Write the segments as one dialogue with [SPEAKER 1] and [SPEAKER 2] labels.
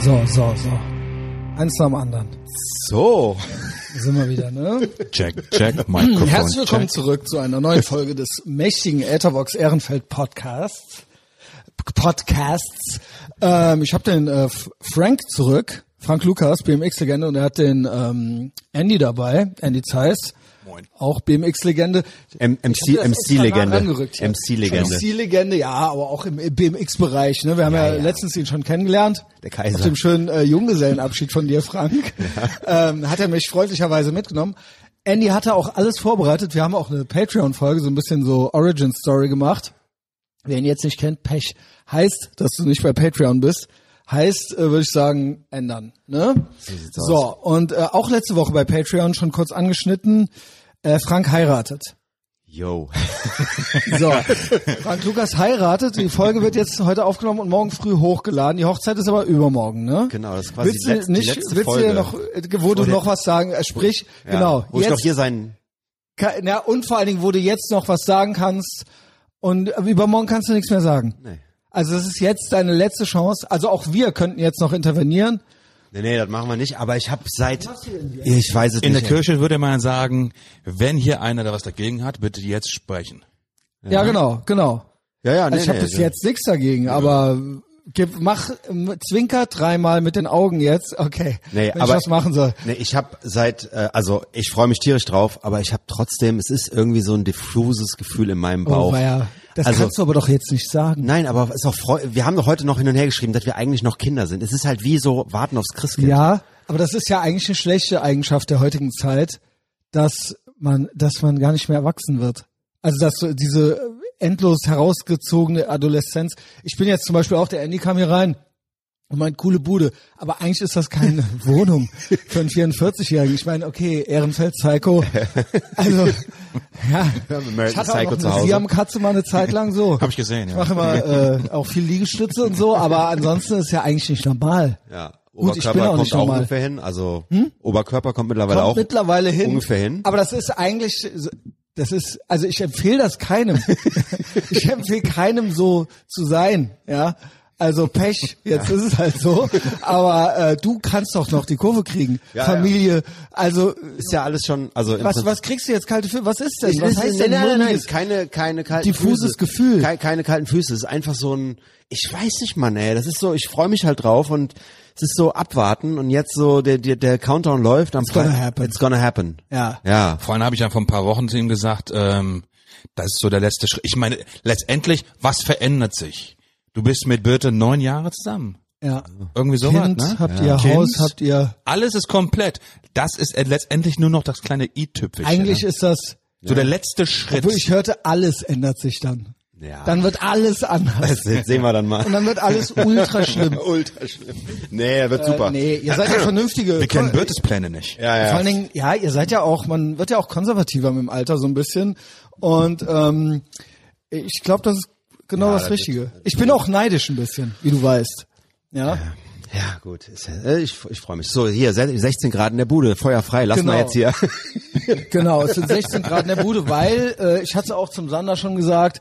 [SPEAKER 1] So, so, so. Eins nach dem anderen.
[SPEAKER 2] So.
[SPEAKER 1] Da sind wir wieder, ne?
[SPEAKER 2] Check, check, Mikrofon.
[SPEAKER 1] Herzlich willkommen
[SPEAKER 2] check.
[SPEAKER 1] zurück zu einer neuen Folge des mächtigen Etherbox Ehrenfeld Podcasts. Podcasts. Ähm, ich habe den äh, F- Frank zurück, Frank Lukas, BMX-Legende, und er hat den ähm, Andy dabei, Andy Zeiss.
[SPEAKER 2] Moin.
[SPEAKER 1] Auch BMX-Legende.
[SPEAKER 3] M- MC MC-Legende. MC-Legende.
[SPEAKER 1] MC-Legende, ja, aber auch im BMX-Bereich. Ne? Wir haben ja,
[SPEAKER 3] ja.
[SPEAKER 1] letztens ihn schon kennengelernt.
[SPEAKER 3] Der Kaiser.
[SPEAKER 1] Auf dem schönen äh, Junggesellenabschied von dir, Frank. ähm, hat er mich freundlicherweise mitgenommen. Andy hatte auch alles vorbereitet. Wir haben auch eine Patreon-Folge, so ein bisschen so Origin-Story gemacht. Wer ihn jetzt nicht kennt, Pech. Heißt, dass du nicht bei Patreon bist. Heißt, äh, würde ich sagen, ändern. Ne?
[SPEAKER 3] sieht's
[SPEAKER 1] So, und äh, auch letzte Woche bei Patreon schon kurz angeschnitten, äh, Frank heiratet.
[SPEAKER 3] Yo.
[SPEAKER 1] So, Frank Lukas heiratet, die Folge wird jetzt heute aufgenommen und morgen früh hochgeladen. Die Hochzeit ist aber übermorgen, ne?
[SPEAKER 3] Genau, das ist quasi
[SPEAKER 1] willst
[SPEAKER 3] die
[SPEAKER 1] du
[SPEAKER 3] letzte- die
[SPEAKER 1] nicht,
[SPEAKER 3] letzte
[SPEAKER 1] willst du
[SPEAKER 3] Folge.
[SPEAKER 1] dir noch, äh, wo du
[SPEAKER 3] Oder-
[SPEAKER 1] noch was sagen, äh, sprich,
[SPEAKER 3] Ja.
[SPEAKER 1] genau.
[SPEAKER 3] Wo ich doch hier sein.
[SPEAKER 1] Ka- Na, und vor allen Dingen, wo du jetzt noch was sagen kannst und aber übermorgen kannst du nichts mehr sagen.
[SPEAKER 3] Nee.
[SPEAKER 1] Also das ist jetzt deine letzte Chance. Also auch wir könnten jetzt noch intervenieren.
[SPEAKER 3] nee, nee, das machen wir nicht, aber ich habe seit. Ich weiß es
[SPEAKER 2] In der
[SPEAKER 3] nicht.
[SPEAKER 2] Kirche würde man sagen, wenn hier einer da was dagegen hat, bitte jetzt sprechen.
[SPEAKER 1] Ja, genau, genau.
[SPEAKER 3] Ja, ja, nee,
[SPEAKER 1] Also ich habe
[SPEAKER 3] nee,
[SPEAKER 1] bis
[SPEAKER 3] nee.
[SPEAKER 1] jetzt nichts dagegen, aber äh, gib, mach ähm, zwinker dreimal mit den Augen jetzt. Okay.
[SPEAKER 3] Nee,
[SPEAKER 1] wenn
[SPEAKER 3] aber-
[SPEAKER 1] ich was machen soll.
[SPEAKER 3] Nee, ich habe seit, äh, also ich freue mich tierisch drauf, aber ich habe trotzdem, es ist irgendwie so ein diffuses Gefühl in meinem Bauch.
[SPEAKER 1] Oh, weia. Das
[SPEAKER 3] also,
[SPEAKER 1] kannst du aber doch jetzt nicht sagen.
[SPEAKER 3] Nein, aber es ist auch freu wir haben doch heute noch hin und her geschrieben, dass wir eigentlich noch Kinder sind. Es ist halt wie so warten aufs Christkind.
[SPEAKER 1] Ja, aber das ist ja eigentlich eine schlechte Eigenschaft der heutigen Zeit, dass man, dass man gar nicht mehr erwachsen wird. Also dass so diese endlos herausgezogene Adoleszenz. Ich bin jetzt zum Beispiel auch, der Andy kam hier rein und meint, coole Bude. Aber eigentlich ist das keine Wohnung für einen 44-Jährigen. Ich meine, okay, Ehrenfeld, Psycho. Also, ja.
[SPEAKER 3] American
[SPEAKER 1] Ich hatte auch
[SPEAKER 3] Psycho
[SPEAKER 1] noch
[SPEAKER 3] zu
[SPEAKER 1] eine
[SPEAKER 3] Hause.
[SPEAKER 1] Siam-Katze mal eine Zeit lang so.
[SPEAKER 2] Hab ich gesehen,
[SPEAKER 1] Ich
[SPEAKER 2] ja.
[SPEAKER 1] mache immer äh, auch viel Liegestütze und so, aber ansonsten ist ja eigentlich nicht normal.
[SPEAKER 3] Ja,
[SPEAKER 1] Gut, ich bin
[SPEAKER 3] Oberkörper
[SPEAKER 1] auch
[SPEAKER 3] kommt
[SPEAKER 1] nicht
[SPEAKER 3] auch
[SPEAKER 1] normal. Hm?
[SPEAKER 3] ungefähr hin. Also Oberkörper kommt mittlerweile
[SPEAKER 1] kommt
[SPEAKER 3] auch
[SPEAKER 1] mittlerweile hin.
[SPEAKER 3] ungefähr hin.
[SPEAKER 1] Aber das ist eigentlich, das ist, also ich empfehle das keinem. ich empfehle keinem so zu sein, ja. Also Pech, jetzt ist es halt so. Aber äh, du kannst doch noch die Kurve kriegen.
[SPEAKER 3] Ja,
[SPEAKER 1] Familie, also
[SPEAKER 3] ist ja alles schon, also im
[SPEAKER 1] was,
[SPEAKER 3] Prinzip-
[SPEAKER 1] was kriegst du jetzt kalte Füße? Was ist denn?
[SPEAKER 3] Ich-
[SPEAKER 1] was
[SPEAKER 3] es-
[SPEAKER 1] heißt denn
[SPEAKER 3] nein, nein, nein,
[SPEAKER 1] mulmiges-
[SPEAKER 3] nein, keine, keine kalten
[SPEAKER 1] diffuses
[SPEAKER 3] Füße.
[SPEAKER 1] Gefühl?
[SPEAKER 3] Keine, keine kalten Füße. Es ist einfach so ein, ich weiß nicht, Mann, ey. Das ist so, ich freue mich halt drauf und es ist so abwarten und jetzt so der, der, der Countdown läuft. Am
[SPEAKER 1] It's gonna
[SPEAKER 3] Fre-
[SPEAKER 1] happen.
[SPEAKER 3] It's gonna happen.
[SPEAKER 1] Ja.
[SPEAKER 3] Ja.
[SPEAKER 2] Vorhin habe ich ja vor ein paar Wochen zu ihm gesagt, ähm, das ist so der letzte Schritt. Ich meine, letztendlich, was verändert sich? Du bist mit Birte neun Jahre zusammen.
[SPEAKER 1] Ja.
[SPEAKER 2] Irgendwie sowas,
[SPEAKER 1] Kind,
[SPEAKER 2] ne?
[SPEAKER 1] habt
[SPEAKER 2] Ja.
[SPEAKER 1] ihr
[SPEAKER 2] Kind.
[SPEAKER 1] Haus, habt ihr.
[SPEAKER 2] Alles ist komplett. Das ist äh, letztendlich nur noch das kleine i-Tüpfelchen.
[SPEAKER 1] Eigentlich
[SPEAKER 2] ne?
[SPEAKER 1] ist das.
[SPEAKER 2] so der letzte Schritt.
[SPEAKER 1] Obwohl ich hörte, alles ändert sich dann.
[SPEAKER 3] Ja.
[SPEAKER 1] Dann wird alles anders.
[SPEAKER 3] Das sehen wir dann mal.
[SPEAKER 1] Und dann wird alles ultra schlimm.
[SPEAKER 3] Ultra schlimm. Nee, wird
[SPEAKER 1] Äh,
[SPEAKER 3] super.
[SPEAKER 1] nee, ihr seid ja vernünftige.
[SPEAKER 2] Wir kennen Birtes Pläne nicht.
[SPEAKER 3] Ja,
[SPEAKER 1] Vor
[SPEAKER 3] ja.
[SPEAKER 1] allen Dingen, ja, ihr seid ja auch, man wird ja auch konservativer mit dem Alter so ein bisschen. Und ähm, ich glaube, das ist genau
[SPEAKER 3] Ja,
[SPEAKER 1] das
[SPEAKER 3] das
[SPEAKER 1] Richtige. Ich bin auch neidisch ein bisschen, wie du weißt. Ja,
[SPEAKER 3] Ja, gut. Ist ja- äh, Ich, ich freue mich. So, hier, 16 Grad in der Bude, Feuer frei. Lassen
[SPEAKER 1] Genau.
[SPEAKER 3] wir jetzt hier.
[SPEAKER 1] genau. Es sind 16 Grad in der Bude, weil äh, ich hatte auch zum Sander schon gesagt,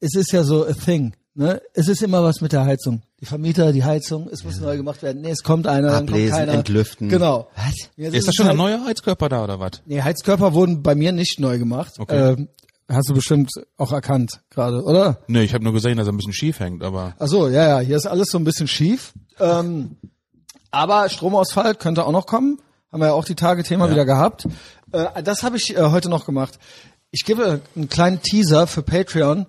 [SPEAKER 1] es ist ja so a thing. Ne? Es ist immer was mit der Heizung. Die Vermieter, die Heizung, es muss neu gemacht werden. Nee, es kommt einer, dann
[SPEAKER 3] Ablesen,
[SPEAKER 1] kommt keiner.
[SPEAKER 3] entlüften.
[SPEAKER 1] Genau. Was?
[SPEAKER 2] Ist da schon ein neuer Heizkörper da oder was?
[SPEAKER 1] halt Nee, Heizkörper wurden bei mir nicht neu gemacht.
[SPEAKER 2] Okay.
[SPEAKER 1] Ähm, hast du bestimmt auch erkannt gerade, oder?
[SPEAKER 2] Nee, ich habe nur gesehen, dass er ein bisschen schief hängt, aber
[SPEAKER 1] Ach so, ja, ja, hier ist alles so ein bisschen schief. Ähm, aber Stromausfall könnte auch noch kommen. Haben wir ja auch die Tage Thema wieder gehabt. Äh, das habe ich äh, heute noch gemacht. Ich gebe einen kleinen Teaser für Patreon.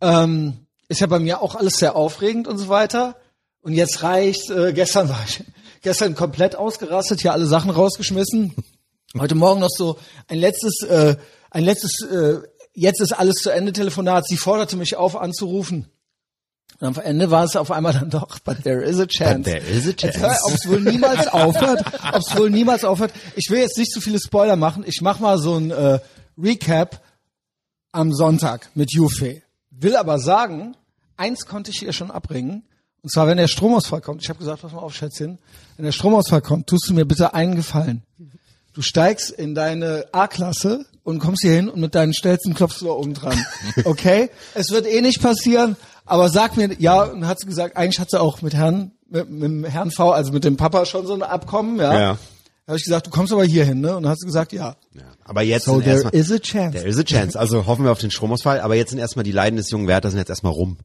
[SPEAKER 1] Ähm, ist ja bei mir auch alles sehr aufregend und so weiter. Und jetzt reicht, äh, gestern war ich gestern komplett ausgerastet, hier alle Sachen rausgeschmissen. Heute Morgen noch so ein letztes, äh, ein letztes, äh, jetzt ist alles zu Ende Telefonat. Sie forderte mich auf anzurufen. Und am Ende war es auf einmal dann doch, but there is a chance.
[SPEAKER 3] But there is a chance.
[SPEAKER 1] Ob es wohl niemals aufhört, ob es wohl niemals aufhört. Ich will jetzt nicht zu viele Spoiler machen. Ich mach mal so ein äh, Recap am Sonntag mit Juve. Will aber sagen, eins konnte ich ihr schon abbringen. Und zwar, wenn der Stromausfall kommt. Ich habe gesagt, pass mal auf, Schätzchen. Wenn der Stromausfall kommt, tust du mir bitte einen Gefallen. Du steigst in deine A-Klasse und kommst hier hin und mit deinen Stelzen klopfst du da oben dran. Okay? es wird eh nicht passieren, Aber sag mir, ja, und hat sie gesagt, eigentlich hat sie auch mit Herrn, mit, mit dem Herrn V, also mit dem Papa schon so ein Abkommen, ja.
[SPEAKER 3] Ja.
[SPEAKER 1] ja. Da habe ich gesagt, du kommst aber hier hin, ne? Und dann hat sie gesagt, ja.
[SPEAKER 3] Aber jetzt
[SPEAKER 1] So
[SPEAKER 3] sind
[SPEAKER 1] there
[SPEAKER 3] erstmal,
[SPEAKER 1] is a chance.
[SPEAKER 3] there is a chance. Also hoffen wir auf den Stromausfall. Aber jetzt sind erstmal die Leiden des jungen Werthers sind jetzt erstmal rum.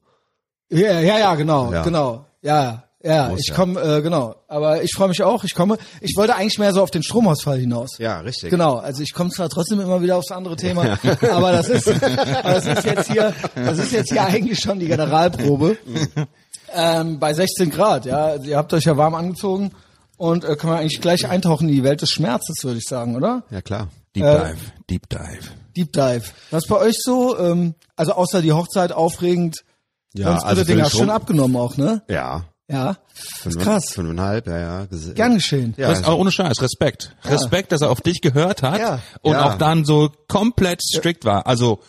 [SPEAKER 1] Ja, ja, ja, genau,
[SPEAKER 3] Ja.
[SPEAKER 1] genau. Ja, ja,
[SPEAKER 3] Muss
[SPEAKER 1] ich
[SPEAKER 3] ja.
[SPEAKER 1] komme, äh, genau. Aber ich freue mich auch, ich komme. Ich wollte eigentlich mehr so auf den Stromausfall hinaus.
[SPEAKER 3] Ja, richtig.
[SPEAKER 1] Genau, also ich komme zwar trotzdem immer wieder aufs andere Thema, aber das ist, aber das ist jetzt hier, das ist jetzt hier eigentlich schon die Generalprobe. ähm, bei 16 Grad, ja, also ihr habt euch ja warm angezogen und äh, kann man eigentlich gleich eintauchen in die Welt des Schmerzes, würde ich sagen, oder?
[SPEAKER 3] Ja, klar.
[SPEAKER 2] Deep
[SPEAKER 1] Äh,
[SPEAKER 2] Dive, Deep Dive.
[SPEAKER 1] Deep Dive. Was bei euch so, ähm, also außer die Hochzeit aufregend,
[SPEAKER 3] Ja,
[SPEAKER 1] sonst
[SPEAKER 3] also
[SPEAKER 1] also
[SPEAKER 3] für
[SPEAKER 1] Ding
[SPEAKER 3] den
[SPEAKER 1] hast du schon
[SPEAKER 3] Strom-
[SPEAKER 1] abgenommen auch, ne?
[SPEAKER 3] Ja.
[SPEAKER 1] Ja, das ist
[SPEAKER 3] Fünf-
[SPEAKER 1] krass.
[SPEAKER 3] Fünfeinhalb, ja, ja. Ges-
[SPEAKER 1] Gern geschehen.
[SPEAKER 3] Ja,
[SPEAKER 2] Res- aber ohne Scheiß, Respekt. Respekt, dass er auf dich gehört hat
[SPEAKER 1] also Ja.
[SPEAKER 2] und
[SPEAKER 3] Ja.
[SPEAKER 2] auch dann so komplett strikt war. Also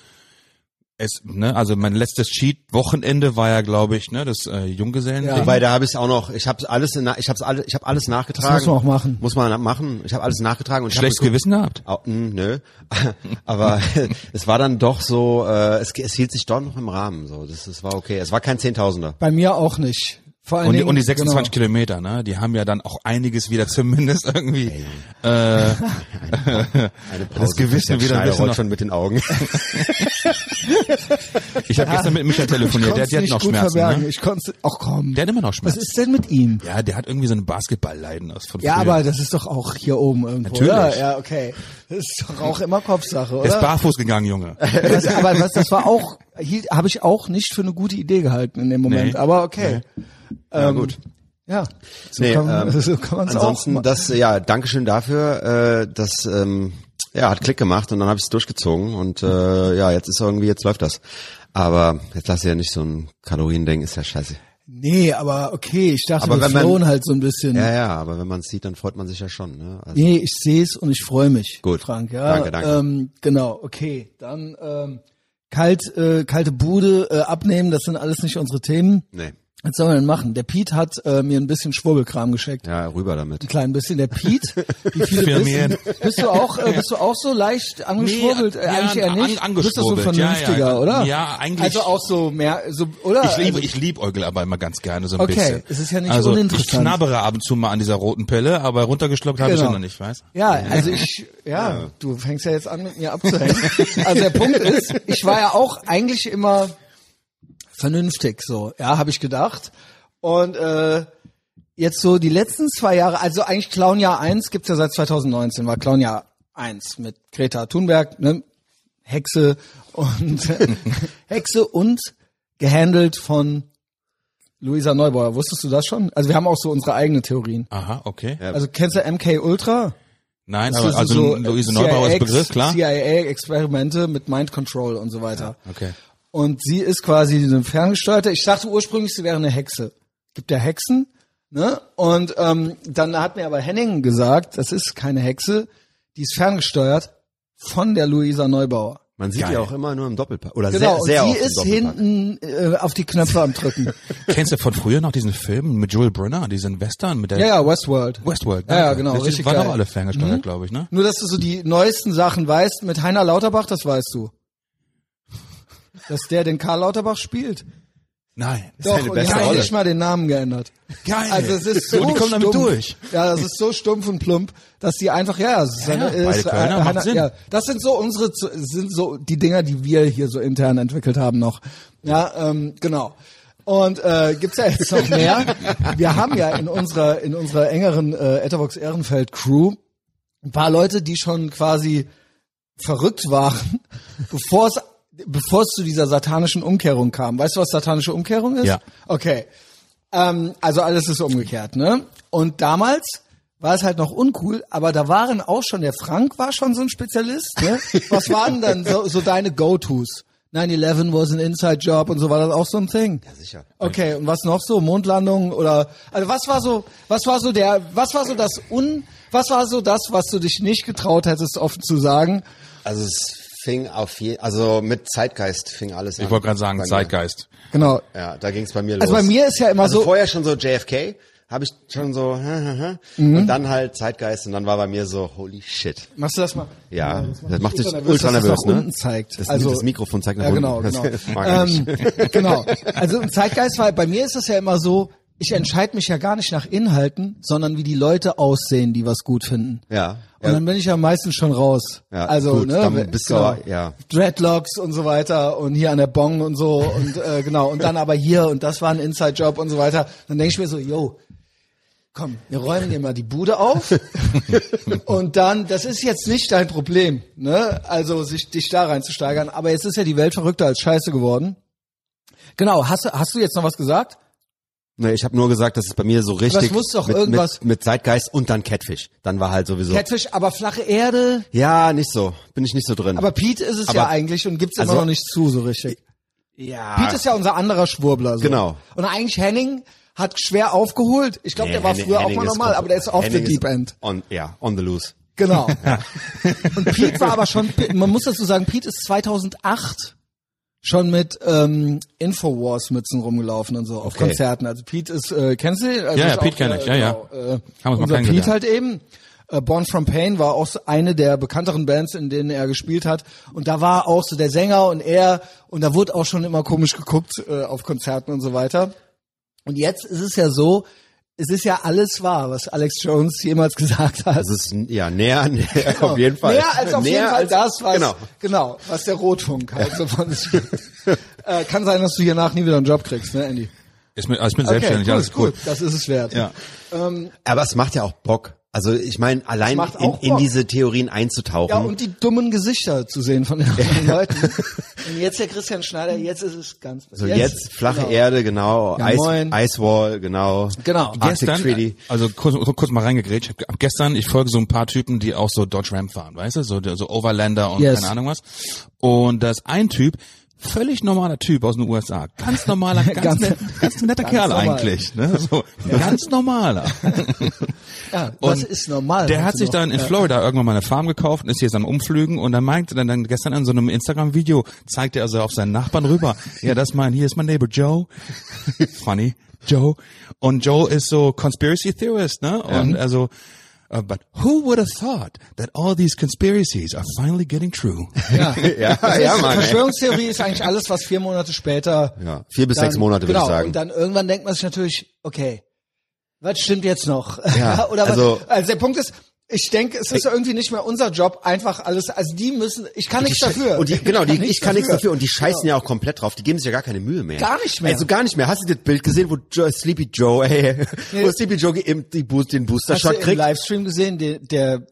[SPEAKER 2] es, ne, also mein letztes Cheat-Wochenende war ja, glaube ich, ne, das äh, Junggesellen.
[SPEAKER 1] Ja.
[SPEAKER 3] Wobei, da habe ich auch noch, ich habe alles, in, na- ich hab's alle, ich habe alles nachgetragen.
[SPEAKER 1] muss man auch machen.
[SPEAKER 3] Muss man machen. Ich habe alles nachgetragen und ich hab
[SPEAKER 2] Schlechtes
[SPEAKER 3] geguckt-
[SPEAKER 2] Gewissen gehabt.
[SPEAKER 3] Au- mh, nö. Aber es war dann doch so, äh, es, es hielt sich doch noch im Rahmen. So, das, das war okay. Es war kein Zehntausender.
[SPEAKER 1] Bei mir auch nicht. Vor allen
[SPEAKER 2] Und die,
[SPEAKER 1] Dingen,
[SPEAKER 2] und die 26
[SPEAKER 1] genau.
[SPEAKER 2] Kilometer, ne? Die haben ja dann auch einiges wieder zumindest irgendwie äh,
[SPEAKER 3] Eine
[SPEAKER 2] Das Gewissen
[SPEAKER 3] Christian
[SPEAKER 2] wieder ein
[SPEAKER 3] Schneider
[SPEAKER 2] bisschen
[SPEAKER 3] rollt
[SPEAKER 2] nach-
[SPEAKER 3] schon mit den Augen.
[SPEAKER 2] Ich habe gestern mit Michael telefoniert, der,
[SPEAKER 1] konnt's
[SPEAKER 2] der hat
[SPEAKER 1] nicht
[SPEAKER 2] noch
[SPEAKER 1] gut
[SPEAKER 2] Schmerzen.
[SPEAKER 1] verbergen.
[SPEAKER 2] Ne?
[SPEAKER 1] Ich konnte, ach komm.
[SPEAKER 2] Der hat immer noch
[SPEAKER 1] Was
[SPEAKER 2] Schmerzen.
[SPEAKER 1] ist denn mit ihm?
[SPEAKER 2] Ja, der hat irgendwie so einen Basketballleiden aus von
[SPEAKER 1] Ja,
[SPEAKER 2] früher.
[SPEAKER 1] aber das ist doch auch hier oben irgendwo.
[SPEAKER 2] Natürlich.
[SPEAKER 1] Ja, ja, okay. Das ist doch auch immer Kopfsache,
[SPEAKER 2] der ist
[SPEAKER 1] oder?
[SPEAKER 2] barfuß gegangen, Junge.
[SPEAKER 1] Das, aber was, das war auch, habe ich auch nicht für eine gute Idee gehalten in dem Moment.
[SPEAKER 2] Nee.
[SPEAKER 1] Aber okay. Ja, ähm, gut. Ja, so
[SPEAKER 3] Nee,
[SPEAKER 1] kann,
[SPEAKER 3] ähm,
[SPEAKER 1] so kann man es auch
[SPEAKER 3] Ansonsten,
[SPEAKER 1] machen.
[SPEAKER 3] das, ja, Dankeschön dafür. Äh, das, ähm, ja, hat Klick gemacht und dann habe ich es durchgezogen und äh, ja, jetzt ist irgendwie, jetzt läuft das. Aber jetzt lass ich ja nicht so ein Kaloriending, ist ja scheiße.
[SPEAKER 1] Nee, aber okay, ich dachte,
[SPEAKER 3] Aber
[SPEAKER 1] wir
[SPEAKER 3] wenn man-
[SPEAKER 1] flohen halt so ein bisschen.
[SPEAKER 3] Ja, ja, aber wenn man es sieht, dann freut man sich ja schon. Ne? Also,
[SPEAKER 1] Nee, ich sehe es und ich freue mich.
[SPEAKER 3] Gut.
[SPEAKER 1] Frank, ja.
[SPEAKER 3] Danke, danke.
[SPEAKER 1] Ähm, genau, okay. Dann ähm, kalt, äh, kalte Bude äh, abnehmen, das sind alles nicht unsere Themen.
[SPEAKER 3] nee.
[SPEAKER 1] Was soll man denn machen? Der Pete hat äh, mir ein bisschen Schwurbelkram geschickt.
[SPEAKER 3] Ja, rüber damit.
[SPEAKER 1] Ein klein bisschen. Der Pete, wie viele
[SPEAKER 2] Firmieren.
[SPEAKER 1] bist, bist du auch, äh, bist du auch so leicht angeschwurbelt?
[SPEAKER 2] Nee,
[SPEAKER 1] äh, eigentlich
[SPEAKER 2] ja,
[SPEAKER 1] eher nicht.
[SPEAKER 2] an-
[SPEAKER 1] Du bist doch so
[SPEAKER 2] angeschwurbelt, ja, ja.
[SPEAKER 1] vernünftiger, oder?
[SPEAKER 2] Ja, eigentlich-
[SPEAKER 1] Also auch so mehr, so, oder?
[SPEAKER 2] Ich liebe,
[SPEAKER 1] Also,
[SPEAKER 2] ich liebe Eugel aber immer ganz gerne so ein
[SPEAKER 1] Okay,
[SPEAKER 2] bisschen.
[SPEAKER 1] es ist ja nicht
[SPEAKER 2] also, Ich
[SPEAKER 1] uninteressant.
[SPEAKER 2] knabbere ab und zu mal an dieser roten Pille, aber runtergeschluckt habe ich
[SPEAKER 1] Genau.
[SPEAKER 2] sie noch nicht, weißt
[SPEAKER 1] Ja, also ich, ja, du fängst ja jetzt an, mit mir abzuhängen. Also der Punkt ist, ich war ja auch eigentlich immer vernünftig, so, ja, habe ich gedacht. Und äh, jetzt so die letzten zwei Jahre, also eigentlich Clownjahr 1 gibt's ja seit 2019, war Clownjahr 1 mit Greta Thunberg, ne? Hexe und Hexe und gehandelt von Luisa Neubauer. Wusstest du das schon? Also wir haben auch so unsere eigene Theorien.
[SPEAKER 2] Aha, okay.
[SPEAKER 1] Also kennst du MK Ultra?
[SPEAKER 2] Nein,
[SPEAKER 1] Das
[SPEAKER 2] aber
[SPEAKER 1] ist
[SPEAKER 2] also
[SPEAKER 1] so, äh,
[SPEAKER 2] Luise
[SPEAKER 1] CIA
[SPEAKER 2] Neubauer ist Begriff, klar.
[SPEAKER 1] CIA-Experimente mit Mind Control und so weiter.
[SPEAKER 2] okay.
[SPEAKER 1] Und sie ist quasi eine Ferngesteuerte. Ich dachte ursprünglich, sie wäre eine Hexe. Gibt ja Hexen, ne? Und ähm, dann hat mir aber Henning gesagt, das ist keine Hexe, die ist ferngesteuert von der Luisa Neubauer.
[SPEAKER 3] Man sieht
[SPEAKER 2] Geil.
[SPEAKER 3] ja auch immer nur im Doppelpack. Oder
[SPEAKER 1] Genau,
[SPEAKER 3] sehr, sehr
[SPEAKER 1] und
[SPEAKER 3] oft
[SPEAKER 1] sie
[SPEAKER 3] im
[SPEAKER 1] ist
[SPEAKER 3] Doppelpack.
[SPEAKER 1] hinten äh, auf die Knöpfe am Drücken.
[SPEAKER 2] Kennst du von früher noch diesen Film mit Joel Brunner, diesen Western mit der
[SPEAKER 1] ja, ja, Westworld.
[SPEAKER 2] Westworld?
[SPEAKER 1] Ja, ja, genau,
[SPEAKER 2] Das
[SPEAKER 1] richtig
[SPEAKER 2] waren
[SPEAKER 1] geil. Mhm.
[SPEAKER 2] auch alle ferngesteuert, glaube ich, ne?
[SPEAKER 1] Nur, dass du so die neuesten Sachen weißt, mit Heiner Lauterbach, das weißt du. Dass der den Karl Lauterbach spielt.
[SPEAKER 2] Nein.
[SPEAKER 1] Doch,
[SPEAKER 3] seine
[SPEAKER 1] und
[SPEAKER 3] beste
[SPEAKER 1] die haben
[SPEAKER 3] Rolle.
[SPEAKER 1] nicht mal den Namen geändert.
[SPEAKER 2] Geil.
[SPEAKER 1] Also es ist so
[SPEAKER 2] Und die kommen damit
[SPEAKER 1] stumpf.
[SPEAKER 2] durch.
[SPEAKER 1] Ja, das ist so stumpf und plump, dass die einfach ja, es ist
[SPEAKER 2] Ja,
[SPEAKER 1] eine,
[SPEAKER 2] ja, beide
[SPEAKER 1] ist, äh,
[SPEAKER 2] Kölner, macht Sinn.
[SPEAKER 1] das sind so unsere zu- sind so die Dinger, die wir hier so intern entwickelt haben noch. Ja, ähm, genau. Und äh, gibt's ja jetzt noch mehr. Wir haben ja in unserer in unserer engeren äh, Etterbox Ehrenfeld Crew ein paar Leute, die schon quasi verrückt waren, bevor es bevor es zu dieser satanischen Umkehrung kam. Weißt du, was satanische Umkehrung ist?
[SPEAKER 2] Ja.
[SPEAKER 1] Okay. Ähm, also alles ist umgekehrt, ne? Und damals war es halt noch uncool, aber da waren auch schon, der Frank war schon so ein Spezialist, ne? Was waren dann so, so deine Go-Tos? 9-11 was an inside job und so war das auch so ein Thing. Ja,
[SPEAKER 3] sicher.
[SPEAKER 1] Okay, und was noch so? Mondlandung oder, also was war so, was war so der, was war so das un, was war so das, was du dich nicht getraut hättest, offen zu sagen?
[SPEAKER 3] Also es fing auf je, also mit Zeitgeist fing alles an.
[SPEAKER 2] Ich wollte gerade sagen,
[SPEAKER 3] Bei mir.
[SPEAKER 2] Zeitgeist.
[SPEAKER 1] Genau.
[SPEAKER 3] Ja, da ging es bei mir los.
[SPEAKER 1] Also bei mir ist ja immer
[SPEAKER 3] also
[SPEAKER 1] so,
[SPEAKER 3] vorher schon so JFK, habe ich schon so
[SPEAKER 1] Mhm.
[SPEAKER 3] und dann halt Zeitgeist und dann war bei mir so holy shit.
[SPEAKER 1] Machst du das mal?
[SPEAKER 3] Ja, das macht dich
[SPEAKER 1] nervös,
[SPEAKER 3] ultra
[SPEAKER 1] dass es
[SPEAKER 3] nervös,
[SPEAKER 1] nach
[SPEAKER 3] ne?
[SPEAKER 1] unten zeigt.
[SPEAKER 3] Das,
[SPEAKER 1] Also-
[SPEAKER 3] das Mikrofon zeigt nach
[SPEAKER 1] Ja,
[SPEAKER 3] unten.
[SPEAKER 1] genau,
[SPEAKER 3] Das
[SPEAKER 1] genau.
[SPEAKER 3] mag ich.
[SPEAKER 1] Ähm, genau. Also im Zeitgeist war, bei mir ist das ja immer so, ich entscheide mich ja gar nicht nach Inhalten, sondern wie die Leute aussehen, die was gut finden.
[SPEAKER 3] Ja,
[SPEAKER 1] Und
[SPEAKER 3] ja.
[SPEAKER 1] dann bin ich ja meistens schon raus.
[SPEAKER 3] Ja,
[SPEAKER 1] also,
[SPEAKER 3] gut,
[SPEAKER 1] ne,
[SPEAKER 3] dann
[SPEAKER 1] we-
[SPEAKER 3] bist du aber- ja.
[SPEAKER 1] Dreadlocks und so weiter und hier an der Bong und so und äh, genau. Und dann aber hier und das war ein Inside-Job und so weiter. Dann denke ich mir so, yo, komm, wir räumen dir mal die Bude auf und dann, das ist jetzt nicht dein Problem, ne? Also sich dich da reinzusteigern. Aber jetzt ist ja die Welt verrückter als Scheiße geworden. Genau, hast, du- hast du jetzt noch was gesagt?
[SPEAKER 3] Nee, ich habe nur gesagt, dass es bei mir so richtig
[SPEAKER 1] es muss doch
[SPEAKER 3] mit,
[SPEAKER 1] irgendwas-
[SPEAKER 3] mit, mit Zeitgeist und dann Catfish. Dann war halt sowieso
[SPEAKER 1] Catfish, aber flache Erde.
[SPEAKER 3] Ja, nicht so, bin ich nicht so drin.
[SPEAKER 1] Aber Pete ist es
[SPEAKER 3] Aber-
[SPEAKER 1] ja eigentlich und gibt's immer
[SPEAKER 3] also-
[SPEAKER 1] noch nicht zu so richtig.
[SPEAKER 3] ja,
[SPEAKER 1] Pete ist ja unser anderer Schwurbler. So.
[SPEAKER 3] Ah. Genau.
[SPEAKER 1] Und eigentlich Henning hat schwer aufgeholt. Ich glaube,
[SPEAKER 3] Nee,
[SPEAKER 1] der war
[SPEAKER 3] Henning-
[SPEAKER 1] früher
[SPEAKER 3] Henning
[SPEAKER 1] auch mal
[SPEAKER 3] ist
[SPEAKER 1] normal,
[SPEAKER 3] komplett-
[SPEAKER 1] aber der ist off
[SPEAKER 3] Henning
[SPEAKER 1] the deep end.
[SPEAKER 3] On, ja, on the loose.
[SPEAKER 1] Genau. Und Pete war aber schon, man muss dazu sagen, Pete ist 2008 schon mit ähm, Infowars-Mützen rumgelaufen und so auf
[SPEAKER 3] Okay.
[SPEAKER 1] Konzerten. Also Pete ist, äh, kennst du? den? Also
[SPEAKER 2] Ja, ja,
[SPEAKER 1] ist
[SPEAKER 2] Pete
[SPEAKER 1] auch,
[SPEAKER 2] kenn
[SPEAKER 1] äh,
[SPEAKER 2] ich, ja, ja.
[SPEAKER 1] genau, Äh,
[SPEAKER 2] mal
[SPEAKER 1] unser
[SPEAKER 2] kennengelernt.
[SPEAKER 1] Pete halt eben. Äh, Born From Pain war auch so eine der bekannteren Bands, in denen er gespielt hat. Und da war auch so der Sänger und er, und da wurde auch schon immer komisch geguckt äh, auf Konzerten und so weiter. Und jetzt ist es ja so, es ist ja alles wahr, was Alex Jones jemals gesagt hat.
[SPEAKER 3] Das ist ja näher, näher auf jeden Fall.
[SPEAKER 1] Mehr Genau. als auf jeden Fall
[SPEAKER 3] als-
[SPEAKER 1] das, was,
[SPEAKER 3] Genau.
[SPEAKER 1] genau. genau, was der Rotfunk halt so von sich gibt. äh, Kann sein, dass du hier nach nie wieder einen Job kriegst, ne, Andy?
[SPEAKER 2] Ist mir, also ich bin selbstständig, alles cool.
[SPEAKER 1] gut, Das ist es wert.
[SPEAKER 2] Ja.
[SPEAKER 3] Aber es macht ja auch Bock. Also ich meine, allein
[SPEAKER 1] macht
[SPEAKER 3] in,
[SPEAKER 1] auch
[SPEAKER 3] in
[SPEAKER 1] Bock.
[SPEAKER 3] diese Theorien einzutauchen.
[SPEAKER 1] Ja, und die dummen Gesichter zu sehen von den anderen Leuten. Und jetzt der Christian Schneider, jetzt ist es ganz
[SPEAKER 3] so jetzt, flache
[SPEAKER 1] genau.
[SPEAKER 3] Erde, genau,
[SPEAKER 1] Ja,
[SPEAKER 3] Ice,
[SPEAKER 1] moin.
[SPEAKER 3] Icewall, genau.
[SPEAKER 1] Genau.
[SPEAKER 3] Arctic
[SPEAKER 2] gestern,
[SPEAKER 3] Treaty.
[SPEAKER 2] also kurz, kurz mal reingegrätscht, ich hab gestern, ich folge so ein paar Typen, die auch so Dodge Ram fahren, weißt du, so, so Overlander und
[SPEAKER 1] Yes.
[SPEAKER 2] keine Ahnung was. Und da ist ein Typ, völlig normaler Typ aus den USA, ganz normaler, ganz,
[SPEAKER 1] Ganz-
[SPEAKER 2] net, ganz netter
[SPEAKER 1] ganz
[SPEAKER 2] Kerl
[SPEAKER 1] normal.
[SPEAKER 2] eigentlich, ne? so, ganz normaler.
[SPEAKER 1] Ja, das
[SPEAKER 2] Und
[SPEAKER 1] ist normal.
[SPEAKER 2] Der
[SPEAKER 1] meinst
[SPEAKER 2] hat
[SPEAKER 1] du
[SPEAKER 2] sich
[SPEAKER 1] doch.
[SPEAKER 2] dann in Florida irgendwann mal eine Farm gekauft und ist jetzt am Umflügen und dann meinte dann, dann gestern in so einem Instagram-Video zeigte er so auf seinen Nachbarn rüber. ja, das ist mein, hier ist mein Neighbor Joe. Funny. Joe. Und Joe ist so Conspiracy Theorist, ne? Und also, uh, but who would have thought that all these conspiracies are finally getting true?
[SPEAKER 1] Ja,
[SPEAKER 3] Ja,
[SPEAKER 1] Das
[SPEAKER 3] Ah, ja,
[SPEAKER 1] ist,
[SPEAKER 3] Mann, ey.
[SPEAKER 1] Verschwörungstheorie ist eigentlich alles, was vier Monate später.
[SPEAKER 3] Ja, vier bis sechs Monate, würde
[SPEAKER 1] genau,
[SPEAKER 3] ich sagen.
[SPEAKER 1] Und dann irgendwann denkt man sich natürlich, okay, was stimmt jetzt noch?
[SPEAKER 3] Ja,
[SPEAKER 1] Oder
[SPEAKER 3] also-
[SPEAKER 1] was, also der Punkt ist, ich denke, es ist irgendwie nicht mehr unser Job, einfach alles. Also die müssen, ich kann nichts dafür.
[SPEAKER 3] Und die, genau, die, ich kann nichts dafür. Und die scheißen
[SPEAKER 1] Genau.
[SPEAKER 3] ja auch komplett drauf. Die geben sich ja gar keine Mühe mehr.
[SPEAKER 1] Gar nicht mehr.
[SPEAKER 3] Also gar nicht mehr. Hast du das Bild gesehen, wo Joe, Sleepy Joe, ey, wo
[SPEAKER 1] Nee.
[SPEAKER 3] Sleepy Joe geimpft die Boost, den
[SPEAKER 1] Hast du
[SPEAKER 3] Booster-Shot
[SPEAKER 1] im
[SPEAKER 3] kriegt?
[SPEAKER 1] Livestream gesehen, der, der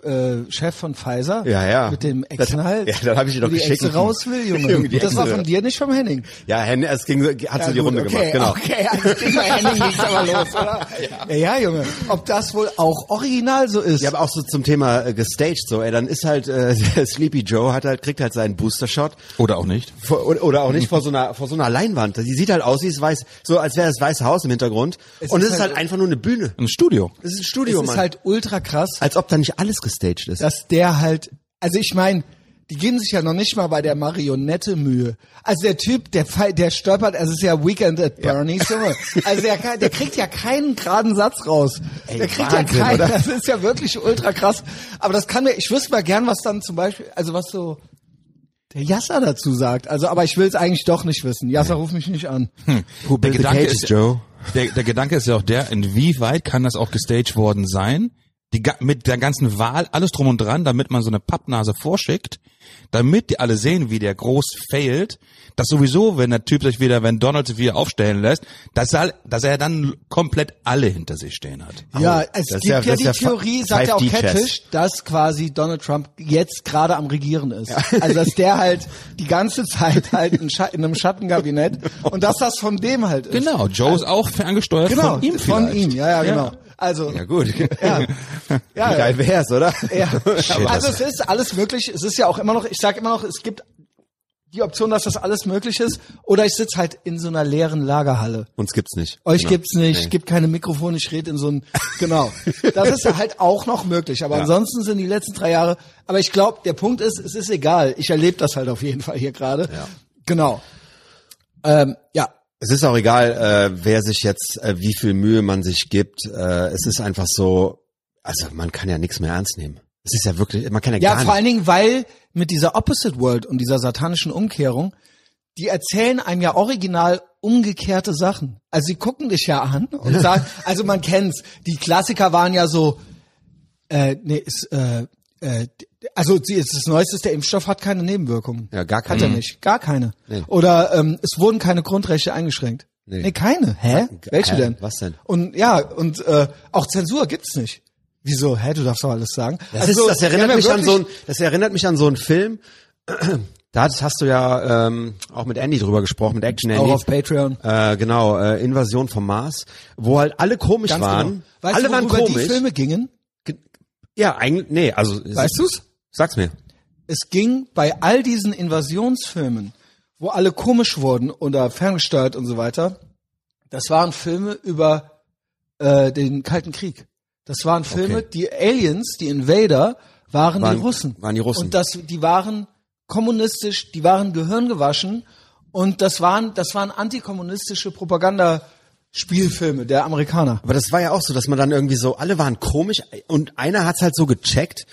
[SPEAKER 1] äh, Chef von Pfizer
[SPEAKER 3] Ja, ja.
[SPEAKER 1] mit dem
[SPEAKER 3] Das-
[SPEAKER 1] Echsenhals?
[SPEAKER 3] ja, dann hab ich dir doch
[SPEAKER 1] Wo die
[SPEAKER 3] geschickt.
[SPEAKER 1] Echse raus will, Junge.
[SPEAKER 3] Junge, die
[SPEAKER 1] das war
[SPEAKER 3] Echse.
[SPEAKER 1] von dir, nicht vom Henning.
[SPEAKER 3] Ja, Hen- es ging, so- hat so die
[SPEAKER 1] gut,
[SPEAKER 3] Runde
[SPEAKER 1] okay,
[SPEAKER 3] gemacht, genau.
[SPEAKER 1] Okay, also Thema Henning geht's aber los, oder? Ja. ja, Junge. Ob das wohl auch original so ist?
[SPEAKER 3] Ja, aber auch so zum Thema äh, gestaged, so, ey, dann ist halt, äh, Sleepy Joe hat halt, kriegt halt seinen Booster-Shot.
[SPEAKER 2] Oder auch nicht.
[SPEAKER 3] Vor, oder oder auch nicht vor so einer vor so einer Leinwand. Die sieht halt aus wie es weiß, so als wäre das weiße Haus im Hintergrund. und
[SPEAKER 1] ist
[SPEAKER 3] es ist halt,
[SPEAKER 1] halt-
[SPEAKER 3] einfach nur eine Bühne.
[SPEAKER 2] Ein Studio.
[SPEAKER 3] Das ist ein
[SPEAKER 1] es
[SPEAKER 3] Studio,
[SPEAKER 1] ist
[SPEAKER 3] Mann.
[SPEAKER 1] halt ultra krass,
[SPEAKER 3] als ob da nicht alles gestaged ist.
[SPEAKER 1] dass der halt, also ich meine, die geben sich ja noch nicht mal bei der Marionette Mühe. Also der Typ, der Pfeil- der stolpert, also es ist ja Weekend at Bernie's, Junge. Also der, kann- der kriegt ja keinen geraden Satz raus. der kriegt
[SPEAKER 3] Wahnsinn,
[SPEAKER 1] ja keinen,
[SPEAKER 3] oder?
[SPEAKER 1] das ist ja wirklich ultra krass. Aber das kann mir, ich wüsste mal gern, was dann zum Beispiel, also was so der Yasser dazu sagt. Also, aber ich will es eigentlich doch nicht wissen. Yasser ruf mich nicht an.
[SPEAKER 3] Who
[SPEAKER 2] Der
[SPEAKER 3] built
[SPEAKER 2] Gedanke,
[SPEAKER 3] the cages,
[SPEAKER 2] ist,
[SPEAKER 3] Joe?
[SPEAKER 2] Der, der Gedanke ist ja auch der, inwieweit kann das auch gestaged worden sein? Die, ga- mit der ganzen Wahl, alles drum und dran, damit man so eine Pappnase vorschickt, damit die alle sehen, wie der groß failt, dass sowieso, wenn der Typ sich wieder, wenn Donald sich wieder aufstellen lässt, dass er, dass er dann komplett alle hinter sich stehen hat.
[SPEAKER 1] Ja, es
[SPEAKER 3] das ist
[SPEAKER 1] gibt
[SPEAKER 3] ja-
[SPEAKER 1] ja,
[SPEAKER 3] das
[SPEAKER 1] die
[SPEAKER 3] ist ja
[SPEAKER 1] Theorie,
[SPEAKER 3] Fa-
[SPEAKER 1] sagt ja auch
[SPEAKER 3] 5D Chess.
[SPEAKER 1] Catfish, dass quasi Donald Trump jetzt gerade am Regieren ist. Also dass der halt die ganze Zeit halt in, Scha in einem Schattenkabinett und dass das von dem halt ist.
[SPEAKER 2] Genau, Joe ist auch ferngesteuert
[SPEAKER 1] Genau,
[SPEAKER 2] von ihm
[SPEAKER 1] von
[SPEAKER 2] vielleicht.
[SPEAKER 1] ihm, ja, ja, genau. Also,
[SPEAKER 3] Ja gut.
[SPEAKER 1] Ja. Ja,
[SPEAKER 3] Wie geil wär's, oder?
[SPEAKER 1] ja.
[SPEAKER 3] Shit,
[SPEAKER 1] also
[SPEAKER 3] das-
[SPEAKER 1] es ist alles möglich. Es ist ja auch immer noch, ich sage immer noch, es gibt die Option, dass das alles möglich ist. Oder ich sitze halt in so einer leeren Lagerhalle.
[SPEAKER 3] Uns gibt's nicht.
[SPEAKER 1] Euch
[SPEAKER 3] Genau.
[SPEAKER 1] gibt's nicht,
[SPEAKER 3] Nee.
[SPEAKER 1] gibt keine Mikrofone, ich rede in so ein genau. Das ist ja halt auch noch möglich, aber ansonsten sind die letzten drei Jahre, aber ich glaube, der Punkt ist, es ist egal. Ich erlebe das halt auf jeden Fall hier gerade.
[SPEAKER 3] Ja.
[SPEAKER 1] Genau. Ähm, ja,
[SPEAKER 3] Es ist auch egal, äh, wer sich jetzt, äh, wie viel Mühe man sich gibt. Äh, es ist einfach so, also man kann ja nichts mehr ernst nehmen. Es ist ja wirklich, man kann ja,
[SPEAKER 1] Ja,
[SPEAKER 3] gar
[SPEAKER 1] vor
[SPEAKER 3] nicht.
[SPEAKER 1] allen Dingen, weil mit dieser Opposite World und dieser satanischen Umkehrung, die erzählen einem ja original umgekehrte Sachen. Also sie gucken dich ja an und sagen, also man kennt's. Die Klassiker waren ja so, äh, nee, ist, äh, äh, also sie- es- das Neueste ist, der Impfstoff hat keine Nebenwirkungen.
[SPEAKER 3] Ja, gar
[SPEAKER 1] Hat er
[SPEAKER 3] keine.
[SPEAKER 1] nicht. Gar keine.
[SPEAKER 3] Nee.
[SPEAKER 1] Oder ähm, es wurden keine Grundrechte eingeschränkt. Nee,
[SPEAKER 3] Nee.
[SPEAKER 1] keine. Hä?
[SPEAKER 3] Ge-
[SPEAKER 1] Welche
[SPEAKER 3] hä?
[SPEAKER 1] denn?
[SPEAKER 3] Was denn?
[SPEAKER 1] Und ja, und äh, auch Zensur gibt's nicht. Wieso? Hä, du darfst doch alles sagen.
[SPEAKER 3] Das, ist, das erinnert
[SPEAKER 1] Also, ja,
[SPEAKER 3] mich
[SPEAKER 1] wirklich-
[SPEAKER 3] an so ein, das erinnert mich an so einen Film. Da hast hast du ja ähm, auch mit Andy drüber gesprochen, mit Action Andy.
[SPEAKER 1] Auch auf Patreon.
[SPEAKER 3] Äh, genau, äh, Invasion vom Mars, wo halt alle komisch
[SPEAKER 1] Ganz
[SPEAKER 3] waren.
[SPEAKER 1] genau. Weißt
[SPEAKER 3] alle
[SPEAKER 1] du,
[SPEAKER 3] waren
[SPEAKER 1] worüber
[SPEAKER 3] komisch.
[SPEAKER 1] die Filme gingen?
[SPEAKER 3] Ja, eigentlich, nee, also
[SPEAKER 1] Weißt du's?
[SPEAKER 3] sag's mir.
[SPEAKER 1] Es ging bei all diesen Invasionsfilmen, wo alle komisch wurden oder ferngesteuert und so weiter, das waren Filme über äh, den Kalten Krieg. Das waren Filme,
[SPEAKER 3] Okay.
[SPEAKER 1] die Aliens, die Invader, waren,
[SPEAKER 3] Waren-
[SPEAKER 1] die Russen.
[SPEAKER 3] waren die Russen.
[SPEAKER 1] Und das, die waren kommunistisch, die waren gehirngewaschen und das waren, das waren antikommunistische Propagandaspielfilme der Amerikaner.
[SPEAKER 3] Aber das war ja auch so, dass man dann irgendwie so, alle waren komisch und einer hat's halt so gecheckt,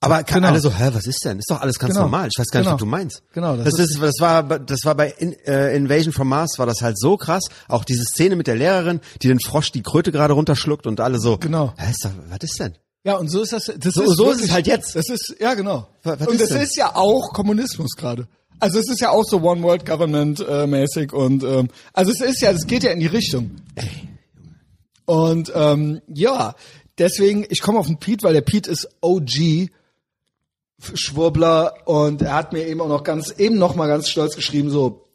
[SPEAKER 3] aber kann
[SPEAKER 1] Genau.
[SPEAKER 3] alle so, hä, was ist denn? Ist doch alles ganz
[SPEAKER 1] Genau.
[SPEAKER 3] normal. Ich weiß gar nicht,
[SPEAKER 1] Genau.
[SPEAKER 3] was du meinst.
[SPEAKER 1] Genau, das
[SPEAKER 3] Das, ist, das war, bei- das war bei In, äh, Invasion from Mars war das halt so krass. Auch diese Szene mit der Lehrerin, die den Frosch die Kröte gerade runterschluckt und alle so,
[SPEAKER 1] Genau.
[SPEAKER 3] hä, ist doch, was ist denn?
[SPEAKER 1] Ja, und so ist das. das
[SPEAKER 3] So-
[SPEAKER 1] ist
[SPEAKER 3] so ist
[SPEAKER 1] wirklich-
[SPEAKER 3] es halt jetzt.
[SPEAKER 1] Das ist, ja, genau.
[SPEAKER 3] Wa- was
[SPEAKER 1] und
[SPEAKER 3] ist
[SPEAKER 1] das
[SPEAKER 3] denn?
[SPEAKER 1] ist ja auch Kommunismus gerade. Also es ist ja auch so One World Government äh, mäßig und ähm, also es ist ja, es geht ja in die Richtung. Und ähm, ja, deswegen, ich komme auf den Pete, weil der Pete ist OG F- Schwurbler und er hat mir eben auch noch ganz, eben noch mal ganz stolz geschrieben, so,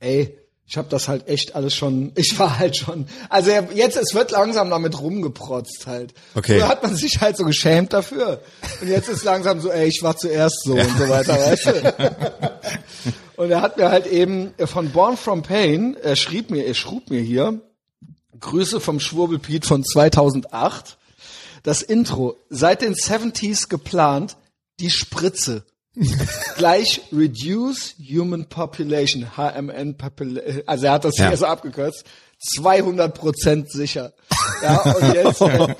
[SPEAKER 1] ey, ich habe das halt echt alles schon, ich war halt schon, also er- jetzt, es wird langsam damit rumgeprotzt halt.
[SPEAKER 3] Okay.
[SPEAKER 1] Früher hat man sich halt so geschämt dafür. Und jetzt ist langsam so, ey, ich war zuerst so und so weiter, weißt du. Und er hat mir halt eben äh, von Born From Pain, er schrieb mir, er schrub mir hier, Grüße vom Schwurbelpiet von 2008. Das Intro, seit den 70s geplant, die Spritze. Gleich Reduce Human Population, HMN Population, also er hat das
[SPEAKER 3] Ja.
[SPEAKER 1] hier so abgekürzt, 200 Prozent sicher. Ja, und jetzt, äh,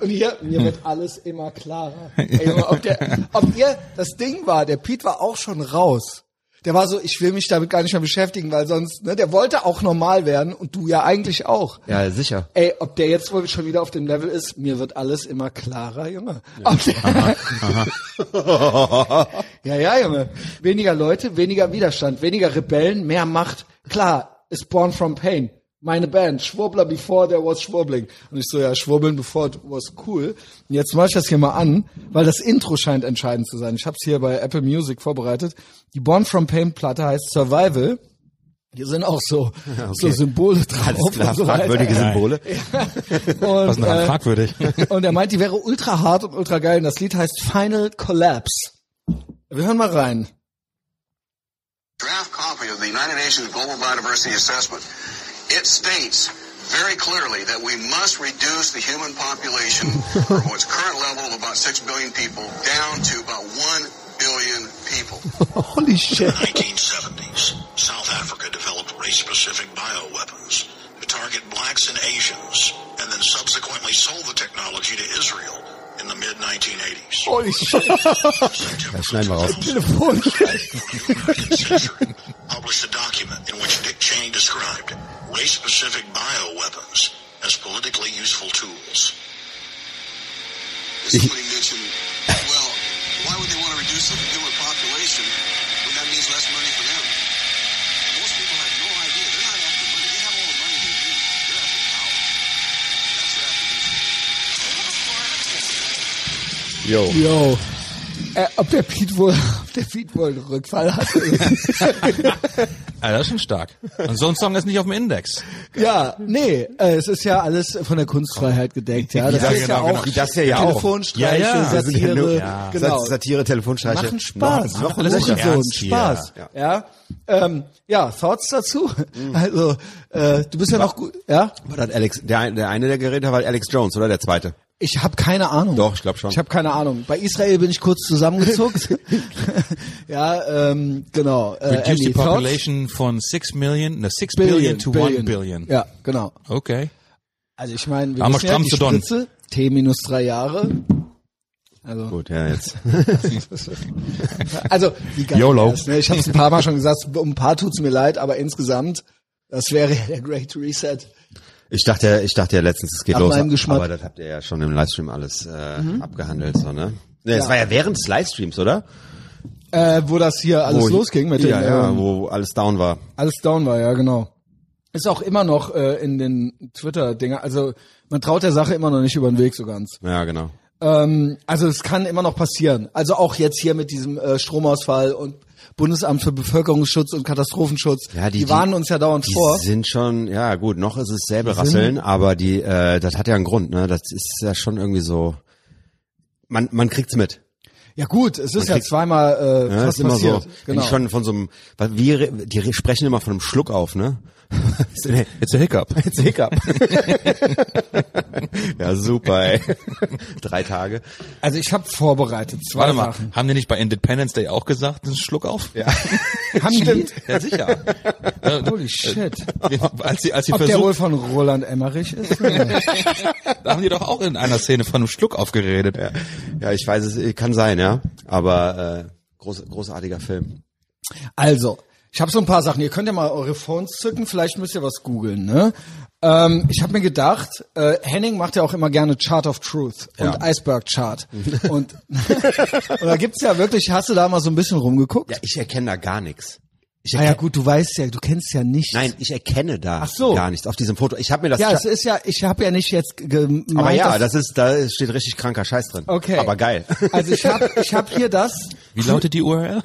[SPEAKER 1] und hier, mir wird alles immer klarer. Ey, Junge, ob, der, ob ihr, das Ding war, der Piet war auch schon raus. Der war so, ich will mich damit gar nicht mehr beschäftigen, weil sonst, ne, der wollte auch normal werden und du ja eigentlich auch.
[SPEAKER 3] Ja, sicher.
[SPEAKER 1] Ey, ob der jetzt wohl schon wieder auf dem Level ist, mir wird alles immer klarer, Junge. Ob der, ja, ja, Junge. Weniger Leute, weniger Widerstand, weniger Rebellen, mehr Macht. Klar, ist Born from Pain. Meine Band, Schwurbler before there was Schwurbling. Und ich so, ja, Schwurbeln before it was cool. Und jetzt mach ich das hier mal an, weil das Intro scheint entscheidend zu sein. Ich hab's hier bei Apple Music vorbereitet. Die Born from Pain Platte heißt Survival. Hier sind auch so, so Symbole drauf.
[SPEAKER 3] Alles klar,
[SPEAKER 1] und so weiter.
[SPEAKER 3] fragwürdige
[SPEAKER 2] Nein.
[SPEAKER 3] Symbole.
[SPEAKER 1] Und, äh,
[SPEAKER 2] Was ist denn daran fragwürdig?
[SPEAKER 1] und er meint, die wäre ultra hart und ultra geil. Und das Lied heißt Final Collapse. Wir hören mal rein.
[SPEAKER 4] draft copy of the United Nations Global Biodiversity Assessment, it states very clearly that we must reduce the human population from its current level of about 6 billion people down to about 1 billion people.
[SPEAKER 1] Holy shit.
[SPEAKER 4] 1970s, South Africa developed race-specific bioweapons to target blacks and Asians, and then subsequently sold the technology to Israel in the mid-1980s.
[SPEAKER 1] Holy shit.
[SPEAKER 3] schneiden wir raus.
[SPEAKER 1] Telefon.
[SPEAKER 4] century published a document in which Dick Cheney described race-specific bioweapons as politically useful tools. Somebody mentioned, well, why would they want to reduce the human population when that means less money for them? Most people have no idea. They're not after money. They have all the money they need.
[SPEAKER 1] Yo.
[SPEAKER 3] Yo.
[SPEAKER 4] They're after power. That's what after
[SPEAKER 1] Äh, ob der Pete wohl, ob der Pete wohl einen Rückfall hatte.
[SPEAKER 2] Ah, das ist schon stark. Und so ein Song ist nicht auf dem Index.
[SPEAKER 1] ja, nee, äh, es ist ja alles von der Kunstfreiheit gedeckt, ja. Das
[SPEAKER 3] Ja,
[SPEAKER 1] ist
[SPEAKER 3] genau,
[SPEAKER 1] ja
[SPEAKER 3] genau.
[SPEAKER 1] auch
[SPEAKER 3] Wie das hier ja auch.
[SPEAKER 1] Telefonstreiche,
[SPEAKER 2] Ja, ja.
[SPEAKER 1] Satire,
[SPEAKER 3] Ja.
[SPEAKER 1] genau.
[SPEAKER 3] Satire, Telefonscheiche.
[SPEAKER 1] Machen Spaß.
[SPEAKER 3] Noch, noch
[SPEAKER 1] machen
[SPEAKER 2] alles
[SPEAKER 1] so
[SPEAKER 2] im
[SPEAKER 1] einen
[SPEAKER 2] Ernst hier.
[SPEAKER 1] Spaß. Ja. Ja. Ähm, ja, Thoughts dazu? Also, äh, du bist ja noch gut, ja?
[SPEAKER 3] War das Alex, der, ein- der eine der Geräte war Alex Jones, oder der zweite?
[SPEAKER 1] Ich habe keine Ahnung.
[SPEAKER 3] Doch, ich glaub schon.
[SPEAKER 1] Ich habe keine Ahnung. Bei Israel bin ich kurz zusammengezuckt. ja, ähm, genau. Äh,
[SPEAKER 2] Reduce the
[SPEAKER 1] Andy, thoughts?
[SPEAKER 2] population von 6 million, no, 6 billion, to 1 billion.
[SPEAKER 1] Ja, genau.
[SPEAKER 2] Okay.
[SPEAKER 1] Also ich meine, wir
[SPEAKER 2] Aber
[SPEAKER 1] wissen ja,
[SPEAKER 2] stramm
[SPEAKER 1] die
[SPEAKER 2] zu Don.
[SPEAKER 1] Spritze, T minus drei Jahre. Also,
[SPEAKER 3] Gut, ja, jetzt.
[SPEAKER 1] also wie geil
[SPEAKER 2] YOLO.
[SPEAKER 1] wär's, ne? Ich habe es ein paar Mal schon gesagt, um ein paar tut's mir leid, aber insgesamt, das wäre ja der Great Reset.
[SPEAKER 3] Ich dachte, ja- ich dachte ja letztens, es geht
[SPEAKER 1] Nach
[SPEAKER 3] los.
[SPEAKER 1] meinem Geschmack. Mhm.
[SPEAKER 3] Aber das habt ihr ja schon im Livestream alles äh, abgehandelt, so, ne? Ne, es
[SPEAKER 1] Ja.
[SPEAKER 3] war ja während des Livestreams, oder?
[SPEAKER 1] Äh, wo das hier alles
[SPEAKER 3] Wo-
[SPEAKER 1] losging mit
[SPEAKER 3] ja,
[SPEAKER 1] dem ähm,
[SPEAKER 3] ja, wo alles down war.
[SPEAKER 1] alles down war, ja, genau. Ist auch immer noch äh, in den Twitter-Dinger, also man traut der Sache immer noch nicht über den Weg so ganz.
[SPEAKER 3] Ja, genau.
[SPEAKER 1] Ähm, also es kann immer noch passieren. Also auch jetzt hier mit diesem äh, Stromausfall und Bundesamt für Bevölkerungsschutz und Katastrophenschutz,
[SPEAKER 3] Ja, die-
[SPEAKER 1] die,
[SPEAKER 3] die-
[SPEAKER 1] warnen uns ja dauernd
[SPEAKER 3] Die
[SPEAKER 1] vor.
[SPEAKER 3] sind schon, ja gut, noch ist es Säbelrasseln, aber die, äh, das hat ja einen Grund, ne? Das ist ja schon irgendwie so. Man, man kriegt's mit.
[SPEAKER 1] Ja gut, es ist ja
[SPEAKER 3] kriegt-
[SPEAKER 1] zweimal äh,
[SPEAKER 3] Ja,
[SPEAKER 1] fast
[SPEAKER 3] ist immer
[SPEAKER 1] passiert.
[SPEAKER 3] so. Wenn
[SPEAKER 1] Genau.
[SPEAKER 3] ich schon von so einem, weil wir, re- die re- sprechen immer von einem Schluck auf, ne?
[SPEAKER 2] It's a hiccup.
[SPEAKER 3] It's a hiccup. ja, super, ey. Drei Tage.
[SPEAKER 1] also ich habe vorbereitet zwei
[SPEAKER 2] Warte mal,
[SPEAKER 1] Sachen.
[SPEAKER 2] haben die nicht bei Independence Day auch gesagt, einen Schluck auf? Ja,
[SPEAKER 1] Haben Stimmt.
[SPEAKER 2] ja sicher. Äh,
[SPEAKER 1] Holy shit.
[SPEAKER 2] äh, als sie, als sie
[SPEAKER 1] Ob der wohl
[SPEAKER 2] versucht,
[SPEAKER 1] von Roland Emmerich ist?
[SPEAKER 2] da haben die doch auch in einer Szene von einem Schluck aufgeredet.
[SPEAKER 3] Ja, ja ich weiß es, kann sein, ja. Aber äh, groß, großartiger Film.
[SPEAKER 1] Also, ich habe so ein paar Sachen. Ihr könnt ja mal eure Phones zücken, vielleicht müsst ihr was googeln. Ne? Ähm, ich habe mir gedacht, äh, Henning macht ja auch immer gerne Chart of Truth und
[SPEAKER 3] Ja.
[SPEAKER 1] Iceberg Chart. und, und da gibt's ja wirklich, hast du da mal so ein bisschen rumgeguckt?
[SPEAKER 3] Ja, ich erkenne da gar nichts. Ich
[SPEAKER 1] ah
[SPEAKER 3] erkenne,
[SPEAKER 1] ja gut, du weißt ja, du kennst ja nicht.
[SPEAKER 3] Nein, ich erkenne da
[SPEAKER 1] Ach so.
[SPEAKER 3] gar nichts auf diesem Foto. Ich habe mir das
[SPEAKER 1] Ja, es ist ja, ich habe ja nicht jetzt ge- gemeint,
[SPEAKER 3] aber ja,
[SPEAKER 1] dass-
[SPEAKER 3] das ist, da steht richtig kranker Scheiß drin.
[SPEAKER 1] Okay.
[SPEAKER 3] Aber geil.
[SPEAKER 1] Also ich habe ich hab hier das,
[SPEAKER 2] Wie lautet die URL?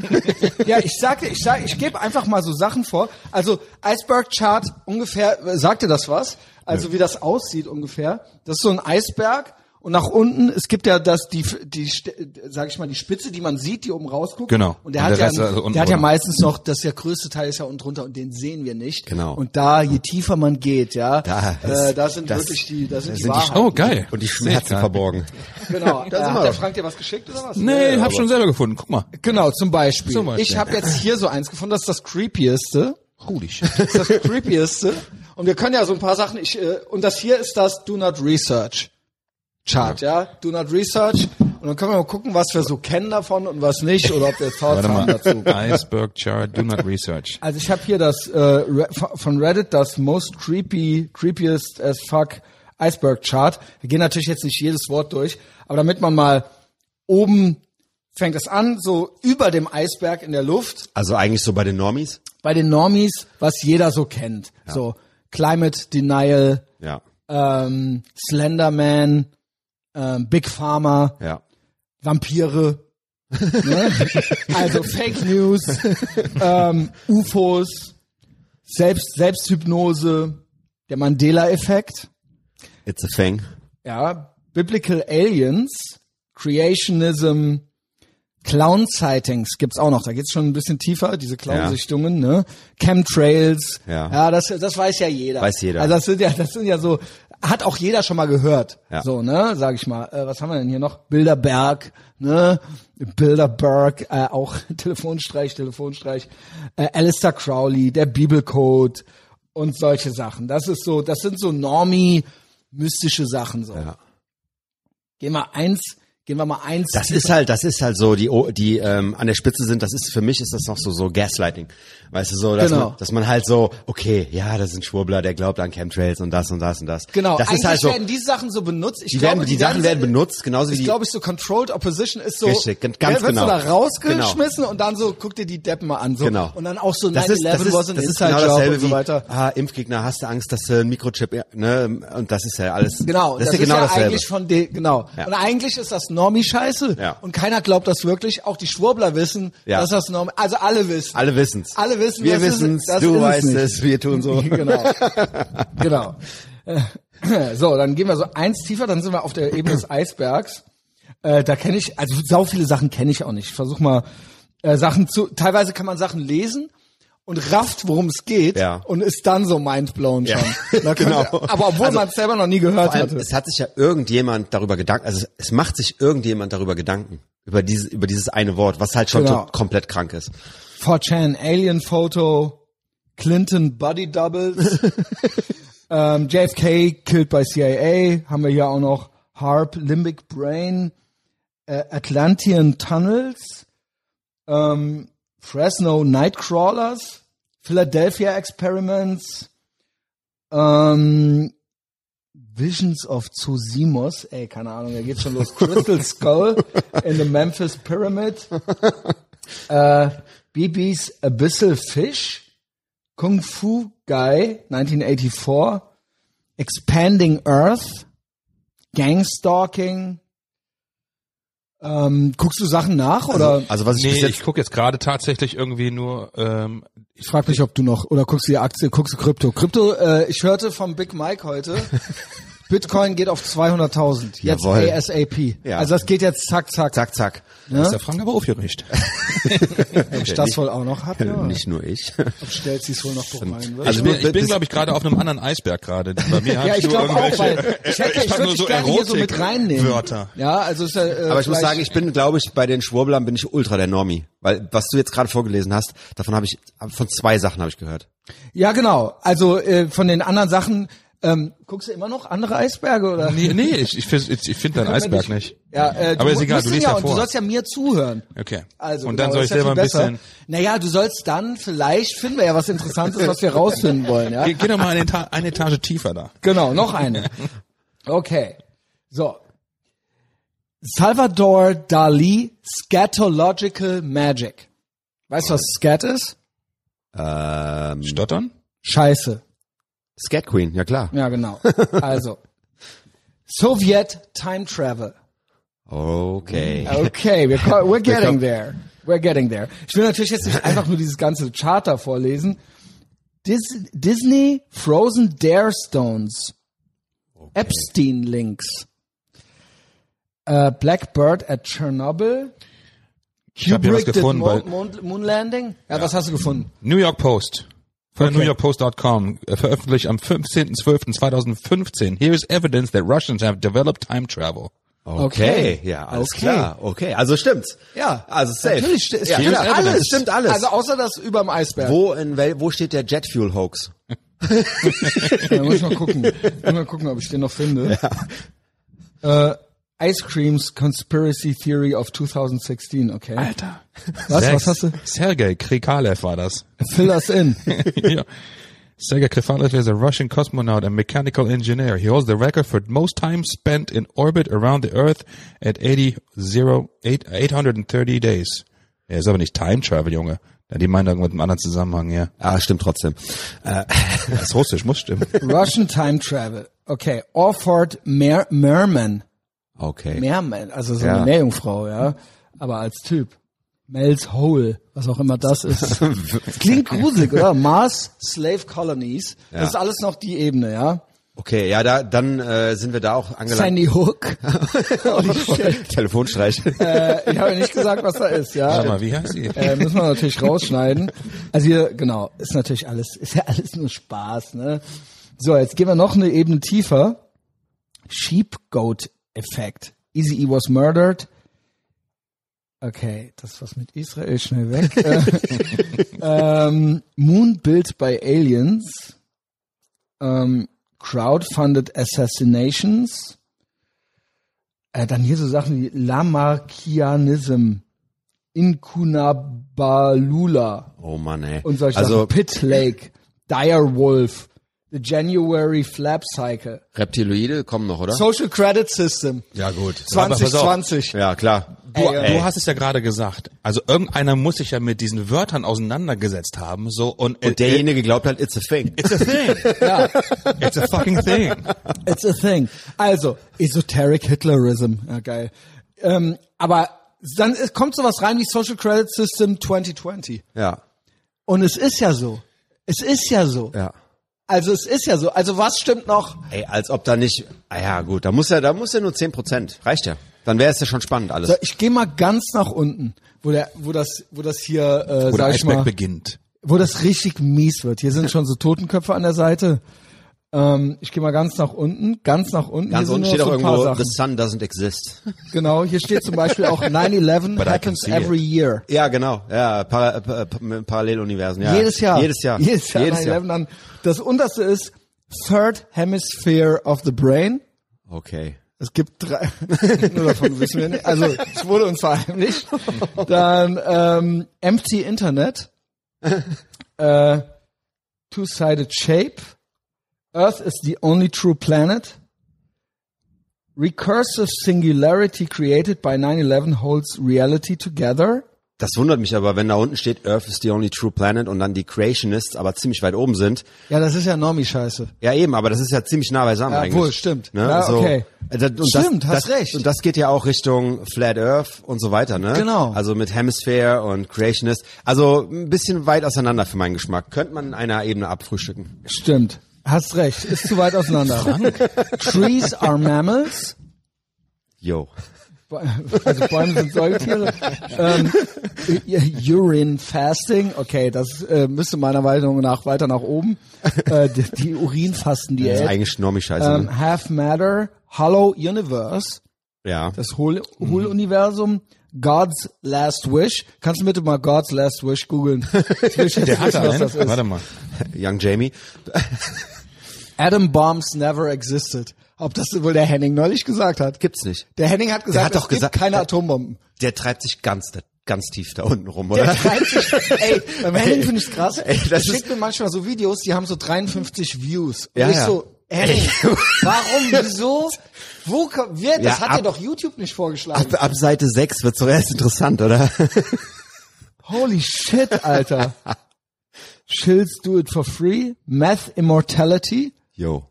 [SPEAKER 1] Ja, ich sagte, ich sag, ich gebe einfach mal so Sachen vor. Also Iceberg Chart ungefähr, äh, sagt dir das was? Also wie das aussieht ungefähr. Das ist so ein Eisberg und nach unten, es gibt ja das die die St- äh, sag ich mal die Spitze, die man sieht, die oben rausguckt.
[SPEAKER 2] Genau.
[SPEAKER 1] Und der
[SPEAKER 2] Und
[SPEAKER 1] hat
[SPEAKER 2] der
[SPEAKER 1] ja
[SPEAKER 2] Rest ist also unten
[SPEAKER 1] der hat ja
[SPEAKER 2] drunter.
[SPEAKER 1] meistens noch, das der größte Teil ist ja unten drunter und den sehen wir nicht.
[SPEAKER 3] Genau.
[SPEAKER 1] Und da je tiefer man geht, ja,
[SPEAKER 3] Da
[SPEAKER 1] äh,
[SPEAKER 3] ist-
[SPEAKER 1] da sind
[SPEAKER 3] das-
[SPEAKER 1] wirklich die, da sind die
[SPEAKER 3] sind die
[SPEAKER 1] Wahrheiten.
[SPEAKER 2] Oh, geil.
[SPEAKER 3] Und die
[SPEAKER 2] Sehr
[SPEAKER 3] Schmerzen
[SPEAKER 2] geil.
[SPEAKER 3] verborgen.
[SPEAKER 1] Genau.
[SPEAKER 3] Da sind
[SPEAKER 1] Da
[SPEAKER 3] wir
[SPEAKER 1] hat der
[SPEAKER 3] doch.
[SPEAKER 1] Frank dir was geschickt oder was?
[SPEAKER 2] Nee, hab schon selber gefunden. Guck mal.
[SPEAKER 1] Genau, zum Beispiel.
[SPEAKER 2] Zum Beispiel.
[SPEAKER 1] Ich habe jetzt hier so eins gefunden, das ist das creepieste.
[SPEAKER 2] Holy shit.
[SPEAKER 1] Das ist das creepieste. Und wir können ja so ein paar Sachen, ich, äh, und das hier ist das Do Not Research Chart, ja? Do Not Research. Und dann können wir mal gucken, was wir so kennen davon und was nicht, oder ob wir Thoughts
[SPEAKER 2] Warte
[SPEAKER 1] haben dazu.
[SPEAKER 2] mal. Iceberg Chart, do not research.
[SPEAKER 1] Also ich habe hier das äh, Re von Reddit das most creepy, creepiest as fuck Iceberg Chart. Wir gehen natürlich jetzt nicht jedes Wort durch, aber damit man mal oben fängt es an, so über dem Eisberg in der Luft,
[SPEAKER 3] Also eigentlich so bei den Normies.
[SPEAKER 1] bei den Normies, was jeder so kennt. So Climate Denial,
[SPEAKER 3] Ja.
[SPEAKER 1] ähm, Slenderman, ähm, Big Pharma,
[SPEAKER 3] Ja.
[SPEAKER 1] Vampire, ne? also Fake News, ähm, UFOs, Selbst Selbsthypnose, der Mandela-Effekt,
[SPEAKER 3] It's a thing.
[SPEAKER 1] ja, Biblical Aliens, Creationism, Clown-Sightings gibt's auch noch. Da geht's schon ein bisschen tiefer, diese Clown-Sichtungen, ne? Chemtrails.
[SPEAKER 3] Ja.
[SPEAKER 1] ja das, das weiß ja jeder.
[SPEAKER 3] Weiß jeder.
[SPEAKER 1] Also das sind ja, das sind ja so, hat auch jeder schon mal gehört.
[SPEAKER 3] Ja.
[SPEAKER 1] So, ne, sag ich mal. Äh, was haben wir denn hier noch? Bilderberg, ne? Bilderberg, äh, auch Telefonstreich, Telefonstreich. Äh, Alistair Crowley, der Bibelcode und solche Sachen. Das ist so, das sind so normie mystische Sachen so.
[SPEAKER 3] Ja.
[SPEAKER 1] Gehen wir eins, gehen wir mal eins.
[SPEAKER 3] Das ist halt, das ist halt so, die, O- die ähm, an der Spitze sind, das ist, für mich ist das noch so, so Gaslighting. Weißt du, so, dass,
[SPEAKER 1] Genau.
[SPEAKER 3] man, dass man halt so, okay, ja, das ist ein Schwurbler, der glaubt an Chemtrails und das und das und das.
[SPEAKER 1] Genau,
[SPEAKER 3] Das
[SPEAKER 1] eigentlich
[SPEAKER 3] ist halt so,
[SPEAKER 1] werden diese Sachen so benutzt. Ich
[SPEAKER 3] die,
[SPEAKER 1] glaube,
[SPEAKER 3] werden, die Sachen
[SPEAKER 1] ganze-
[SPEAKER 3] werden benutzt, genauso wie
[SPEAKER 1] Ich
[SPEAKER 3] die,
[SPEAKER 1] glaube, ich so Controlled Opposition ist so,
[SPEAKER 3] Richtig, ganz
[SPEAKER 1] wirst
[SPEAKER 3] genau.
[SPEAKER 1] du da rausgeschmissen und dann so, guck dir die Deppen mal an. So.
[SPEAKER 3] Genau.
[SPEAKER 1] Und dann auch so
[SPEAKER 3] das ist, das
[SPEAKER 1] 9-11
[SPEAKER 3] ist,
[SPEAKER 1] was an
[SPEAKER 3] das ist
[SPEAKER 1] Inside
[SPEAKER 3] genau
[SPEAKER 1] Job
[SPEAKER 3] dasselbe
[SPEAKER 1] und so
[SPEAKER 3] wie,
[SPEAKER 1] weiter.
[SPEAKER 3] ah, Impfgegner, hast du Angst, dass du ein Mikrochip, ja, ne, und das ist ja alles.
[SPEAKER 1] Genau,
[SPEAKER 3] das, ist ja genau
[SPEAKER 1] ja
[SPEAKER 3] dasselbe.
[SPEAKER 1] eigentlich von de, genau.
[SPEAKER 3] Ja.
[SPEAKER 1] Und eigentlich ist das Normie-Scheiße
[SPEAKER 3] Ja.
[SPEAKER 1] und keiner glaubt das wirklich. Auch die Schwurbler wissen,
[SPEAKER 3] Ja.
[SPEAKER 1] dass das Normie, also alle wissen.
[SPEAKER 3] Alle wissen's.
[SPEAKER 1] Alle wissen,
[SPEAKER 3] Wir
[SPEAKER 1] das ist-
[SPEAKER 3] wissen's,
[SPEAKER 1] das
[SPEAKER 3] du
[SPEAKER 1] ist es
[SPEAKER 3] weißt
[SPEAKER 1] nicht.
[SPEAKER 3] es, wir tun so.
[SPEAKER 1] genau. genau. Äh, So, dann gehen wir so eins tiefer, dann sind wir auf der Ebene des Eisbergs. Äh, da kenne ich, also sau viele Sachen kenne ich auch nicht. Ich versuch mal äh, Sachen zu, teilweise kann man Sachen lesen und rafft, worum es geht
[SPEAKER 3] Ja.
[SPEAKER 1] und ist dann so mindblown
[SPEAKER 3] Ja.
[SPEAKER 1] schon. Da könnte-
[SPEAKER 3] Genau.
[SPEAKER 1] Aber obwohl
[SPEAKER 3] Also,
[SPEAKER 1] man es selber noch nie gehört
[SPEAKER 3] Vor allem,
[SPEAKER 1] hatte.
[SPEAKER 3] es hat sich ja irgendjemand darüber Gedanken, also es, es macht sich irgendjemand darüber Gedanken. Über dieses, über dieses eine Wort, was halt schon
[SPEAKER 1] Genau.
[SPEAKER 3] so komplett krank ist.
[SPEAKER 1] 4chan, Alien Photo, Clinton Buddy Doubles, ähm, JFK Killed by CIA, haben wir hier auch noch Harp, Limbic Brain, äh, Atlantean Tunnels, ähm, Fresno Nightcrawlers, Philadelphia Experiments, ähm, Visions of Tsusimos, ey, keine Ahnung, da geht's schon los. Crystal Skull in the Memphis Pyramid. BB's Abyssal Fish, Kung Fu Guy 1984, Expanding Earth, Gangstalking. Ähm, guckst du Sachen nach oder
[SPEAKER 3] Also was ich bis
[SPEAKER 2] Nee,
[SPEAKER 3] jetzt
[SPEAKER 2] ich gucke jetzt gerade tatsächlich irgendwie nur, ähm,
[SPEAKER 1] ich frag mich, ob du noch oder guckst du die Aktie, guckst du Krypto? Krypto, äh, ich hörte vom Big Mike heute, Bitcoin geht auf 200.000 jetzt
[SPEAKER 3] Jawohl.
[SPEAKER 1] ASAP.
[SPEAKER 3] Ja.
[SPEAKER 1] Also das geht jetzt zack zack.
[SPEAKER 3] zack, zack.
[SPEAKER 2] ja? ist der Frank aber aufgeregt.
[SPEAKER 1] Ob ich das wohl auch noch hab, ja.
[SPEAKER 3] Äh, Nicht nur ich.
[SPEAKER 1] Ob stellt sie's wohl noch rein, wird.
[SPEAKER 3] Also
[SPEAKER 2] ich bin,
[SPEAKER 3] nur-
[SPEAKER 2] ich bin
[SPEAKER 3] bis-
[SPEAKER 2] glaube ich, gerade auf einem anderen Eisberg gerade. Bei mir
[SPEAKER 1] Ja,
[SPEAKER 2] hab
[SPEAKER 1] ich
[SPEAKER 2] nur
[SPEAKER 1] glaube auch,
[SPEAKER 2] irgendwelche-
[SPEAKER 1] weil ich, hätte, ich,
[SPEAKER 2] hab
[SPEAKER 1] würde
[SPEAKER 2] nur
[SPEAKER 1] dich gerne hier so mit
[SPEAKER 2] Erotik-
[SPEAKER 1] reinnehmen.
[SPEAKER 2] Wörter.
[SPEAKER 1] Ja, also ist ja, äh,
[SPEAKER 3] Aber ich muss
[SPEAKER 1] vielleicht-
[SPEAKER 3] sagen, ich bin, glaube ich, bei den Schwurblern bin ich ultra der Normie. Weil was du jetzt gerade vorgelesen hast, davon habe ich, von zwei Sachen habe ich gehört.
[SPEAKER 1] ja genau. Also äh, von den anderen Sachen ähm, guckst du immer noch andere Eisberge oder?
[SPEAKER 2] Nee, nee, ich, ich, find- ich finde deinen Eisberg nicht.
[SPEAKER 1] Ja, äh,
[SPEAKER 2] aber
[SPEAKER 1] du
[SPEAKER 2] ist egal,
[SPEAKER 1] musst
[SPEAKER 2] du
[SPEAKER 1] ihn
[SPEAKER 2] liest
[SPEAKER 1] ja,
[SPEAKER 2] ja
[SPEAKER 1] und du
[SPEAKER 2] vor.
[SPEAKER 1] sollst ja mir zuhören.
[SPEAKER 2] Okay.
[SPEAKER 1] Also,
[SPEAKER 2] und dann
[SPEAKER 1] genau,
[SPEAKER 2] soll ich
[SPEAKER 1] das ist ja
[SPEAKER 2] selber ein
[SPEAKER 1] viel besser.
[SPEAKER 2] bisschen...
[SPEAKER 1] Naja, du sollst dann vielleicht finden wir ja was Interessantes, was wir rausfinden wollen. Ja,
[SPEAKER 2] Geh, geh doch mal eine, Eta eine Etage tiefer da.
[SPEAKER 1] Genau, noch eine. Okay. So. Salvador Dali Scatological Magic. Weißt du, was Scat ist? Hm.
[SPEAKER 3] Ähm,
[SPEAKER 2] Stottern?
[SPEAKER 1] Scheiße.
[SPEAKER 3] Scat Queen, ja klar.
[SPEAKER 1] Ja, genau. Also. Soviet Time Travel.
[SPEAKER 3] Okay.
[SPEAKER 1] Okay, we're, co- we're getting there. We're getting there. Ich will natürlich jetzt nicht einfach nur dieses ganze Charter vorlesen. Dis Disney Frozen Dare Stones. Epstein Links. Äh, Blackbird at Chernobyl.
[SPEAKER 2] Ich habe hier was
[SPEAKER 1] did
[SPEAKER 2] gefunden.
[SPEAKER 1] Mo-
[SPEAKER 2] Bei
[SPEAKER 1] Moon, Moon Landing. Ja, was hast du gefunden?
[SPEAKER 2] New York Post. Von
[SPEAKER 1] Okay.
[SPEAKER 2] okay. NewYorkPost.com, äh, veröffentlicht am 15.12.2015. Here is evidence that Russians have developed time travel.
[SPEAKER 3] Okay, ja, alles
[SPEAKER 1] Okay.
[SPEAKER 3] klar. Okay, also stimmt's.
[SPEAKER 1] Ja.
[SPEAKER 3] Also safe.
[SPEAKER 1] Natürlich, st- es
[SPEAKER 3] ja,
[SPEAKER 1] stimmt
[SPEAKER 3] klar.
[SPEAKER 1] alles.
[SPEAKER 3] Es stimmt alles.
[SPEAKER 1] Also außer das über dem Eisberg.
[SPEAKER 3] wo in wel, wo steht der Jet Fuel Hoax?
[SPEAKER 1] Da muss ich mal gucken. Muss mal gucken, ob ich den noch finde. Äh, Ice Creams Conspiracy Theory of 2016, okay.
[SPEAKER 2] Alter.
[SPEAKER 1] Was, was hast du?
[SPEAKER 2] Sergei Krikalev war das.
[SPEAKER 1] Fill us in.
[SPEAKER 2] yeah. Sergei Krikalev is a Russian cosmonaut and mechanical engineer. He holds the record for most time spent in orbit around the Earth at 80, zero, eight- 830 days. Er ist aber nicht Time Travel, Junge. Ja, Die meinen irgendwas mit einem anderen Zusammenhang, ja.
[SPEAKER 3] Ah, stimmt trotzdem. Äh,
[SPEAKER 2] Das ist russisch, muss stimmen.
[SPEAKER 1] Russian Time Travel. Okay. Orford Mer Merman.
[SPEAKER 3] okay.
[SPEAKER 1] Merman, also so eine
[SPEAKER 3] Ja.
[SPEAKER 1] Meerjungfrau, ja. Aber als Typ. Mel's Hole, was auch immer das ist. Das klingt gruselig, oder? Mars Slave Colonies. Das ist alles noch die Ebene, ja.
[SPEAKER 3] Okay, ja, da dann äh, sind wir da auch angelangt.
[SPEAKER 1] Sandy Hook.
[SPEAKER 3] Telefonstreich.
[SPEAKER 1] äh, ich habe ja nicht gesagt, was da ist, ja.
[SPEAKER 2] Warte mal, wie heißt sie?
[SPEAKER 1] äh, müssen wir natürlich rausschneiden. Also hier, genau, ist natürlich alles, ist ja alles nur Spaß, ne? So, jetzt gehen wir noch eine Ebene tiefer. Sheep Goat Effekt. Easy E was murdered. Okay, das was mit Israel schnell weg. Äh, ähm, Moon Built by Aliens. Ähm, Crowdfunded Assassinations. Äh, dann hier so Sachen wie Lamarckianism. Inkunabalula
[SPEAKER 3] Oh Mann, ey.
[SPEAKER 1] und solche
[SPEAKER 3] also
[SPEAKER 1] Sachen. Pit Lake, Dire Wolf, The January Flap Cycle,
[SPEAKER 3] Reptiloide kommen noch, oder?
[SPEAKER 1] Social Credit System,
[SPEAKER 3] ja, gut.
[SPEAKER 1] 2020.
[SPEAKER 3] Ja, klar.
[SPEAKER 2] Du,
[SPEAKER 1] Ey.
[SPEAKER 2] du hast es ja gerade gesagt. Also irgendeiner muss sich ja mit diesen Wörtern auseinandergesetzt haben. So und,
[SPEAKER 3] Und derjenige glaubt halt, it's a thing.
[SPEAKER 2] It's a thing. It's a fucking thing.
[SPEAKER 1] It's a thing. Also, Esoteric Hitlerism. Ja, geil. Ähm, aber dann ist- kommt sowas rein wie Social Credit System 2020.
[SPEAKER 3] Ja,
[SPEAKER 1] Und es ist ja so. Es ist ja so.
[SPEAKER 3] ja.
[SPEAKER 1] Also es ist ja so. Also was stimmt noch?
[SPEAKER 3] Ey, als ob da nicht. Ah ja, gut, da muss ja, da muss ja nur 10 Prozent. Reicht ja. Dann wäre es ja schon spannend alles.
[SPEAKER 1] So, ich gehe mal ganz nach unten, wo der, wo das, wo das hier, äh,
[SPEAKER 2] Wo der
[SPEAKER 1] sag ich
[SPEAKER 2] Eisberg
[SPEAKER 1] mal,
[SPEAKER 2] beginnt.
[SPEAKER 1] wo das richtig mies wird. Hier sind schon so Totenköpfe an der Seite. Ähm, ich gehe mal ganz nach unten, ganz nach unten.
[SPEAKER 3] Ganz
[SPEAKER 1] hier
[SPEAKER 3] unten
[SPEAKER 1] sind
[SPEAKER 3] steht
[SPEAKER 1] nur noch
[SPEAKER 3] auch
[SPEAKER 1] so ein paar
[SPEAKER 3] irgendwo, the
[SPEAKER 1] Sachen.
[SPEAKER 3] sun doesn't exist.
[SPEAKER 1] Genau, hier steht zum Beispiel auch 9-11
[SPEAKER 3] But I can
[SPEAKER 1] happens
[SPEAKER 3] see it.
[SPEAKER 1] every year.
[SPEAKER 3] Ja, genau. Ja, para, äh, pa- pa- Paralleluniversen. Ja.
[SPEAKER 1] Jedes Jahr.
[SPEAKER 3] Jedes Jahr.
[SPEAKER 1] Jedes Jahr.
[SPEAKER 3] Jedes
[SPEAKER 1] 9-11 Dann. Das unterste ist Third Hemisphere of the Brain.
[SPEAKER 3] Okay.
[SPEAKER 1] Es gibt drei. Nur davon wissen wir nicht. Also es wurde uns verheimlicht. Dann ähm, Empty Internet, äh, Two-Sided Shape, Earth is the only true planet, Recursive Singularity created by 9/11 holds reality together.
[SPEAKER 3] Das wundert mich aber, wenn da unten steht, Earth is the only true planet und dann die Creationists aber ziemlich weit oben sind.
[SPEAKER 1] Ja, das ist ja Normie-Scheiße.
[SPEAKER 3] Ja, eben, aber das ist ja ziemlich nah beisammen
[SPEAKER 1] Ja,
[SPEAKER 3] eigentlich.
[SPEAKER 1] wohl, stimmt.
[SPEAKER 3] Ne?
[SPEAKER 1] Ja,
[SPEAKER 3] so,
[SPEAKER 1] okay.
[SPEAKER 3] äh, das- und
[SPEAKER 1] Stimmt,
[SPEAKER 3] das,
[SPEAKER 1] hast
[SPEAKER 3] das,
[SPEAKER 1] recht.
[SPEAKER 3] Und das geht ja auch Richtung Flat Earth und so weiter, ne?
[SPEAKER 1] Genau.
[SPEAKER 3] Also mit Hemisphere und Creationist. Also ein bisschen weit auseinander für meinen Geschmack. Könnte man in einer Ebene abfrühstücken.
[SPEAKER 1] Stimmt. Hast recht. Ist zu weit auseinander. Trees are mammals.
[SPEAKER 3] Yo.
[SPEAKER 1] Bä- also Bäume sind Säugetiere. ähm, U- Urine Fasting, okay, das äh, müsste meiner Meinung nach weiter nach oben. Äh, die, die
[SPEAKER 3] Das ist
[SPEAKER 1] Urinfastendiät.
[SPEAKER 3] eigentlich Normie-Scheiße, ne?
[SPEAKER 1] Ähm, Half Matter, Hollow Universe,
[SPEAKER 3] Ja.
[SPEAKER 1] das Hohl-
[SPEAKER 3] Mhm.
[SPEAKER 1] Hohl-Universum, God's Last Wish. Kannst du bitte mal God's Last Wish googeln? Ich will schon
[SPEAKER 2] Der hat
[SPEAKER 3] ne?
[SPEAKER 1] wissen, was
[SPEAKER 2] einen.
[SPEAKER 1] das ist.
[SPEAKER 2] Warte mal.
[SPEAKER 3] Young Jamie.
[SPEAKER 1] Atom Bombs Never Existed. Ob das wohl der Henning neulich gesagt hat?
[SPEAKER 3] Gibt's nicht.
[SPEAKER 1] Der Henning hat gesagt,
[SPEAKER 3] hat doch
[SPEAKER 1] es gibt
[SPEAKER 3] gesagt-
[SPEAKER 1] keine
[SPEAKER 3] der-
[SPEAKER 1] Atombomben.
[SPEAKER 3] Der treibt sich ganz, ganz tief da unten rum,
[SPEAKER 1] Der
[SPEAKER 3] oder?
[SPEAKER 1] 30, ey, beim Henning finde ich krass.
[SPEAKER 3] Ey, das
[SPEAKER 1] das schickt
[SPEAKER 3] ist-
[SPEAKER 1] mir manchmal so Videos, die haben so 53 Views. Und
[SPEAKER 3] Ja,
[SPEAKER 1] ich
[SPEAKER 3] ja.
[SPEAKER 1] so, Henning, warum, wieso, wo, ko- wer, das
[SPEAKER 3] Ja,
[SPEAKER 1] hat dir
[SPEAKER 3] ab-
[SPEAKER 1] doch YouTube nicht vorgeschlagen.
[SPEAKER 3] Ab, ab Seite 6 wird zuerst interessant, oder?
[SPEAKER 1] Holy shit, Alter. Chills do it for free. Math Immortality.
[SPEAKER 3] Yo.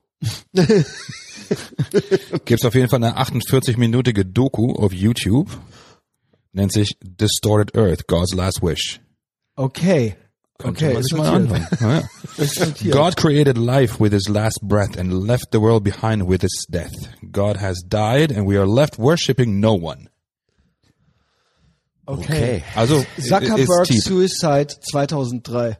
[SPEAKER 2] Gibt's auf jeden Fall eine 48-minütige Doku auf YouTube. Nennt sich Distorted Earth, God's Last Wish.
[SPEAKER 1] Okay. Okay,
[SPEAKER 2] Muss
[SPEAKER 1] ist
[SPEAKER 2] ich mal
[SPEAKER 1] notiert.
[SPEAKER 2] anhören. Ja.
[SPEAKER 1] Ist notiert.
[SPEAKER 2] God created life with his last breath and left the world behind with his death. God has died and we are left worshipping no one.
[SPEAKER 1] Okay.
[SPEAKER 2] Also
[SPEAKER 1] Zuckerberg
[SPEAKER 2] ist tief.
[SPEAKER 1] Suicide 2003.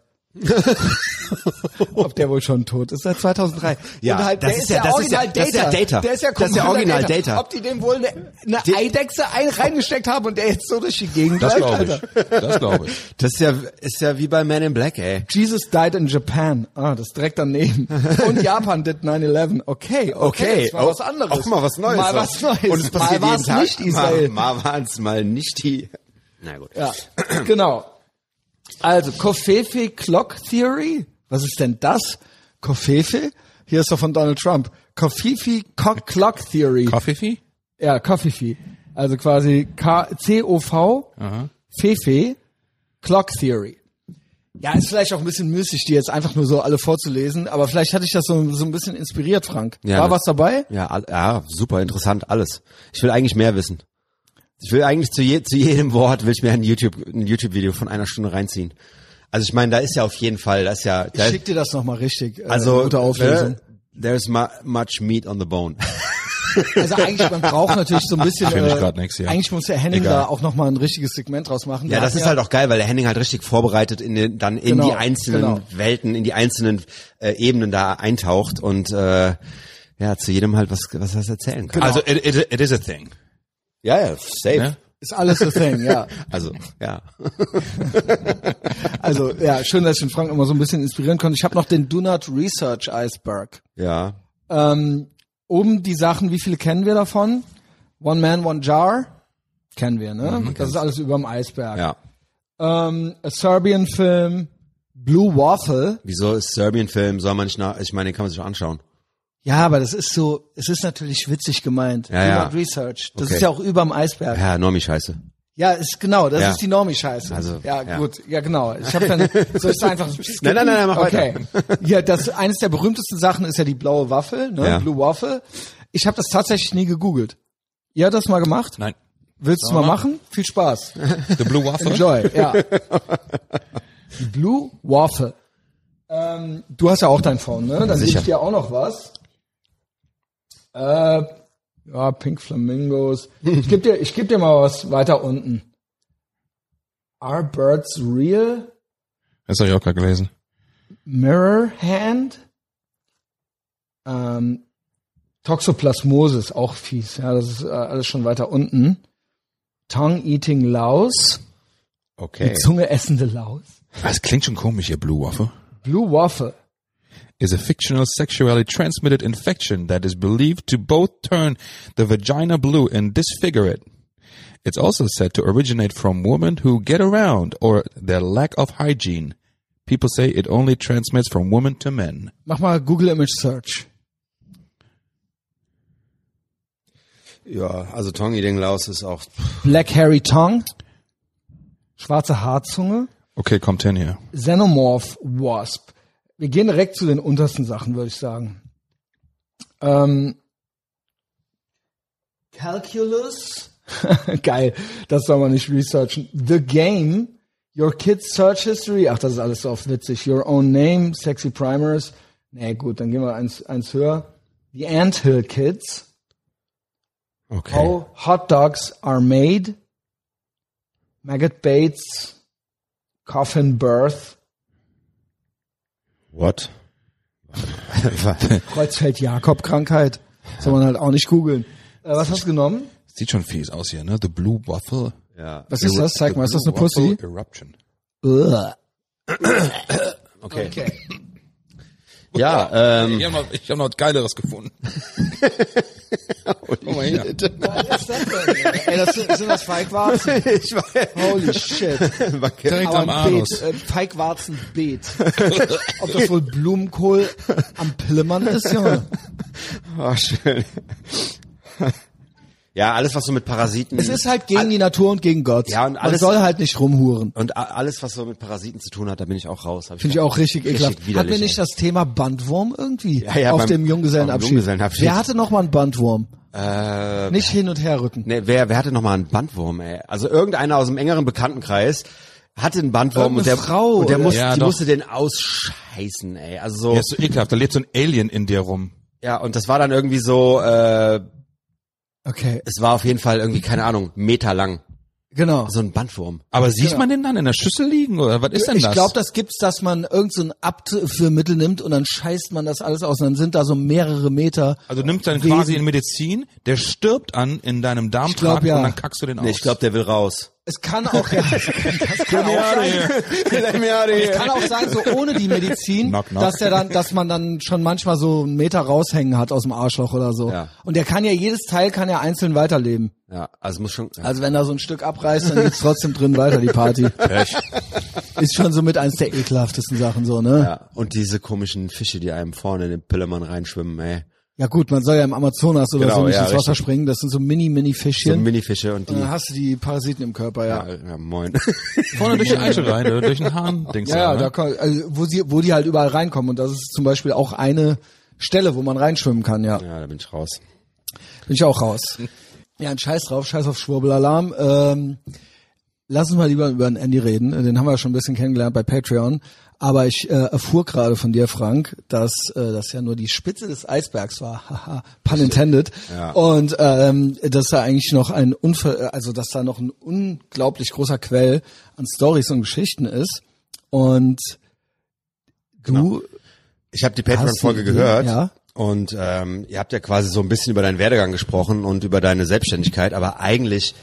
[SPEAKER 1] Ob der wohl schon tot ist? Seit 2003.
[SPEAKER 3] Ja,
[SPEAKER 1] Und halt,
[SPEAKER 3] das
[SPEAKER 1] der
[SPEAKER 3] ist ja- das ist ja-
[SPEAKER 1] original
[SPEAKER 3] das ist ja Data.
[SPEAKER 1] Der ist ja,
[SPEAKER 3] Das ist ja
[SPEAKER 1] Commander
[SPEAKER 3] original Data.
[SPEAKER 1] Ob die dem wohl eine ne
[SPEAKER 3] Die-
[SPEAKER 1] Eidechse ein, reingesteckt haben und der jetzt so durch die Gegend
[SPEAKER 2] Das
[SPEAKER 1] läuft,
[SPEAKER 2] glaube
[SPEAKER 1] Alter.
[SPEAKER 2] ich. Das glaube ich.
[SPEAKER 3] Das ist ja, ist ja wie bei Man in Black, ey.
[SPEAKER 1] Jesus died in Japan. Ah, das ist direkt daneben. Und Japan did 9-11. Okay, okay,
[SPEAKER 3] Okay,
[SPEAKER 1] das war
[SPEAKER 3] auch-
[SPEAKER 1] was anderes.
[SPEAKER 3] Auch mal was Neues.
[SPEAKER 1] Mal was Neues.
[SPEAKER 3] Und es passiert
[SPEAKER 1] mal war's
[SPEAKER 3] jeden Tag.
[SPEAKER 1] nicht Israel.
[SPEAKER 3] Mal, mal waren's mal nicht die. Na gut.
[SPEAKER 1] Ja, genau. Also, Kofefe Clock Theory. Was ist denn das? Kofefe? Hier ist doch von Donald Trump. Kofefe Co Clock Theory.
[SPEAKER 2] Coffee Fee?
[SPEAKER 1] ja, Kofefe. Also quasi K- C-O-V, Fefe, Clock Theory. Ja, ist vielleicht auch ein bisschen müßig, die jetzt einfach nur so alle vorzulesen, aber vielleicht hatte ich das so, so ein bisschen inspiriert, Frank.
[SPEAKER 3] Ja,
[SPEAKER 1] War
[SPEAKER 3] ne.
[SPEAKER 1] was dabei?
[SPEAKER 3] Ja, all- ja, super interessant, alles. Ich will eigentlich mehr wissen. Ich will eigentlich zu, je, zu jedem Wort will ich mir ein YouTube, ein YouTube-Video von einer Stunde reinziehen. Also ich meine, da ist ja auf jeden Fall, das ist ja,
[SPEAKER 1] Ich
[SPEAKER 3] da,
[SPEAKER 1] schick dir das nochmal richtig. äh,
[SPEAKER 3] also,
[SPEAKER 1] gute Auflösung.
[SPEAKER 3] There, there's mu much meat on the bone.
[SPEAKER 1] Also eigentlich, man braucht natürlich so ein bisschen.
[SPEAKER 2] Ich will mich grad
[SPEAKER 1] Äh,
[SPEAKER 2] nix, ja.
[SPEAKER 1] Eigentlich muss der Henning
[SPEAKER 3] Egal.
[SPEAKER 1] da auch nochmal ein richtiges Segment draus machen.
[SPEAKER 3] Ja,
[SPEAKER 1] Der
[SPEAKER 3] das
[SPEAKER 1] hat
[SPEAKER 3] ist halt auch geil, weil der Henning halt richtig vorbereitet in den, dann in
[SPEAKER 1] Genau,
[SPEAKER 3] die einzelnen
[SPEAKER 1] genau.
[SPEAKER 3] Welten, in die einzelnen äh, Ebenen da eintaucht und äh, ja, zu jedem halt was, was was erzählen
[SPEAKER 1] Genau.
[SPEAKER 3] kann.
[SPEAKER 2] Also it, it, it is a thing.
[SPEAKER 3] ja, Genau. ja, safe.
[SPEAKER 2] Ne?
[SPEAKER 1] Ist alles a thing, ja.
[SPEAKER 3] Also, ja.
[SPEAKER 1] Also, ja, schön, dass ich den Frank immer so ein bisschen inspirieren konnte. Ich habe noch den Do Not Research Iceberg.
[SPEAKER 3] Ja.
[SPEAKER 1] Ähm, oben die Sachen, wie viele kennen wir davon? One Man, One Jar. Kennen wir, ne? das ist alles überm Eisberg.
[SPEAKER 3] Mhm, Ja.
[SPEAKER 1] Ähm, a Serbian Film, Blue Waffle.
[SPEAKER 3] Wieso ist Serbien-Film, soll man nicht nach, ich meine, den kann man sich doch anschauen.
[SPEAKER 1] Ja, aber das ist so, es ist natürlich witzig gemeint.
[SPEAKER 3] Ja,
[SPEAKER 1] Do
[SPEAKER 3] ja.
[SPEAKER 1] Not Research. Das
[SPEAKER 3] Okay.
[SPEAKER 1] ist ja auch überm Eisberg.
[SPEAKER 3] Ja, Normi-Scheiße.
[SPEAKER 1] Ja, ist genau, das
[SPEAKER 3] Ja.
[SPEAKER 1] ist die Normie-Scheiße.
[SPEAKER 3] Also,
[SPEAKER 1] ja,
[SPEAKER 3] ja.
[SPEAKER 1] gut, ja genau. Ich habe dann soll ich einfach skippen?
[SPEAKER 3] Nein, nein, nein, nein, mach
[SPEAKER 1] okay. Ja, das eines der berühmtesten Sachen ist ja die blaue Waffel, ne?
[SPEAKER 3] Ja.
[SPEAKER 1] Blue Waffel. Ich habe das tatsächlich nie gegoogelt. Ihr habt das mal gemacht?
[SPEAKER 2] Nein.
[SPEAKER 1] Willst du mal machen? Viel Spaß.
[SPEAKER 2] The Blue Waffle?
[SPEAKER 1] Enjoy, ja. Die Blue Waffel. Ähm, du hast ja auch dein Phone, ne? Dann gebe
[SPEAKER 3] Sicher.
[SPEAKER 1] ich dir auch noch was. Äh, ja, Pink Flamingos. Ich gebe dir, ich geb dir mal was weiter unten. Are birds real?
[SPEAKER 2] Das habe ich auch gerade gelesen.
[SPEAKER 1] Mirror Hand, ähm, Toxoplasmosis, auch fies. Ja, das ist äh, alles schon weiter unten. Tongue Eating Laus, die
[SPEAKER 3] Okay.
[SPEAKER 1] Zunge essende Laus.
[SPEAKER 2] Das klingt schon komisch, ihr Blue Waffle.
[SPEAKER 1] Blue Waffle.
[SPEAKER 2] is a fictional sexually transmitted infection that is believed to both turn the vagina blue and disfigure it. It's also said to originate from women who get around or their lack of hygiene. People say it only transmits from women to men.
[SPEAKER 1] Mach mal Google Image Search.
[SPEAKER 3] Ja, also Tongue Eating Laus ist auch.
[SPEAKER 1] Black Hairy Tongue, schwarze Haarzunge,
[SPEAKER 2] Okay, kommt hin hier.
[SPEAKER 1] Xenomorph Wasp. Wir gehen direkt zu den untersten Sachen, würde ich sagen. Ähm, Calculus. Geil, das soll man nicht researchen. The Game, Your Kids Search History. Ach, das ist alles so oft witzig. Your Own Name, Sexy Primers. Nee, gut, dann gehen wir eins, eins höher. The Anthill Kids.
[SPEAKER 3] Okay.
[SPEAKER 1] How hot dogs are made. Maggot Bates. Coffin Birth.
[SPEAKER 3] What?
[SPEAKER 1] Kreuzfeld-Jakob-Krankheit. Soll man halt auch nicht googeln. Äh, was hast du genommen?
[SPEAKER 2] Sieht schon fies aus hier, ne? The Blue Waffle.
[SPEAKER 3] ja.
[SPEAKER 1] Was ist das? Zeig mal, ist das eine
[SPEAKER 2] Blue Waffle
[SPEAKER 1] Pussy?
[SPEAKER 2] Eruption.
[SPEAKER 3] Okay.
[SPEAKER 1] Okay.
[SPEAKER 3] Ja,
[SPEAKER 2] Ich
[SPEAKER 3] ähm.
[SPEAKER 2] habe noch, ich hab noch geileres gefunden.
[SPEAKER 3] Oh
[SPEAKER 2] Guck mal hier.
[SPEAKER 1] Was ist das denn? Ey, das sind, sind das Feigwarzen?
[SPEAKER 3] Ich weiß.
[SPEAKER 1] Holy shit.
[SPEAKER 2] Direkt am
[SPEAKER 1] Aber ein Beet,
[SPEAKER 2] Anus.
[SPEAKER 1] äh, Feigwarzenbeet. Ob das wohl Blumenkohl am Pillmann ist, Junge?
[SPEAKER 3] Oh, schön. Ja, alles, was so mit Parasiten.
[SPEAKER 1] Es ist halt gegen die Natur und gegen Gott.
[SPEAKER 3] Ja, und
[SPEAKER 1] Man
[SPEAKER 3] alles-
[SPEAKER 1] soll halt nicht rumhuren.
[SPEAKER 3] Und a- alles, was so mit Parasiten zu tun hat, da bin ich auch raus. Hab
[SPEAKER 1] Finde ich auch richtig ekelhaft. Hat
[SPEAKER 3] widerlich,
[SPEAKER 1] mir nicht
[SPEAKER 3] ey.
[SPEAKER 1] das Thema Bandwurm irgendwie
[SPEAKER 3] Ja, ja,
[SPEAKER 1] auf
[SPEAKER 3] beim-
[SPEAKER 1] dem Junggesellenabschied?
[SPEAKER 3] beim Junggesellenabschied.
[SPEAKER 1] Wer hatte noch mal einen Bandwurm?
[SPEAKER 3] Äh,
[SPEAKER 1] Nicht hin und her rücken.
[SPEAKER 3] ne, wer, wer hatte nochmal einen Bandwurm, ey? Also irgendeiner aus dem engeren Bekanntenkreis hatte einen Bandwurm und
[SPEAKER 1] Irgendeine
[SPEAKER 3] der,
[SPEAKER 1] Frau,
[SPEAKER 3] und der
[SPEAKER 1] oder?
[SPEAKER 3] musste,
[SPEAKER 2] Ja,
[SPEAKER 3] die
[SPEAKER 2] doch.
[SPEAKER 3] musste den ausscheißen, ey. Also so.
[SPEAKER 2] Ja, ist so ekelhaft. Da lebt so ein Alien in dir rum.
[SPEAKER 3] Ja, und das war dann irgendwie so, äh,
[SPEAKER 1] Okay,
[SPEAKER 3] es war auf jeden Fall irgendwie, keine Ahnung, Meter lang.
[SPEAKER 1] genau.
[SPEAKER 3] So ein Bandwurm.
[SPEAKER 2] Aber sieht man den dann in der Schüssel liegen oder was ist denn
[SPEAKER 1] ich
[SPEAKER 2] das?
[SPEAKER 1] glaube, das gibt's, dass man irgend so ein Abführmittel nimmt und dann scheißt man das alles aus und dann sind da so mehrere Meter.
[SPEAKER 2] also nimmst dann
[SPEAKER 1] Wesen.
[SPEAKER 2] quasi in Medizin, der stirbt an in deinem Darmtrakt
[SPEAKER 1] glaub, ja.
[SPEAKER 2] und dann kackst du den aus.
[SPEAKER 3] Nee, ich glaube, der will raus.
[SPEAKER 1] Es kann auch ja, das kann auch sein,
[SPEAKER 3] Let me out of
[SPEAKER 1] es
[SPEAKER 3] here.
[SPEAKER 1] kann auch sein, so ohne die Medizin,
[SPEAKER 2] Knock, knock.
[SPEAKER 1] dass der dann, dass man dann schon manchmal so einen Meter raushängen hat aus dem Arschloch oder so.
[SPEAKER 3] Ja.
[SPEAKER 1] Und der kann ja jedes Teil kann ja einzeln weiterleben.
[SPEAKER 3] Ja, also muss schon. Ja.
[SPEAKER 1] Also wenn da so ein Stück abreißt, dann geht's trotzdem drin weiter die Party. Ist schon so mit eins der ekelhaftesten Sachen so, ne? Ja.
[SPEAKER 3] Ja, und diese komischen Fische, die einem vorne in den Pillemann reinschwimmen, ey.
[SPEAKER 1] gut, man soll ja im Amazonas oder
[SPEAKER 3] Genau,
[SPEAKER 1] so nicht
[SPEAKER 3] ja,
[SPEAKER 1] ins Wasser
[SPEAKER 3] richtig.
[SPEAKER 1] springen, das sind so mini mini
[SPEAKER 3] So
[SPEAKER 1] Fischchen.
[SPEAKER 3] Minifische und die.
[SPEAKER 1] dann hast du die Parasiten im Körper, ja.
[SPEAKER 3] Ja, ja, moin.
[SPEAKER 2] vorne durch die Eichel rein, oder durch den Hahn denkst
[SPEAKER 1] Ja,
[SPEAKER 2] du.
[SPEAKER 1] ja,
[SPEAKER 2] ne?
[SPEAKER 1] da kann, also wo, sie, wo die halt überall reinkommen. Und das ist zum Beispiel auch eine Stelle, wo man reinschwimmen kann, ja.
[SPEAKER 3] Ja, da bin ich raus.
[SPEAKER 1] Bin ich auch raus. Ja, ein Scheiß drauf, Scheiß auf Schwurbelalarm. Ähm, lass uns mal lieber über den Andy reden. Den haben wir schon ein bisschen kennengelernt bei Patreon. Aber ich äh, erfuhr gerade von dir, Frank, dass äh, das ja nur die Spitze des Eisbergs war. Haha, pun intended.
[SPEAKER 3] Ja.
[SPEAKER 1] Und ähm, dass da eigentlich noch ein Unfall, also dass da noch ein unglaublich großer Quell an Stories und Geschichten ist. Und du
[SPEAKER 3] Ich habe die
[SPEAKER 1] Hast
[SPEAKER 3] Patreon-Folge
[SPEAKER 1] du die?
[SPEAKER 3] gehört
[SPEAKER 1] Ja.
[SPEAKER 3] und ähm, ihr habt ja quasi so ein bisschen über deinen Werdegang gesprochen und über deine Selbstständigkeit, aber eigentlich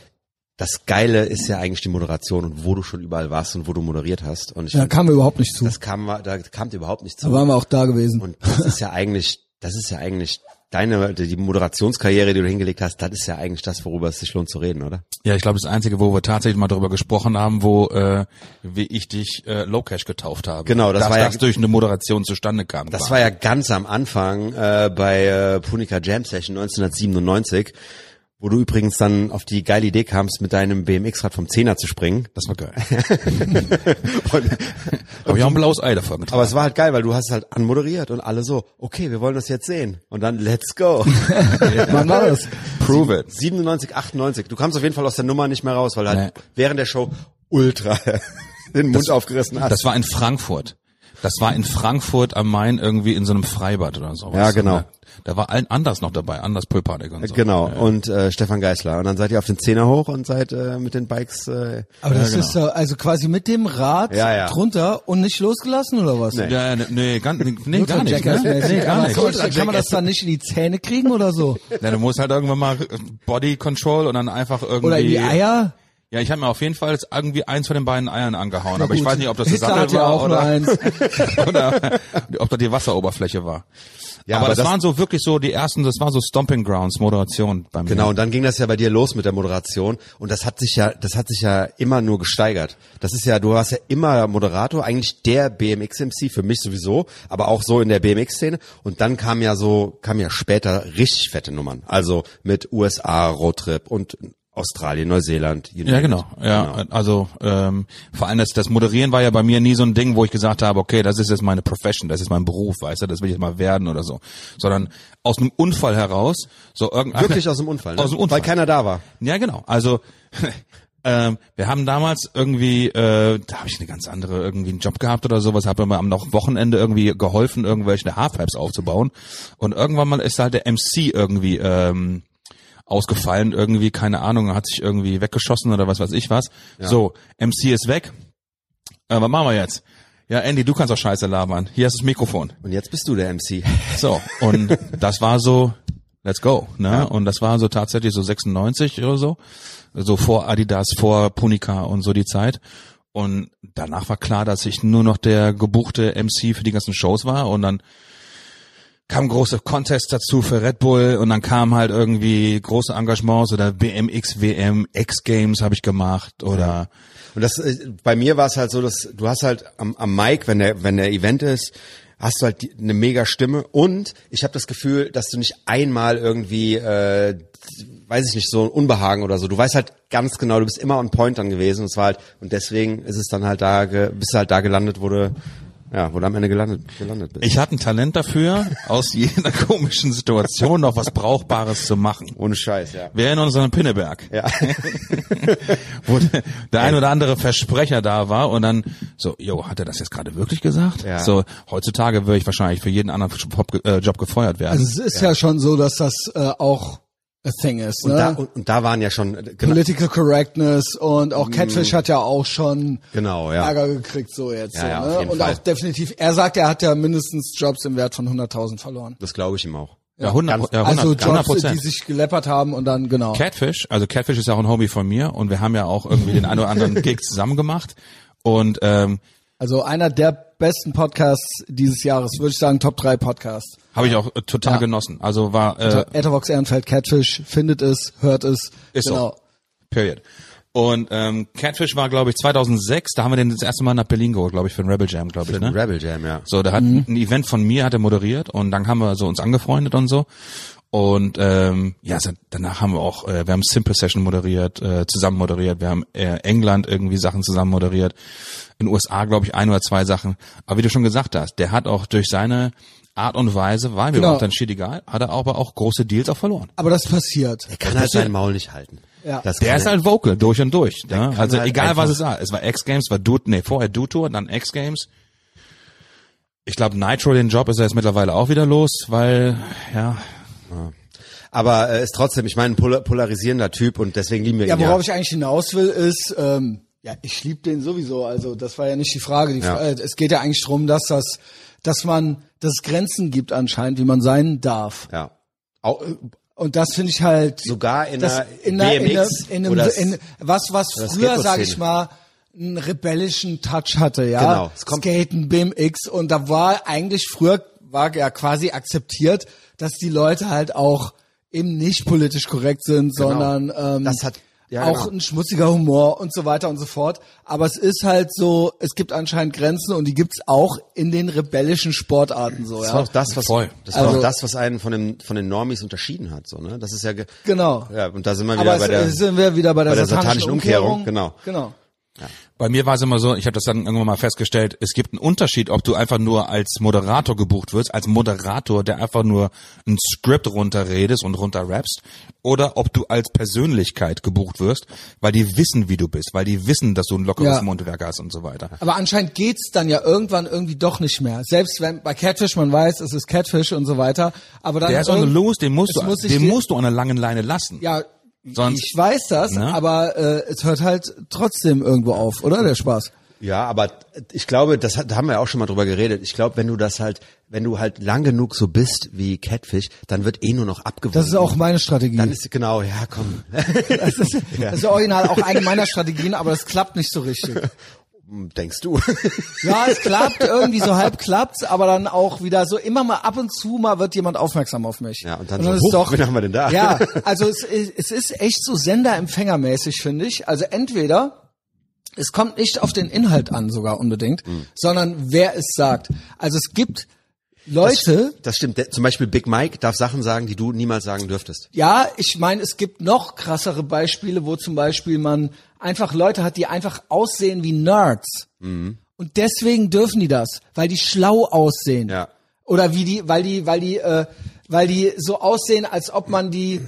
[SPEAKER 3] das Geile ist ja eigentlich die Moderation und wo du schon überall warst und wo du moderiert hast. Und ich
[SPEAKER 1] da
[SPEAKER 3] fand,
[SPEAKER 1] kamen wir überhaupt nicht zu.
[SPEAKER 3] das kam mal- da kam dir überhaupt nicht zu.
[SPEAKER 1] da waren wir auch da gewesen.
[SPEAKER 3] und das ist ja eigentlich, das ist ja eigentlich deine die Moderationskarriere, die du hingelegt hast. Das ist ja eigentlich das, worüber es sich lohnt zu reden, oder?
[SPEAKER 2] Ja, ich glaube, das Einzige, wo wir tatsächlich mal darüber gesprochen haben, wo äh, wie ich dich äh, Lowcash getauft habe.
[SPEAKER 3] Genau, das
[SPEAKER 2] dass
[SPEAKER 3] war ja-
[SPEAKER 2] das durch eine Moderation zustande kam.
[SPEAKER 3] Das war ja ganz am Anfang äh, bei äh, Punica Jam Session 1997, wo du übrigens dann auf die geile Idee kamst, mit deinem BMX-Rad vom Zehner zu springen.
[SPEAKER 2] das war geil.
[SPEAKER 3] Und,
[SPEAKER 2] Aber ich auch ein blaues Ei davon getragen.
[SPEAKER 3] aber es war halt geil, weil du hast es halt anmoderiert und alle so, okay, wir wollen das jetzt sehen. Und dann let's go.
[SPEAKER 1] Wann war das?
[SPEAKER 2] Prove it.
[SPEAKER 3] 97, 98. Du kamst auf jeden Fall aus der Nummer nicht mehr raus, weil du halt
[SPEAKER 2] Nee.
[SPEAKER 3] während der Show ultra den Mund aufgerissen hast.
[SPEAKER 2] Das war in Frankfurt. Das war in Frankfurt am Main irgendwie in so einem Freibad oder sowas. ne?
[SPEAKER 3] Ja, genau.
[SPEAKER 2] Da war ein anders noch dabei, anders Pulpanik und so.
[SPEAKER 3] Genau,
[SPEAKER 2] Ja, ja.
[SPEAKER 3] und äh, Stefan Geißler. Und dann seid ihr auf den Zehner hoch und seid äh, mit den Bikes. Äh,
[SPEAKER 1] Aber das ist äh, also quasi mit dem Rad
[SPEAKER 3] Ja, ja.
[SPEAKER 1] drunter und nicht losgelassen oder was?
[SPEAKER 3] Nee.
[SPEAKER 2] Ja, nee, nee, gar, nee, nee, gar nicht. Ne? Nee, gar nicht.
[SPEAKER 1] Kann man das dann nicht in die Zähne kriegen oder so?
[SPEAKER 2] Ja, du musst halt irgendwann mal äh, Body Control und dann einfach irgendwie.
[SPEAKER 1] Oder in die Eier?
[SPEAKER 2] Ja, ich habe mir auf jeden Fall jetzt irgendwie eins von den beiden Eiern angehauen, aber ich
[SPEAKER 1] gut.
[SPEAKER 2] weiß nicht, ob das die
[SPEAKER 1] Hitler hat
[SPEAKER 2] Sattel
[SPEAKER 1] ja
[SPEAKER 2] war
[SPEAKER 1] auch nur
[SPEAKER 2] oder,
[SPEAKER 1] eins.
[SPEAKER 2] oder ob das die Wasseroberfläche war.
[SPEAKER 3] Ja,
[SPEAKER 2] aber,
[SPEAKER 3] aber
[SPEAKER 2] das,
[SPEAKER 3] das-
[SPEAKER 2] waren so wirklich so die ersten, das war so Stomping Grounds, Moderation bei mir.
[SPEAKER 3] Genau, und dann ging das ja bei dir los mit der Moderation und das hat sich ja, das hat sich ja immer nur gesteigert. Das ist ja, du warst ja immer Moderator, eigentlich der BMX MC für mich sowieso, aber auch so in der BMX Szene und dann kam ja so, kam ja später richtig fette Nummern, also mit USA Roadtrip und Australien, Neuseeland. United.
[SPEAKER 2] Ja, genau. Ja, also ähm, vor allem das, das Moderieren war ja bei mir nie so ein Ding, wo ich gesagt habe, okay, das ist jetzt meine Profession, das ist mein Beruf, weißt du, das will ich jetzt mal werden oder so. Sondern aus einem Unfall heraus, so irgendein
[SPEAKER 3] Wirklich aus dem Unfall, ne?
[SPEAKER 2] Aus dem Unfall.
[SPEAKER 3] Weil keiner da war.
[SPEAKER 2] Ja, genau. Also ähm, wir haben damals irgendwie, äh, da habe ich eine ganz andere irgendwie einen Job gehabt oder sowas, habe immer am noch Wochenende irgendwie geholfen, irgendwelche Halfpipes aufzubauen. Und irgendwann mal ist halt der MC irgendwie ähm, ausgefallen, irgendwie keine Ahnung, hat sich irgendwie weggeschossen oder was weiß ich was. So, MC ist weg. Äh, was machen wir jetzt? Ja, Andy, du kannst auch Scheiße labern. Hier ist das Mikrofon.
[SPEAKER 3] Und jetzt bist du der MC.
[SPEAKER 2] So, und das war so, let's go, ne? Und das war so tatsächlich so 96 oder so. So vor Adidas, vor Punica und so die Zeit. Und danach war klar, dass ich nur noch der gebuchte MC für die ganzen Shows war und dann kamen große Contests dazu für Red Bull und dann kamen halt irgendwie große Engagements oder BMX WM, X Games habe ich gemacht oder
[SPEAKER 3] Und das äh, bei mir war es halt so, dass du hast halt am, am Mic, wenn der wenn der Event ist, hast du halt die, eine mega Stimme und ich habe das Gefühl, dass du nicht einmal irgendwie äh, weiß ich nicht so ein Unbehagen oder so. Du weißt halt ganz genau, du bist immer on point dann gewesen und es war halt und deswegen ist es dann halt da ge, bist du halt da gelandet wurde ja, wo du am Ende gelandet gelandet bist.
[SPEAKER 2] ich hatte ein Talent dafür, aus jeder komischen Situation noch was Brauchbares zu machen.
[SPEAKER 3] Ohne Scheiß, ja.
[SPEAKER 2] Wir erinnern uns an Pinneberg.
[SPEAKER 3] Ja.
[SPEAKER 2] wo der der ein oder andere Versprecher da war und dann so, jo, hat er das jetzt gerade wirklich gesagt?
[SPEAKER 3] Ja.
[SPEAKER 2] So, heutzutage würde ich wahrscheinlich für jeden anderen Job, äh, Job gefeuert werden.
[SPEAKER 1] Also es ist ja, schon so, dass das äh, auch a thing ist,
[SPEAKER 3] Und
[SPEAKER 1] ne?
[SPEAKER 3] da, und, und da waren ja schon äh, genau,
[SPEAKER 1] Political Correctness und auch Catfish hat ja auch schon
[SPEAKER 3] Mm. Genau, ja.
[SPEAKER 1] Ärger gekriegt so jetzt.
[SPEAKER 3] Ja,
[SPEAKER 1] so,
[SPEAKER 3] ja, auf
[SPEAKER 1] ne?
[SPEAKER 3] jeden
[SPEAKER 1] und
[SPEAKER 3] Fall.
[SPEAKER 1] auch definitiv, er sagt, er hat ja mindestens Jobs im Wert von 100.000 verloren.
[SPEAKER 3] das glaube ich ihm auch.
[SPEAKER 2] ja, 100,
[SPEAKER 3] ganz-
[SPEAKER 2] ja, 100,
[SPEAKER 1] also
[SPEAKER 2] 100
[SPEAKER 1] Jobs, die
[SPEAKER 2] Prozent.
[SPEAKER 1] sich geleppert haben und dann genau.
[SPEAKER 2] Catfish, also Catfish ist ja auch ein Hobby von mir und wir haben ja auch irgendwie den einen oder anderen Gig zusammen gemacht und ähm,
[SPEAKER 1] Also einer der besten Podcasts dieses Jahres, würde ich sagen, Top 3 Podcast.
[SPEAKER 2] habe ich auch äh, total
[SPEAKER 1] Ja.
[SPEAKER 2] genossen. Also war äh,
[SPEAKER 1] Etherbox Ehrenfeld Catfish, findet es, hört es.
[SPEAKER 2] Ist so.
[SPEAKER 1] genau.
[SPEAKER 2] Period. Und ähm, Catfish war, glaube ich, 2006. Da haben wir den das erste Mal nach Berlin geholt, glaube ich, für den Rebel Jam, glaube ich. Ne?
[SPEAKER 3] Rebel Jam, ja.
[SPEAKER 2] So, der hat ein Event von mir, hat er moderiert und dann haben wir so uns angefreundet und so. Und ähm, ja, seit- danach haben wir auch, äh, wir haben Simple Session moderiert, äh, zusammen moderiert, wir haben äh, England irgendwie Sachen zusammen moderiert, in den USA glaube ich ein oder zwei Sachen. Aber wie du schon gesagt hast, der hat auch durch seine Art und Weise, war mir
[SPEAKER 1] Genau.
[SPEAKER 2] überhaupt dann shit egal, hat er aber auch große Deals auch verloren.
[SPEAKER 1] Aber das passiert.
[SPEAKER 3] Er kann halt sein Maul nicht halten.
[SPEAKER 1] Ja.
[SPEAKER 3] Das
[SPEAKER 2] Der
[SPEAKER 3] kann
[SPEAKER 2] ist
[SPEAKER 3] er-
[SPEAKER 2] halt vocal, durch und durch. Ne?
[SPEAKER 3] kann
[SPEAKER 2] Also
[SPEAKER 3] halt
[SPEAKER 2] egal was
[SPEAKER 3] einfach-
[SPEAKER 2] es war. Es war X-Games, war Dude, nee, vorher Duto, dann X-Games. Ich glaube, Nitro, den Job ist er jetzt mittlerweile auch wieder los, weil, ja,
[SPEAKER 3] Aber äh, ist trotzdem, ich meine, ein pola- polarisierender Typ und deswegen lieben wir
[SPEAKER 1] Ja,
[SPEAKER 3] ihn.
[SPEAKER 1] worauf
[SPEAKER 3] ja.
[SPEAKER 1] ich eigentlich hinaus will, ist, ähm, ja, ich liebe den sowieso. Also das war ja nicht die Frage. Die
[SPEAKER 3] Ja.
[SPEAKER 1] Fra- äh, es geht ja eigentlich darum, dass das, dass man, dass es Grenzen gibt anscheinend, wie man sein darf.
[SPEAKER 3] ja. Au- äh,
[SPEAKER 1] Und das finde ich halt
[SPEAKER 3] Sogar in
[SPEAKER 1] das-
[SPEAKER 3] einer
[SPEAKER 1] in, einer-
[SPEAKER 3] BMX
[SPEAKER 1] in, einem,
[SPEAKER 3] oder s-
[SPEAKER 1] in was was
[SPEAKER 3] oder
[SPEAKER 1] früher sage ich
[SPEAKER 3] Skateboard-Szene.
[SPEAKER 1] mal einen rebellischen Touch hatte, ja.
[SPEAKER 3] Genau, es kommt-
[SPEAKER 1] Skaten, BMX und da war eigentlich früher war ja quasi akzeptiert, dass die Leute halt auch eben nicht politisch korrekt sind, sondern ähm,
[SPEAKER 3] Genau. Das hat- ja,
[SPEAKER 1] auch
[SPEAKER 3] genau.
[SPEAKER 1] ein schmutziger Humor und so weiter und so fort. Aber es ist halt so, es gibt anscheinend Grenzen und die gibt's auch in den rebellischen Sportarten so,
[SPEAKER 3] Das
[SPEAKER 1] ja.
[SPEAKER 3] war auch das, was
[SPEAKER 2] Voll.
[SPEAKER 3] das war
[SPEAKER 1] Also-
[SPEAKER 3] auch das, was einen von dem von den Normis unterschieden hat, so ne? Das ist ja ge-
[SPEAKER 1] Genau.
[SPEAKER 3] Ja, und da sind wir wieder
[SPEAKER 1] Aber
[SPEAKER 3] bei
[SPEAKER 1] es,
[SPEAKER 3] der
[SPEAKER 1] es sind wir wieder bei der,
[SPEAKER 3] bei der satanischen Umkehrung, genau.
[SPEAKER 1] Genau.
[SPEAKER 2] Bei mir war es immer so, ich habe das dann irgendwann mal festgestellt, es gibt einen Unterschied, ob du einfach nur als Moderator gebucht wirst, als Moderator, der einfach nur ein Skript runterredest und runterrappst, oder ob du als Persönlichkeit gebucht wirst, weil die wissen, wie du bist, weil die wissen, dass du ein lockeres
[SPEAKER 1] Ja.
[SPEAKER 2] Mundwerk hast und so weiter.
[SPEAKER 1] Aber anscheinend geht's dann ja irgendwann irgendwie doch nicht mehr. Selbst wenn bei Catfish man weiß, es ist Catfish und so weiter, aber dann
[SPEAKER 2] Der ist on the
[SPEAKER 1] irgend-
[SPEAKER 2] loose, den musst
[SPEAKER 1] es
[SPEAKER 2] du,
[SPEAKER 1] muss sich
[SPEAKER 2] den
[SPEAKER 1] die-
[SPEAKER 2] musst du an der langen Leine lassen.
[SPEAKER 1] ja
[SPEAKER 2] Sonst-
[SPEAKER 1] ich weiß das,
[SPEAKER 2] Ne?
[SPEAKER 1] aber äh, es hört halt trotzdem irgendwo auf, oder der Spaß?
[SPEAKER 3] Ja, aber ich glaube, das hat, da haben wir auch schon mal drüber geredet. Ich glaube, wenn du das halt, wenn du halt lang genug so bist wie Catfish, dann wird eh nur noch abgewogen.
[SPEAKER 1] Das ist auch meine Strategie.
[SPEAKER 3] Dann ist genau, ja, komm.
[SPEAKER 1] das ist, also das ist original auch eine meiner Strategien, aber das klappt nicht so richtig.
[SPEAKER 3] Denkst du?
[SPEAKER 1] Ja, es klappt irgendwie so halb klappt's, aber dann auch wieder so immer mal ab und zu mal wird jemand aufmerksam auf mich.
[SPEAKER 3] Ja, und dann so, huch, wen haben wir denn da?
[SPEAKER 1] Ja, also es, ist- es ist echt so Senderempfängermäßig finde ich. Also entweder es kommt nicht auf den Inhalt an sogar unbedingt,
[SPEAKER 3] Mhm.
[SPEAKER 1] sondern wer es sagt. Also es gibt Leute,
[SPEAKER 3] Das stimmt. Der, zum Beispiel Big Mike darf Sachen sagen, die du niemals sagen dürftest.
[SPEAKER 1] Ja, ich meine, es gibt noch krassere Beispiele, wo zum Beispiel man einfach Leute hat, die einfach aussehen wie Nerds.
[SPEAKER 3] Mhm.
[SPEAKER 1] Und deswegen dürfen die das, weil die schlau aussehen.
[SPEAKER 3] Ja.
[SPEAKER 1] Oder wie die, weil die, weil die, äh, weil die so aussehen, als ob man die,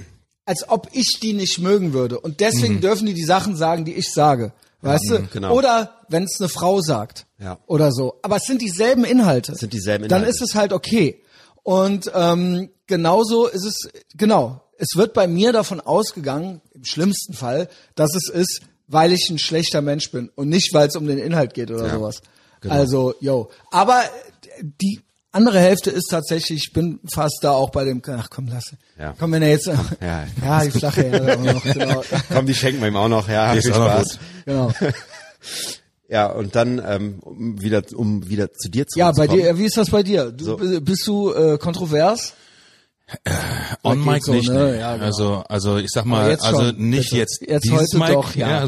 [SPEAKER 1] als ob ich die nicht mögen würde. Und deswegen dürfen die die Sachen sagen, die ich sage. Weißt du?
[SPEAKER 3] Mhm. genau.
[SPEAKER 1] Oder wenn es eine Frau sagt.
[SPEAKER 3] Ja.
[SPEAKER 1] Oder so. Aber es sind dieselben Inhalte.
[SPEAKER 3] sind dieselben
[SPEAKER 1] Dann
[SPEAKER 3] Inhalte.
[SPEAKER 1] ist es halt okay. Und ähm, genauso ist es, genau, es wird bei mir davon ausgegangen, im schlimmsten Fall, dass es ist, weil ich ein schlechter Mensch bin und nicht, weil es um den Inhalt geht oder
[SPEAKER 3] Ja,
[SPEAKER 1] sowas.
[SPEAKER 3] genau.
[SPEAKER 1] Also, yo. Aber die andere Hälfte ist tatsächlich, ich bin fast da auch bei dem, ach komm, lass.
[SPEAKER 3] Ja.
[SPEAKER 1] Komm, wenn er jetzt, ja,
[SPEAKER 3] ja.
[SPEAKER 1] die flache Erde auch noch, genau.
[SPEAKER 3] Komm, die schenken wir ihm auch noch. Ja,
[SPEAKER 2] Die
[SPEAKER 3] viel
[SPEAKER 2] ist auch noch
[SPEAKER 3] Spaß.
[SPEAKER 2] gut.
[SPEAKER 1] genau.
[SPEAKER 3] Ja, und dann ähm, um wieder, um wieder zu dir zu
[SPEAKER 1] Ja, bei dir, äh, wie ist das bei dir? Du,
[SPEAKER 3] So.
[SPEAKER 1] Bist du äh, kontrovers?
[SPEAKER 2] On
[SPEAKER 1] Da
[SPEAKER 2] Mic
[SPEAKER 1] geht's so,
[SPEAKER 2] nicht.
[SPEAKER 1] ne?
[SPEAKER 2] nee.
[SPEAKER 1] Ja, genau.
[SPEAKER 2] Also, also ich sag mal,
[SPEAKER 1] Aber jetzt
[SPEAKER 2] also
[SPEAKER 1] schon,
[SPEAKER 2] nicht
[SPEAKER 1] bitte.
[SPEAKER 2] jetzt,
[SPEAKER 1] Jetzt
[SPEAKER 2] dieses
[SPEAKER 1] heute
[SPEAKER 2] Mic,
[SPEAKER 1] doch, ja.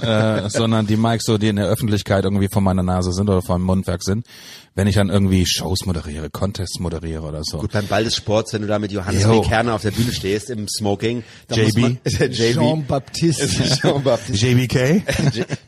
[SPEAKER 2] äh, sondern die Mics, so die in der Öffentlichkeit irgendwie vor meiner Nase sind oder vor meinem Mundwerk sind, wenn ich dann irgendwie Shows moderiere, Contests moderiere oder so.
[SPEAKER 3] Gut, beim Ball des Sports, wenn du da mit Johannes
[SPEAKER 2] Jo.
[SPEAKER 3] Yo. Kerner auf der Bühne stehst im Smoking, dann
[SPEAKER 2] JB.
[SPEAKER 3] muss man, JB,
[SPEAKER 1] Jean-Baptiste.
[SPEAKER 3] Jean-Baptiste.
[SPEAKER 2] JBK?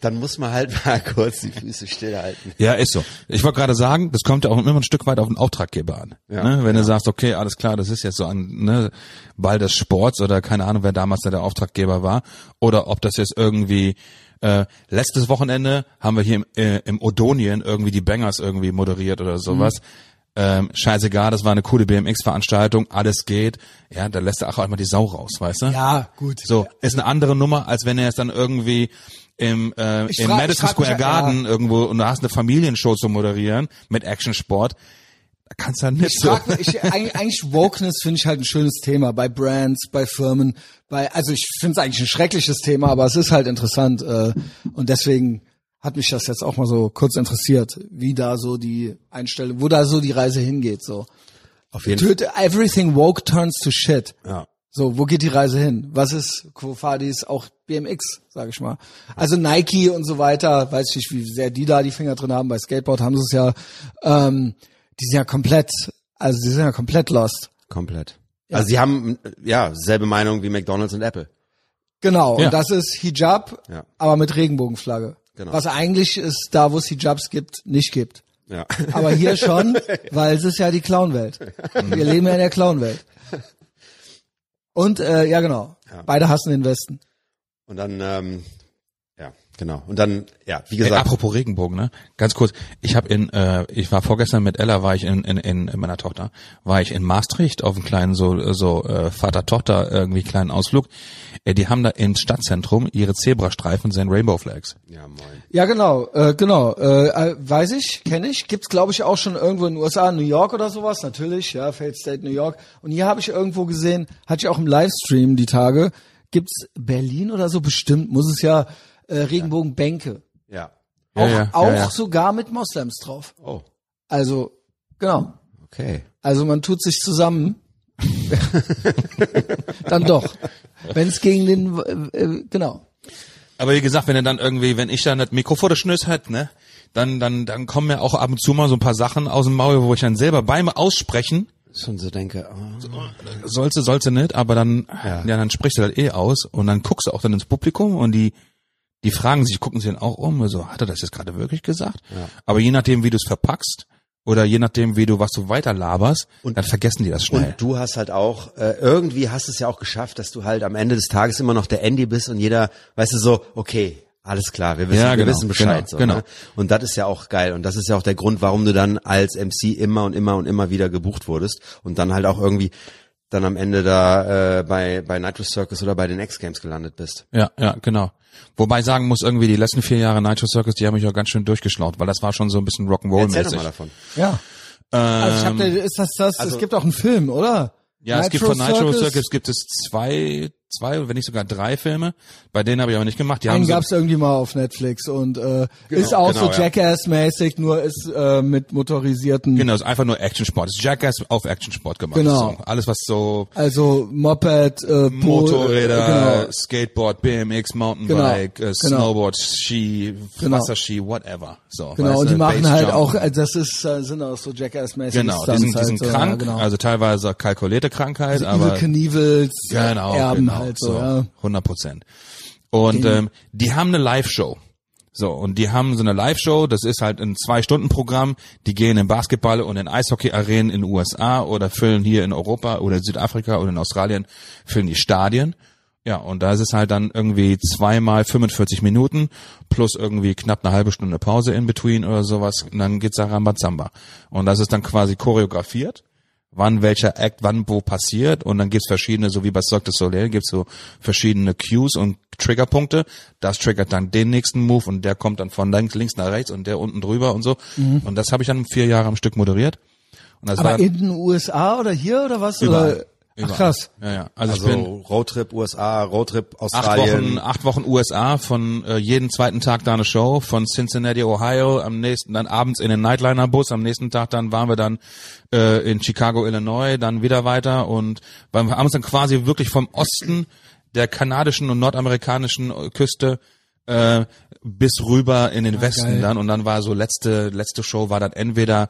[SPEAKER 3] dann muss man halt mal kurz die Füße stillhalten.
[SPEAKER 2] Ja, ist so. Ich wollte gerade sagen, das kommt ja auch immer ein Stück weit auf den Auftraggeber an.
[SPEAKER 3] Ja.
[SPEAKER 2] ne? Wenn du sagst, okay, alles klar, das ist jetzt so ein ne, Ball des Sports oder keine Ahnung, wer damals da der Auftraggeber war, oder ob das jetzt irgendwie äh, letztes Wochenende haben wir hier im, äh, im Odonien irgendwie die Bangers irgendwie moderiert oder sowas.
[SPEAKER 3] Mhm.
[SPEAKER 2] Ähm, scheißegal, das war eine coole BMX-Veranstaltung, alles geht. Ja, da lässt er auch einmal die Sau raus, weißt du?
[SPEAKER 1] Ja, gut.
[SPEAKER 2] So, ist eine andere Nummer, als wenn er es dann irgendwie im, äh,
[SPEAKER 1] Ich
[SPEAKER 2] im
[SPEAKER 1] frag- ich
[SPEAKER 2] Madison
[SPEAKER 1] frag
[SPEAKER 2] Square
[SPEAKER 1] mich ja-
[SPEAKER 2] Garden irgendwo und du hast eine Familienshow zu moderieren mit Actionsport. Da kannst du dann nicht
[SPEAKER 1] Ich
[SPEAKER 2] so.
[SPEAKER 1] frag mich, ich, eigentlich, eigentlich Wokeness finde ich halt ein schönes Thema bei Brands, bei Firmen, bei also ich finde es eigentlich ein schreckliches Thema, aber es ist halt interessant äh, und deswegen hat mich das jetzt auch mal so kurz interessiert, wie da so die Einstellung, wo da so die Reise hingeht so.
[SPEAKER 3] Auf jeden
[SPEAKER 1] Töte- Everything woke turns to shit.
[SPEAKER 3] Ja.
[SPEAKER 1] So, wo geht die Reise hin? Was ist Quo Fadis, auch BMX, sage ich mal. Also Nike und so weiter, weiß ich nicht, wie sehr die da die Finger drin haben. Bei Skateboard haben sie es ja, ähm, die sind ja komplett, also die sind ja komplett lost.
[SPEAKER 3] Komplett. Also sie haben ja selbe Meinung wie McDonald's und Apple.
[SPEAKER 1] Genau,
[SPEAKER 2] Ja.
[SPEAKER 1] und das ist Hijab,
[SPEAKER 3] Ja.
[SPEAKER 1] aber mit Regenbogenflagge.
[SPEAKER 3] Genau.
[SPEAKER 1] Was eigentlich ist da, wo es Hijabs gibt, nicht gibt.
[SPEAKER 3] Ja.
[SPEAKER 1] Aber hier schon, weil es ist ja die Clownwelt. Wir leben ja in der Clownwelt. Und äh, ja genau, beide hassen den Westen.
[SPEAKER 3] Und dann ähm, ja, genau. Und dann ja, wie
[SPEAKER 2] Ey,
[SPEAKER 3] gesagt,
[SPEAKER 2] Äh, apropos Regenbogen, ne? Ganz kurz, ich habe in, äh, ich war vorgestern mit Ella, war ich in, in, in, in meiner Tochter, war ich in Maastricht auf einem kleinen so, so äh, Vater-Tochter irgendwie kleinen Ausflug. Äh, die haben da im Stadtzentrum ihre Zebrastreifen sind Rainbow Flags.
[SPEAKER 3] ja, moin.
[SPEAKER 1] Ja, genau, äh, genau. Äh, äh, weiß ich, kenne ich. Gibt's, glaube ich, auch schon irgendwo in den USA, New York oder sowas, natürlich, ja, Failed State New York. Und hier habe ich irgendwo gesehen, hatte ich auch im Livestream die Tage, gibt's Berlin oder so bestimmt, muss es ja äh, Regenbogenbänke.
[SPEAKER 3] Ja.
[SPEAKER 2] Ja,
[SPEAKER 1] Auch,
[SPEAKER 2] ja,
[SPEAKER 1] auch
[SPEAKER 2] ja, ja.
[SPEAKER 1] sogar mit Moslems drauf.
[SPEAKER 3] Oh,
[SPEAKER 1] Also, genau.
[SPEAKER 3] okay.
[SPEAKER 1] Also man tut sich zusammen. Dann doch. Wenn's gegen den äh, genau.
[SPEAKER 2] Aber wie gesagt, wenn er dann irgendwie, wenn ich dann das Mikrofon schnüss hat, ne, dann, dann, dann kommen mir auch ab und zu mal so ein paar Sachen aus dem Maul, wo ich dann selber beim Aussprechen,
[SPEAKER 3] Schon so denke, oh.
[SPEAKER 2] sollst du, sollst du nicht, aber dann, ja. dann sprichst du das eh aus und dann guckst du auch dann ins Publikum und die Die fragen sich, gucken sie dann auch um, so, hat er das jetzt gerade wirklich gesagt? Aber je nachdem, wie du es verpackst, oder je nachdem, wie du, was du weiter laberst, dann vergessen die das schnell.
[SPEAKER 3] Und du hast halt auch, äh, irgendwie hast es ja auch geschafft, dass du halt am Ende des Tages immer noch der Andy bist und jeder, weißt du, so, okay, alles klar, wir wissen,
[SPEAKER 2] Ja,
[SPEAKER 3] wir
[SPEAKER 2] genau,
[SPEAKER 3] wissen Bescheid.
[SPEAKER 2] genau,
[SPEAKER 3] so,
[SPEAKER 2] genau.
[SPEAKER 3] Ne? Und das ist ja auch geil. Und das ist ja auch der Grund, warum du dann als MC immer und immer und immer wieder gebucht wurdest und dann halt auch irgendwie dann am Ende da äh, bei, bei Nitro Circus oder bei den X Games gelandet bist.
[SPEAKER 2] Ja, ja, genau. Wobei ich sagen muss, irgendwie die letzten vier Jahre Nitro Circus, die haben mich auch ganz schön durchgeschlaut, weil das war schon so ein bisschen
[SPEAKER 3] Erzähl doch
[SPEAKER 2] Rock'n'Roll-mäßig.
[SPEAKER 3] mal davon.
[SPEAKER 1] Ja. also ich hab, da- ist das, das, es gibt auch einen Film, oder?
[SPEAKER 2] Ähm, also Ja, es gibt von Nitro Circus gibt es zwei, zwei, wenn nicht sogar drei Filme. Bei denen habe ich aber nicht gemacht. Die haben
[SPEAKER 1] einen
[SPEAKER 2] so,
[SPEAKER 1] gab's irgendwie mal auf Netflix und äh, ist auch
[SPEAKER 3] genau,
[SPEAKER 1] so
[SPEAKER 3] ja.
[SPEAKER 1] Jackass-mäßig, nur ist äh, mit motorisierten,
[SPEAKER 2] genau, ist einfach nur Action-Sport. Ist Jackass auf Action-Sport gemacht.
[SPEAKER 1] Genau.
[SPEAKER 2] So, alles was so
[SPEAKER 1] also Moped, äh, Pol-
[SPEAKER 2] Motorräder,
[SPEAKER 1] äh,
[SPEAKER 2] Skateboard, BMX, Mountainbike,
[SPEAKER 1] Genau, genau.
[SPEAKER 2] äh, Snowboard, Ski,
[SPEAKER 1] Genau.
[SPEAKER 2] Wasserski, whatever. So,
[SPEAKER 1] genau, genau
[SPEAKER 2] weißt
[SPEAKER 1] und die
[SPEAKER 2] du,
[SPEAKER 1] machen
[SPEAKER 2] Bassjump.
[SPEAKER 1] halt auch, äh, das ist, äh, sind auch so Jackass-mäßige
[SPEAKER 2] Genau, die
[SPEAKER 1] Stunts
[SPEAKER 2] sind, die
[SPEAKER 1] halt,
[SPEAKER 2] sind
[SPEAKER 1] so, ja,
[SPEAKER 2] krank,
[SPEAKER 1] genau. Also
[SPEAKER 2] also teilweise kalkulierte Krankheit,
[SPEAKER 1] Evil
[SPEAKER 2] aber
[SPEAKER 1] Knievels,
[SPEAKER 2] Genau,
[SPEAKER 1] Äh, Erben
[SPEAKER 2] genau,
[SPEAKER 1] halt so, ja.
[SPEAKER 2] 100 Prozent. Und ähm, die haben eine Live-Show. So, und die haben so eine Live-Show, das ist halt ein Zwei-Stunden-Programm, die gehen in Basketball und in Eishockey-Arenen in den USA oder füllen hier in Europa oder in Südafrika oder in Australien, füllen die Stadien. Ja, und da ist es halt dann irgendwie zweimal 45 Minuten plus irgendwie knapp eine halbe Stunde Pause in between oder sowas und dann geht's da Rambazamba. Und das ist dann quasi choreografiert wann welcher Act wann wo passiert und dann gibt's verschiedene, so wie bei Cirque du Soleil, gibt's so verschiedene Cues und Triggerpunkte. Das triggert dann den nächsten Move und der kommt dann von links, links nach rechts und der unten drüber und so. Und das habe ich dann vier Jahre am Stück moderiert. Und das war
[SPEAKER 1] Mhm. Aber in den USA oder hier oder was?
[SPEAKER 2] überall,
[SPEAKER 1] Oder? Ach krass.
[SPEAKER 2] Ja, ja. Also, ich bin
[SPEAKER 3] Also Roadtrip USA, Roadtrip
[SPEAKER 2] acht
[SPEAKER 3] Australien.
[SPEAKER 2] Wochen, acht Wochen USA, von äh, jeden zweiten Tag da eine Show, von Cincinnati, Ohio, am nächsten, dann abends in den Nightliner-Bus, am nächsten Tag dann waren wir dann äh, in Chicago, Illinois, dann wieder weiter und wir haben uns dann quasi wirklich vom Osten der kanadischen und nordamerikanischen äh, Küste äh, bis rüber in den Westen
[SPEAKER 1] geil.
[SPEAKER 2] dann und dann war so letzte letzte Show war dann entweder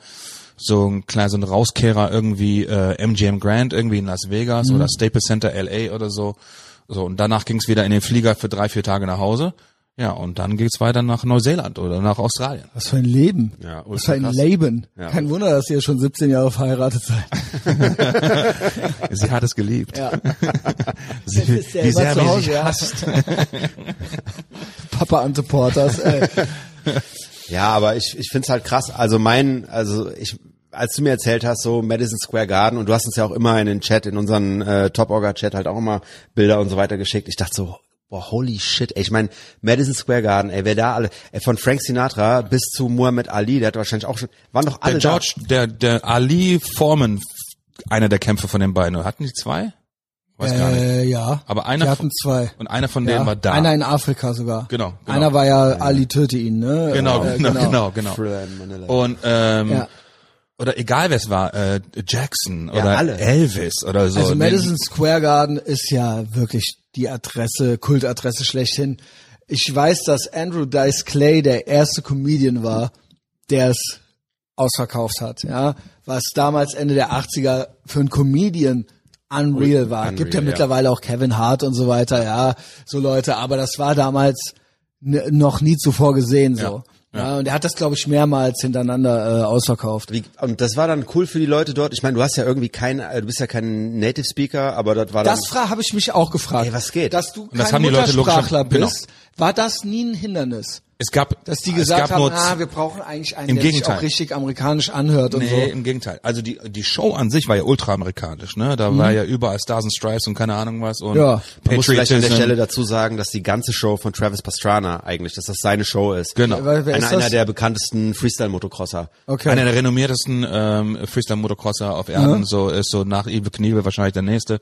[SPEAKER 2] so ein kleiner so ein Rauskehrer irgendwie äh, MGM Grand irgendwie in Las Vegas oder Staples Center LA oder so so und danach ging's wieder in den Flieger für drei vier Tage nach Hause ja und dann ging's weiter nach Neuseeland oder nach Australien
[SPEAKER 1] Was für ein Leben.
[SPEAKER 3] Ja, ultra
[SPEAKER 1] Was für ein
[SPEAKER 3] krass.
[SPEAKER 1] Leben.
[SPEAKER 3] Ja.
[SPEAKER 1] Kein Wunder, dass ihr schon 17 Jahre verheiratet seid.
[SPEAKER 2] sie hat es geliebt
[SPEAKER 1] Ja.
[SPEAKER 2] sie,
[SPEAKER 1] Das ist ja
[SPEAKER 2] wie
[SPEAKER 1] immer
[SPEAKER 2] sehr
[SPEAKER 1] zu
[SPEAKER 2] sie
[SPEAKER 1] Hause,
[SPEAKER 2] sich
[SPEAKER 1] ja.
[SPEAKER 2] hasst
[SPEAKER 1] Papa Ante Porters. Ey.
[SPEAKER 3] Ja, aber ich, ich find's halt krass. Also mein, also ich, als du mir erzählt hast, so Madison Square Garden und du hast uns ja auch immer in den Chat, in unseren äh, Top-Orga-Chat halt auch immer Bilder und so weiter geschickt. Ich dachte so, boah, holy shit, ey. Ich meine, Madison Square Garden, ey, wer da alle, ey, von Frank Sinatra bis zu Muhammad Ali, der hat wahrscheinlich auch schon, waren doch alle
[SPEAKER 2] der George der der Ali Foreman einer der Kämpfe von den beiden hatten die zwei weiß gar nicht
[SPEAKER 1] Äh, ja.
[SPEAKER 2] Aber einer
[SPEAKER 1] Die
[SPEAKER 2] von-
[SPEAKER 1] hatten zwei.
[SPEAKER 2] und einer von
[SPEAKER 1] ja.
[SPEAKER 2] denen war da
[SPEAKER 1] Einer in Afrika sogar.
[SPEAKER 2] Genau, genau.
[SPEAKER 1] Einer war ja Ali töte ihn, ne?
[SPEAKER 2] genau,
[SPEAKER 1] Äh,
[SPEAKER 2] genau, genau, genau.
[SPEAKER 3] da. Thriller in Manila.
[SPEAKER 2] Und ähm,
[SPEAKER 1] Ja.
[SPEAKER 2] oder egal wer es war, äh, Jackson oder
[SPEAKER 3] alle.
[SPEAKER 2] Elvis oder so. Ne,
[SPEAKER 1] Also
[SPEAKER 2] Nee,
[SPEAKER 1] Madison Square Garden ist ja wirklich die Adresse, Kultadresse schlechthin. Ich weiß, dass Andrew Dice Clay der erste Comedian war, der es ausverkauft hat, ja. Was damals Ende der 80er für einen Comedian unreal war. Gibt ja
[SPEAKER 3] Unreal, ja.
[SPEAKER 1] mittlerweile auch Kevin Hart und so weiter, ja, so Leute, aber das war damals n- noch nie zuvor gesehen so. Ja. und er hat das, glaube ich, mehrmals hintereinander äh, ausverkauft.
[SPEAKER 3] Wie, und das war dann cool für die Leute dort. Ich meine, du hast ja irgendwie kein, äh, du bist ja kein Native Speaker, aber dort war
[SPEAKER 1] Das
[SPEAKER 3] dann,
[SPEAKER 1] fra habe ich mich auch gefragt.
[SPEAKER 3] Ey, was geht?
[SPEAKER 1] Dass du
[SPEAKER 2] das
[SPEAKER 1] kein
[SPEAKER 2] haben die Leute logischer-
[SPEAKER 1] Muttersprachler
[SPEAKER 2] genau.
[SPEAKER 1] bist, war das nie ein Hindernis.
[SPEAKER 2] es gab
[SPEAKER 1] Dass die
[SPEAKER 2] es
[SPEAKER 1] gesagt
[SPEAKER 2] gab
[SPEAKER 1] haben,
[SPEAKER 2] nur z-
[SPEAKER 1] ah, wir brauchen eigentlich einen,
[SPEAKER 2] Im
[SPEAKER 1] der sich
[SPEAKER 2] Gegenteil.
[SPEAKER 1] auch richtig amerikanisch anhört und
[SPEAKER 2] Nee,
[SPEAKER 1] so.
[SPEAKER 2] im Gegenteil. Also die die Show an sich war ja ultraamerikanisch, ne? Da war ja überall Stars and Stripes und keine Ahnung was und
[SPEAKER 1] Mhm. Ja.
[SPEAKER 3] man muss vielleicht an der
[SPEAKER 2] Patriotism.
[SPEAKER 3] Stelle dazu sagen, dass die ganze Show von Travis Pastrana eigentlich, dass das seine Show ist.
[SPEAKER 2] Genau.
[SPEAKER 1] Wer- wer ist
[SPEAKER 3] einer, einer
[SPEAKER 1] das?
[SPEAKER 3] der bekanntesten Freestyle-Motocrosser. Äh,
[SPEAKER 1] Okay.
[SPEAKER 2] Einer der renommiertesten ähm, Freestyle-Motocrosser auf Erden, so ist so nach Ibe Knievel wahrscheinlich der nächste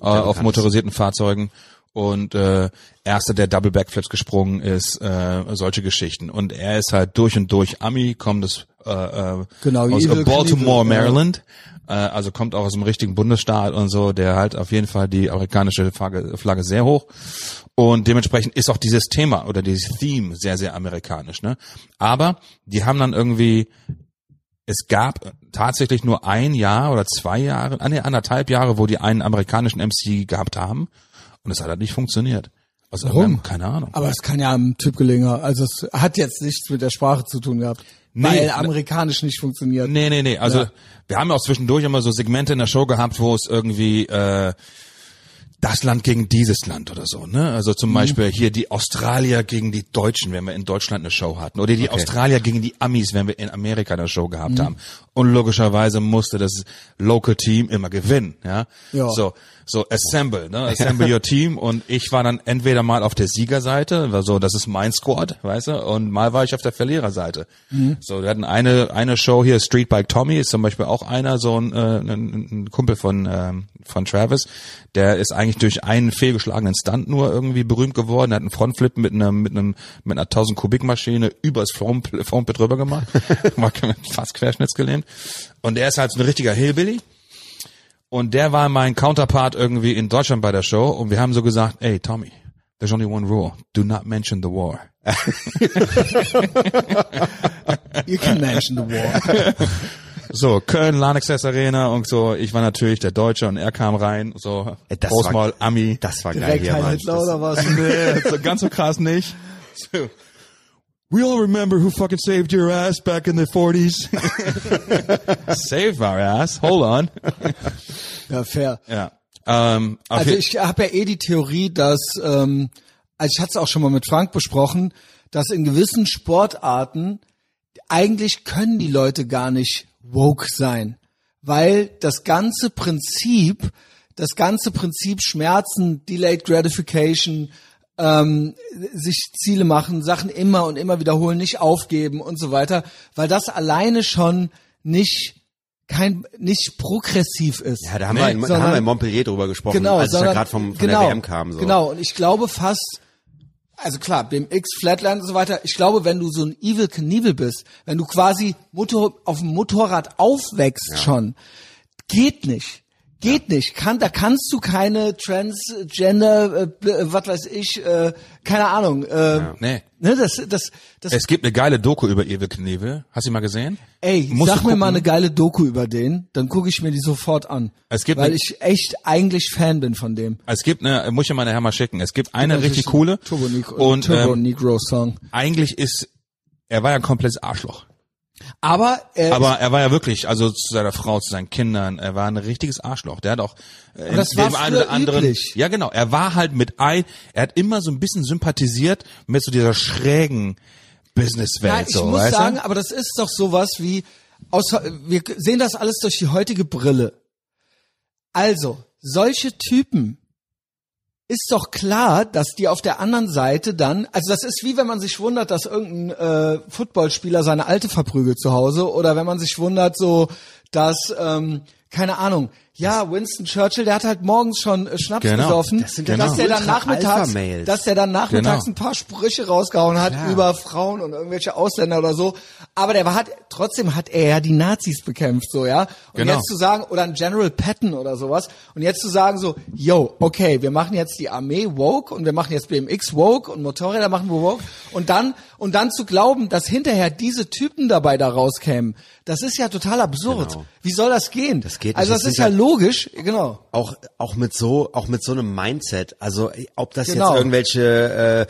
[SPEAKER 2] äh, auf motorisierten Fahrzeugen. Und äh, erster, der Double Backflips gesprungen ist, äh, solche Geschichten. Und er ist halt durch und durch Ami, kommt das äh, äh,
[SPEAKER 1] Genau,
[SPEAKER 2] aus
[SPEAKER 1] Ibe
[SPEAKER 2] Baltimore,
[SPEAKER 1] Knievel, ja.
[SPEAKER 2] Maryland. Äh, also kommt auch aus dem richtigen Bundesstaat und so, der halt auf jeden Fall die amerikanische Flagge, Flagge sehr hoch. Und dementsprechend ist auch dieses Thema oder dieses Theme sehr, sehr amerikanisch. Ne? Aber die haben dann irgendwie es gab tatsächlich nur ein Jahr oder zwei Jahre, ah, nee, anderthalb Jahre, wo die einen amerikanischen MC gehabt haben und es hat halt nicht funktioniert. Aus Warum? Keine Ahnung.
[SPEAKER 1] Aber es kann ja am Typ gelingen. Also es hat jetzt nichts mit der Sprache zu tun gehabt.
[SPEAKER 2] Nee. ne-
[SPEAKER 1] weil amerikanisch nicht funktioniert.
[SPEAKER 2] Nee, nee, nee. Also wir haben ja auch zwischendurch immer so Segmente in der Show gehabt, wo es irgendwie äh, das Land gegen dieses Land oder so, ne? Also zum Beispiel hier die Australier gegen die Deutschen, wenn wir in Deutschland eine Show hatten. Oder die Australier gegen die Amis, wenn wir in Amerika eine Show gehabt haben. Und logischerweise musste das Local Team immer gewinnen, ja?
[SPEAKER 1] Ja.
[SPEAKER 2] So, Also, so assemble, ne? Assemble your team. Und ich war dann entweder mal auf der Siegerseite, war so, das ist mein Squad, weißt du? Und mal war ich auf der Verliererseite. So, wir hatten eine, eine Show hier, Street Bike Tommy ist zum Beispiel auch einer, so ein, äh, ein, ein Kumpel von, ähm, von Travis, der ist eigentlich durch einen fehlgeschlagenen Stunt nur irgendwie berühmt geworden, Er hat einen Frontflip mit einem, mit einem, mit einer 1000 Kubik Maschine übers Foam- Foampit drüber gemacht, war fast querschnittsgelähmt. Und der ist halt so ein richtiger Hillbilly. Und der war mein Counterpart irgendwie in Deutschland bei der Show und wir haben so gesagt, ey Tommy, there's only one rule, do not mention the war.
[SPEAKER 1] You can mention the war.
[SPEAKER 2] So, Köln, Lanexess Arena und so, ich war natürlich der Deutsche und er kam rein, so,
[SPEAKER 3] Ey, das
[SPEAKER 2] Großmaul,
[SPEAKER 3] war-
[SPEAKER 2] Ami.
[SPEAKER 3] Das war geil
[SPEAKER 1] Direkt
[SPEAKER 3] hier,
[SPEAKER 1] Heil
[SPEAKER 3] Mann.
[SPEAKER 1] Hitler oder was?
[SPEAKER 2] nee, so ganz so krass nicht. So, We all remember who fucking saved your ass back in the 40s. Saved our ass, hold on.
[SPEAKER 1] Ja, fair.
[SPEAKER 2] Ja. Ähm, auf
[SPEAKER 1] Also
[SPEAKER 2] je-
[SPEAKER 1] ich habe ja eh die Theorie, dass, ähm, also ich hatte es auch schon mal mit Frank besprochen, dass in gewissen Sportarten eigentlich können die Leute gar nicht woke sein, weil das ganze Prinzip, das ganze Prinzip Schmerzen, Delayed Gratification, ähm, sich Ziele machen, Sachen immer und immer wiederholen, nicht aufgeben und so weiter, weil das alleine schon nicht kein nicht progressiv ist.
[SPEAKER 3] Ja, da haben,
[SPEAKER 2] Nee,
[SPEAKER 3] wir, in, da haben
[SPEAKER 1] sondern-
[SPEAKER 3] wir in Montpellier drüber gesprochen,
[SPEAKER 1] genau,
[SPEAKER 3] als ich da
[SPEAKER 1] sondern-
[SPEAKER 3] gerade vom von
[SPEAKER 1] genau,
[SPEAKER 3] der WM kam. So.
[SPEAKER 1] Genau, und ich glaube fast, also klar, BMX, Flatland und so weiter, ich glaube, wenn du so ein Evil Knievel bist, wenn du quasi Motor, auf dem Motorrad aufwächst schon, geht nicht. Geht nicht. Kann, da kannst du keine Transgender, äh, bl- äh, was weiß ich, äh, keine Ahnung. Äh,
[SPEAKER 2] nee.
[SPEAKER 1] Ne, das, das, das,
[SPEAKER 2] Es gibt eine geile Doku über Ewe Knievel. Hast du die mal gesehen?
[SPEAKER 1] ey,
[SPEAKER 2] Musst
[SPEAKER 1] sag
[SPEAKER 2] du
[SPEAKER 1] mir
[SPEAKER 2] gucken.
[SPEAKER 1] mal eine geile Doku über den, dann gucke ich mir die sofort an.
[SPEAKER 2] Es gibt
[SPEAKER 1] weil
[SPEAKER 2] eine-
[SPEAKER 1] ich echt eigentlich Fan bin von dem.
[SPEAKER 2] Es gibt eine, muss ich mal nachher mal schicken. Es gibt eine
[SPEAKER 1] Natürlich
[SPEAKER 2] richtig
[SPEAKER 1] ein
[SPEAKER 2] coole.
[SPEAKER 1] Turbo, Negro,
[SPEAKER 2] und
[SPEAKER 1] Turbo
[SPEAKER 2] ähm,
[SPEAKER 1] Negro Song.
[SPEAKER 2] eigentlich ist, er war ja ein komplettes Arschloch.
[SPEAKER 1] Aber, äh,
[SPEAKER 2] Aber er war ja wirklich, also zu seiner Frau, zu seinen Kindern, er war ein richtiges Arschloch. Der hat auch äh, in
[SPEAKER 1] das war früher üblich.
[SPEAKER 2] Ja, genau. Er war halt mit ein, er hat immer so ein bisschen sympathisiert mit so dieser schrägen Businesswelt.
[SPEAKER 1] nein, ich
[SPEAKER 2] so,
[SPEAKER 1] muss
[SPEAKER 2] weißt
[SPEAKER 1] sagen,
[SPEAKER 2] du?
[SPEAKER 1] aber das ist doch sowas wie, aus, wir sehen das alles durch die heutige Brille. Also, solche Typen ist doch klar, dass die auf der anderen Seite dann, also das ist wie wenn man sich wundert, dass irgendein äh, Footballspieler seine Alte verprügelt zu Hause oder wenn man sich wundert so, dass, ähm, keine Ahnung, ja, Winston Churchill, der hat halt morgens schon äh, Schnaps
[SPEAKER 2] Genau.
[SPEAKER 1] gesoffen,
[SPEAKER 2] Das sind
[SPEAKER 1] dass,
[SPEAKER 2] genau.
[SPEAKER 1] der dann nachmittags,
[SPEAKER 3] Ultra-Alpha-Males.
[SPEAKER 1] dass der dann nachmittags
[SPEAKER 2] Genau.
[SPEAKER 1] ein paar Sprüche rausgehauen hat über Frauen und irgendwelche Ausländer oder so. Aber der war hat, trotzdem hat er ja die Nazis bekämpft, so, ja. Und
[SPEAKER 2] Genau.
[SPEAKER 1] jetzt zu sagen, oder ein General Patton oder sowas. Und jetzt zu sagen so, yo, okay, wir machen jetzt die Armee woke und wir machen jetzt BMX woke und Motorräder machen wir woke. Und dann, und dann zu glauben, dass hinterher diese Typen dabei da rauskämen, das ist ja total absurd.
[SPEAKER 3] Genau.
[SPEAKER 1] Wie soll das gehen?
[SPEAKER 3] Das geht nicht.
[SPEAKER 1] also
[SPEAKER 3] Das
[SPEAKER 1] das ist
[SPEAKER 3] sind
[SPEAKER 1] ja
[SPEAKER 3] ja-
[SPEAKER 1] logisch, genau.
[SPEAKER 3] auch auch mit so auch mit so einem Mindset. Also eh, ob das
[SPEAKER 1] Genau.
[SPEAKER 3] jetzt irgendwelche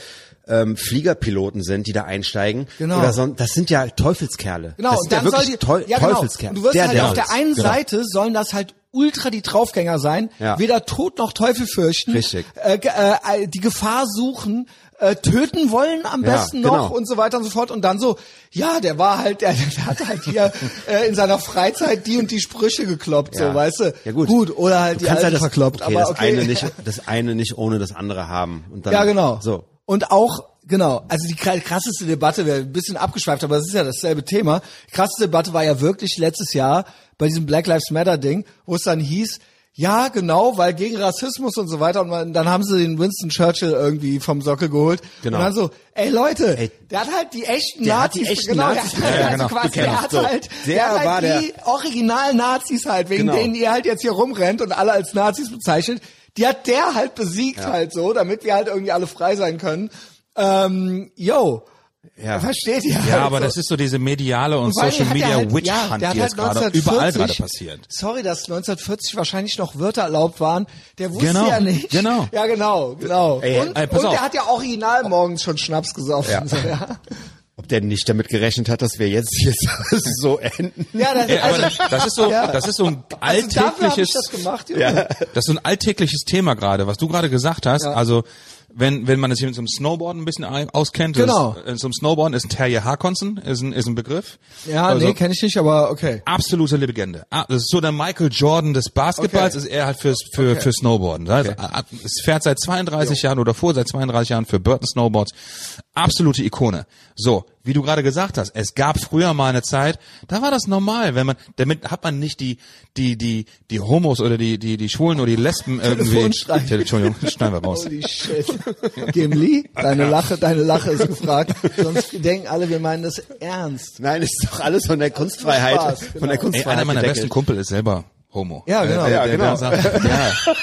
[SPEAKER 3] äh, ähm, Fliegerpiloten sind, die da einsteigen.
[SPEAKER 1] Genau.
[SPEAKER 3] Oder so, das sind ja Teufelskerle.
[SPEAKER 1] Genau,
[SPEAKER 3] das
[SPEAKER 1] und
[SPEAKER 3] sind ja
[SPEAKER 1] dann soll
[SPEAKER 3] wirklich
[SPEAKER 1] die,
[SPEAKER 3] Teu
[SPEAKER 1] ja, genau.
[SPEAKER 3] Teufelskerle.
[SPEAKER 1] Und du wirst
[SPEAKER 3] Der
[SPEAKER 1] halt auf
[SPEAKER 3] Teufel.
[SPEAKER 1] der einen
[SPEAKER 3] Genau.
[SPEAKER 1] Seite sollen das halt ultra die Draufgänger sein,
[SPEAKER 3] Ja.
[SPEAKER 1] weder Tod noch Teufel fürchten,
[SPEAKER 3] Richtig.
[SPEAKER 1] Äh, ge- äh, die Gefahr suchen, äh, töten wollen am
[SPEAKER 3] Ja,
[SPEAKER 1] besten noch
[SPEAKER 3] genau.
[SPEAKER 1] und so weiter und so fort und dann so, ja, der war halt, der, der hat halt hier äh, in seiner Freizeit die und die Sprüche gekloppt,
[SPEAKER 3] Ja.
[SPEAKER 1] so, weißt du?
[SPEAKER 3] Ja gut.
[SPEAKER 1] oder halt
[SPEAKER 3] du
[SPEAKER 1] die
[SPEAKER 3] kannst
[SPEAKER 1] Alte
[SPEAKER 3] halt das,
[SPEAKER 1] verkloppt,
[SPEAKER 3] okay,
[SPEAKER 1] aber
[SPEAKER 3] das
[SPEAKER 1] okay.
[SPEAKER 3] eine nicht das eine nicht ohne das andere haben und dann
[SPEAKER 1] Ja, genau.
[SPEAKER 3] so.
[SPEAKER 1] Und auch, genau, also die kra- krasseste Debatte, wäre ein bisschen abgeschweift, aber das ist ja dasselbe Thema. Die krasseste Debatte war ja wirklich letztes Jahr bei diesem Black Lives Matter Ding, wo es dann hieß, ja, genau, weil gegen Rassismus und so weiter. Und man, dann haben sie den Winston Churchill irgendwie vom Sockel geholt.
[SPEAKER 3] Genau.
[SPEAKER 1] Und dann so, ey Leute,
[SPEAKER 3] Ey,
[SPEAKER 1] der hat halt die echten
[SPEAKER 3] der hat
[SPEAKER 1] Nazis,
[SPEAKER 3] die echten
[SPEAKER 1] genau,
[SPEAKER 3] Nazis
[SPEAKER 1] der hat halt,
[SPEAKER 2] ja,
[SPEAKER 1] also
[SPEAKER 2] genau,
[SPEAKER 1] quasi, der
[SPEAKER 3] bekämpft,
[SPEAKER 1] hat
[SPEAKER 3] so.
[SPEAKER 1] halt, der,
[SPEAKER 3] Der
[SPEAKER 1] hat
[SPEAKER 3] war
[SPEAKER 1] halt
[SPEAKER 3] der-
[SPEAKER 1] die Original-Nazis halt, wegen
[SPEAKER 3] Genau.
[SPEAKER 1] denen ihr halt jetzt hier rumrennt und alle als Nazis bezeichnet, die hat der halt besiegt halt so, damit wir halt irgendwie alle frei sein können. Ähm, yo,
[SPEAKER 3] Ja.
[SPEAKER 1] Er versteht ja.
[SPEAKER 2] Ja, aber das ist so diese mediale und Social Media
[SPEAKER 1] halt-
[SPEAKER 2] Witch Hunt, die jetzt gerade überall gerade passiert.
[SPEAKER 1] Sorry, dass 1940 wahrscheinlich noch Wörter erlaubt waren. Der wusste
[SPEAKER 2] Genau,
[SPEAKER 1] ja nicht.
[SPEAKER 2] genau.
[SPEAKER 1] Ja, genau, genau.
[SPEAKER 3] Ey,
[SPEAKER 1] und
[SPEAKER 2] ey, pass
[SPEAKER 1] und
[SPEAKER 2] auf.
[SPEAKER 1] er hat ja original morgens schon Schnaps gesoffen.
[SPEAKER 3] Ja.
[SPEAKER 1] So, ja.
[SPEAKER 3] Ob der nicht damit gerechnet hat, dass wir jetzt hier so enden?
[SPEAKER 1] Ja, das,
[SPEAKER 2] Ja, Äh, aber das- das ist so- das ist so ein
[SPEAKER 1] Also dafür hab ich
[SPEAKER 2] alltägliches-
[SPEAKER 1] das gemacht, Junge.
[SPEAKER 3] Ja.
[SPEAKER 2] Das ist so ein alltägliches Thema gerade, was du gerade gesagt hast. Also wenn, wenn man es hier zum Snowboarden ein bisschen ein- auskennt,
[SPEAKER 1] Genau.
[SPEAKER 2] ist, äh, zum Snowboarden ist ein Terje Harkonsen, ist ein, ist ein Begriff.
[SPEAKER 1] Ja,
[SPEAKER 2] also,
[SPEAKER 1] nee, kenne ich nicht, aber okay.
[SPEAKER 2] absolute Legende. Ah, Das ist so der Michael Jordan des Basketballs,
[SPEAKER 1] Okay.
[SPEAKER 2] ist er halt fürs, für,
[SPEAKER 1] Okay.
[SPEAKER 2] für Snowboarden. Das heißt, ah, Es fährt seit 32 Jahren oder vor seit 32 Jahren für Burton Snowboards. Absolute Ikone. So, wie du gerade gesagt hast, es gab früher mal eine Zeit, da war das normal, wenn man, damit hat man nicht die, die, die, die Homos oder die, die, die Schwulen oder die Lesben irgendwie.
[SPEAKER 1] Telefonstreich.
[SPEAKER 2] Tele- Entschuldigung, schneiden wir raus.
[SPEAKER 1] Holy shit. Gimli, deine Lache, deine Lache ist gefragt. Sonst denken alle, wir meinen das ernst.
[SPEAKER 3] Nein, ist doch alles von der Kunstfreiheit,
[SPEAKER 1] Spaß,
[SPEAKER 3] von der
[SPEAKER 1] genau.
[SPEAKER 2] Ey,
[SPEAKER 3] Kunstfreiheit.
[SPEAKER 2] einer meiner
[SPEAKER 3] gedeckelt.
[SPEAKER 2] besten Kumpel ist selber Homo. Äh,
[SPEAKER 1] Ja, genau.
[SPEAKER 2] der-
[SPEAKER 1] Ja,
[SPEAKER 2] der- der
[SPEAKER 3] genau.
[SPEAKER 2] sagt, ja.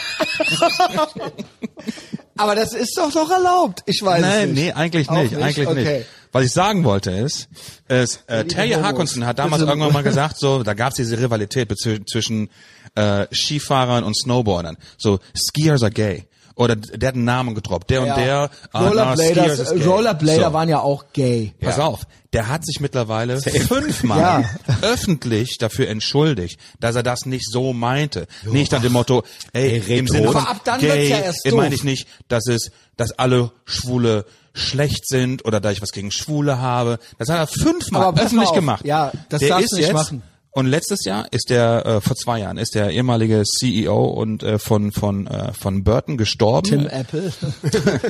[SPEAKER 1] Aber das ist doch noch erlaubt. Ich weiß
[SPEAKER 2] Nein,
[SPEAKER 1] es nicht.
[SPEAKER 2] nee, eigentlich
[SPEAKER 1] Auch
[SPEAKER 2] nicht, eigentlich
[SPEAKER 1] okay.
[SPEAKER 2] nicht. Was ich sagen wollte ist, ist äh,
[SPEAKER 1] Liebe
[SPEAKER 2] Terje
[SPEAKER 1] Homos.
[SPEAKER 2] Harkonsen hat damals
[SPEAKER 1] Bitte.
[SPEAKER 2] irgendwann mal gesagt, so da gab's diese Rivalität bezü- zwischen äh, Skifahrern und Snowboardern. So Skiers are gay oder der hat einen Namen gedroppt, der
[SPEAKER 1] Ja.
[SPEAKER 2] und der. ah, na, Skiers
[SPEAKER 1] Rollerbladers,
[SPEAKER 2] is gay.
[SPEAKER 1] Rollerblader
[SPEAKER 2] So.
[SPEAKER 1] waren ja auch gay.
[SPEAKER 2] Pass auf, der hat sich mittlerweile fünfmal
[SPEAKER 1] Ja.
[SPEAKER 2] öffentlich dafür entschuldigt, dass er das nicht so meinte. Nicht an dem Motto, ey,
[SPEAKER 3] red
[SPEAKER 2] im Sinne
[SPEAKER 3] rot.
[SPEAKER 2] von
[SPEAKER 1] Aber ab dann wird's
[SPEAKER 2] gay,
[SPEAKER 1] ja erst
[SPEAKER 2] äh,
[SPEAKER 1] doof.
[SPEAKER 2] meine ich nicht, dass es, dass alle Schwule schlecht sind oder da ich was gegen Schwule habe. Das hat er fünfmal
[SPEAKER 1] Aber pass mal
[SPEAKER 2] öffentlich
[SPEAKER 1] auf.
[SPEAKER 2] gemacht.
[SPEAKER 1] Ja, das
[SPEAKER 2] der
[SPEAKER 1] darfst
[SPEAKER 2] ist
[SPEAKER 1] du nicht
[SPEAKER 2] jetzt,
[SPEAKER 1] machen.
[SPEAKER 2] Und letztes Jahr ist der äh, vor zwei Jahren ist der ehemalige CEO und äh, von von äh, von Burton gestorben.
[SPEAKER 1] Tim Apple,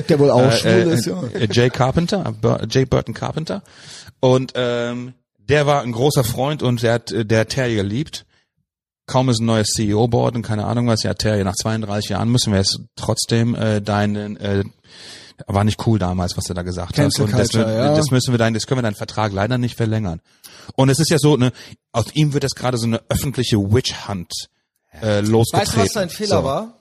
[SPEAKER 1] der wohl auch schwul
[SPEAKER 2] Äh,
[SPEAKER 1] ist, ja.
[SPEAKER 2] äh, Jay Carpenter, Bur Jay Burton Carpenter. Und ähm, der war ein großer Freund und der hat, äh, der hat Terry geliebt. Kaum ist ein neues CEO-Board und keine Ahnung was, ja Terry, nach 32 Jahren müssen wir jetzt trotzdem äh, deinen, äh, war nicht cool damals, was du da gesagt
[SPEAKER 1] Cancel
[SPEAKER 2] hast. Und das,
[SPEAKER 1] Culture,
[SPEAKER 2] mü-
[SPEAKER 1] ja.
[SPEAKER 2] das müssen wir deinen, das können wir deinen Vertrag leider nicht verlängern. Und es ist ja so, ne, aus ihm wird jetzt gerade so eine öffentliche Witch Hunt äh, losgetreten.
[SPEAKER 1] Weißt du, was sein Fehler
[SPEAKER 2] So.
[SPEAKER 1] war?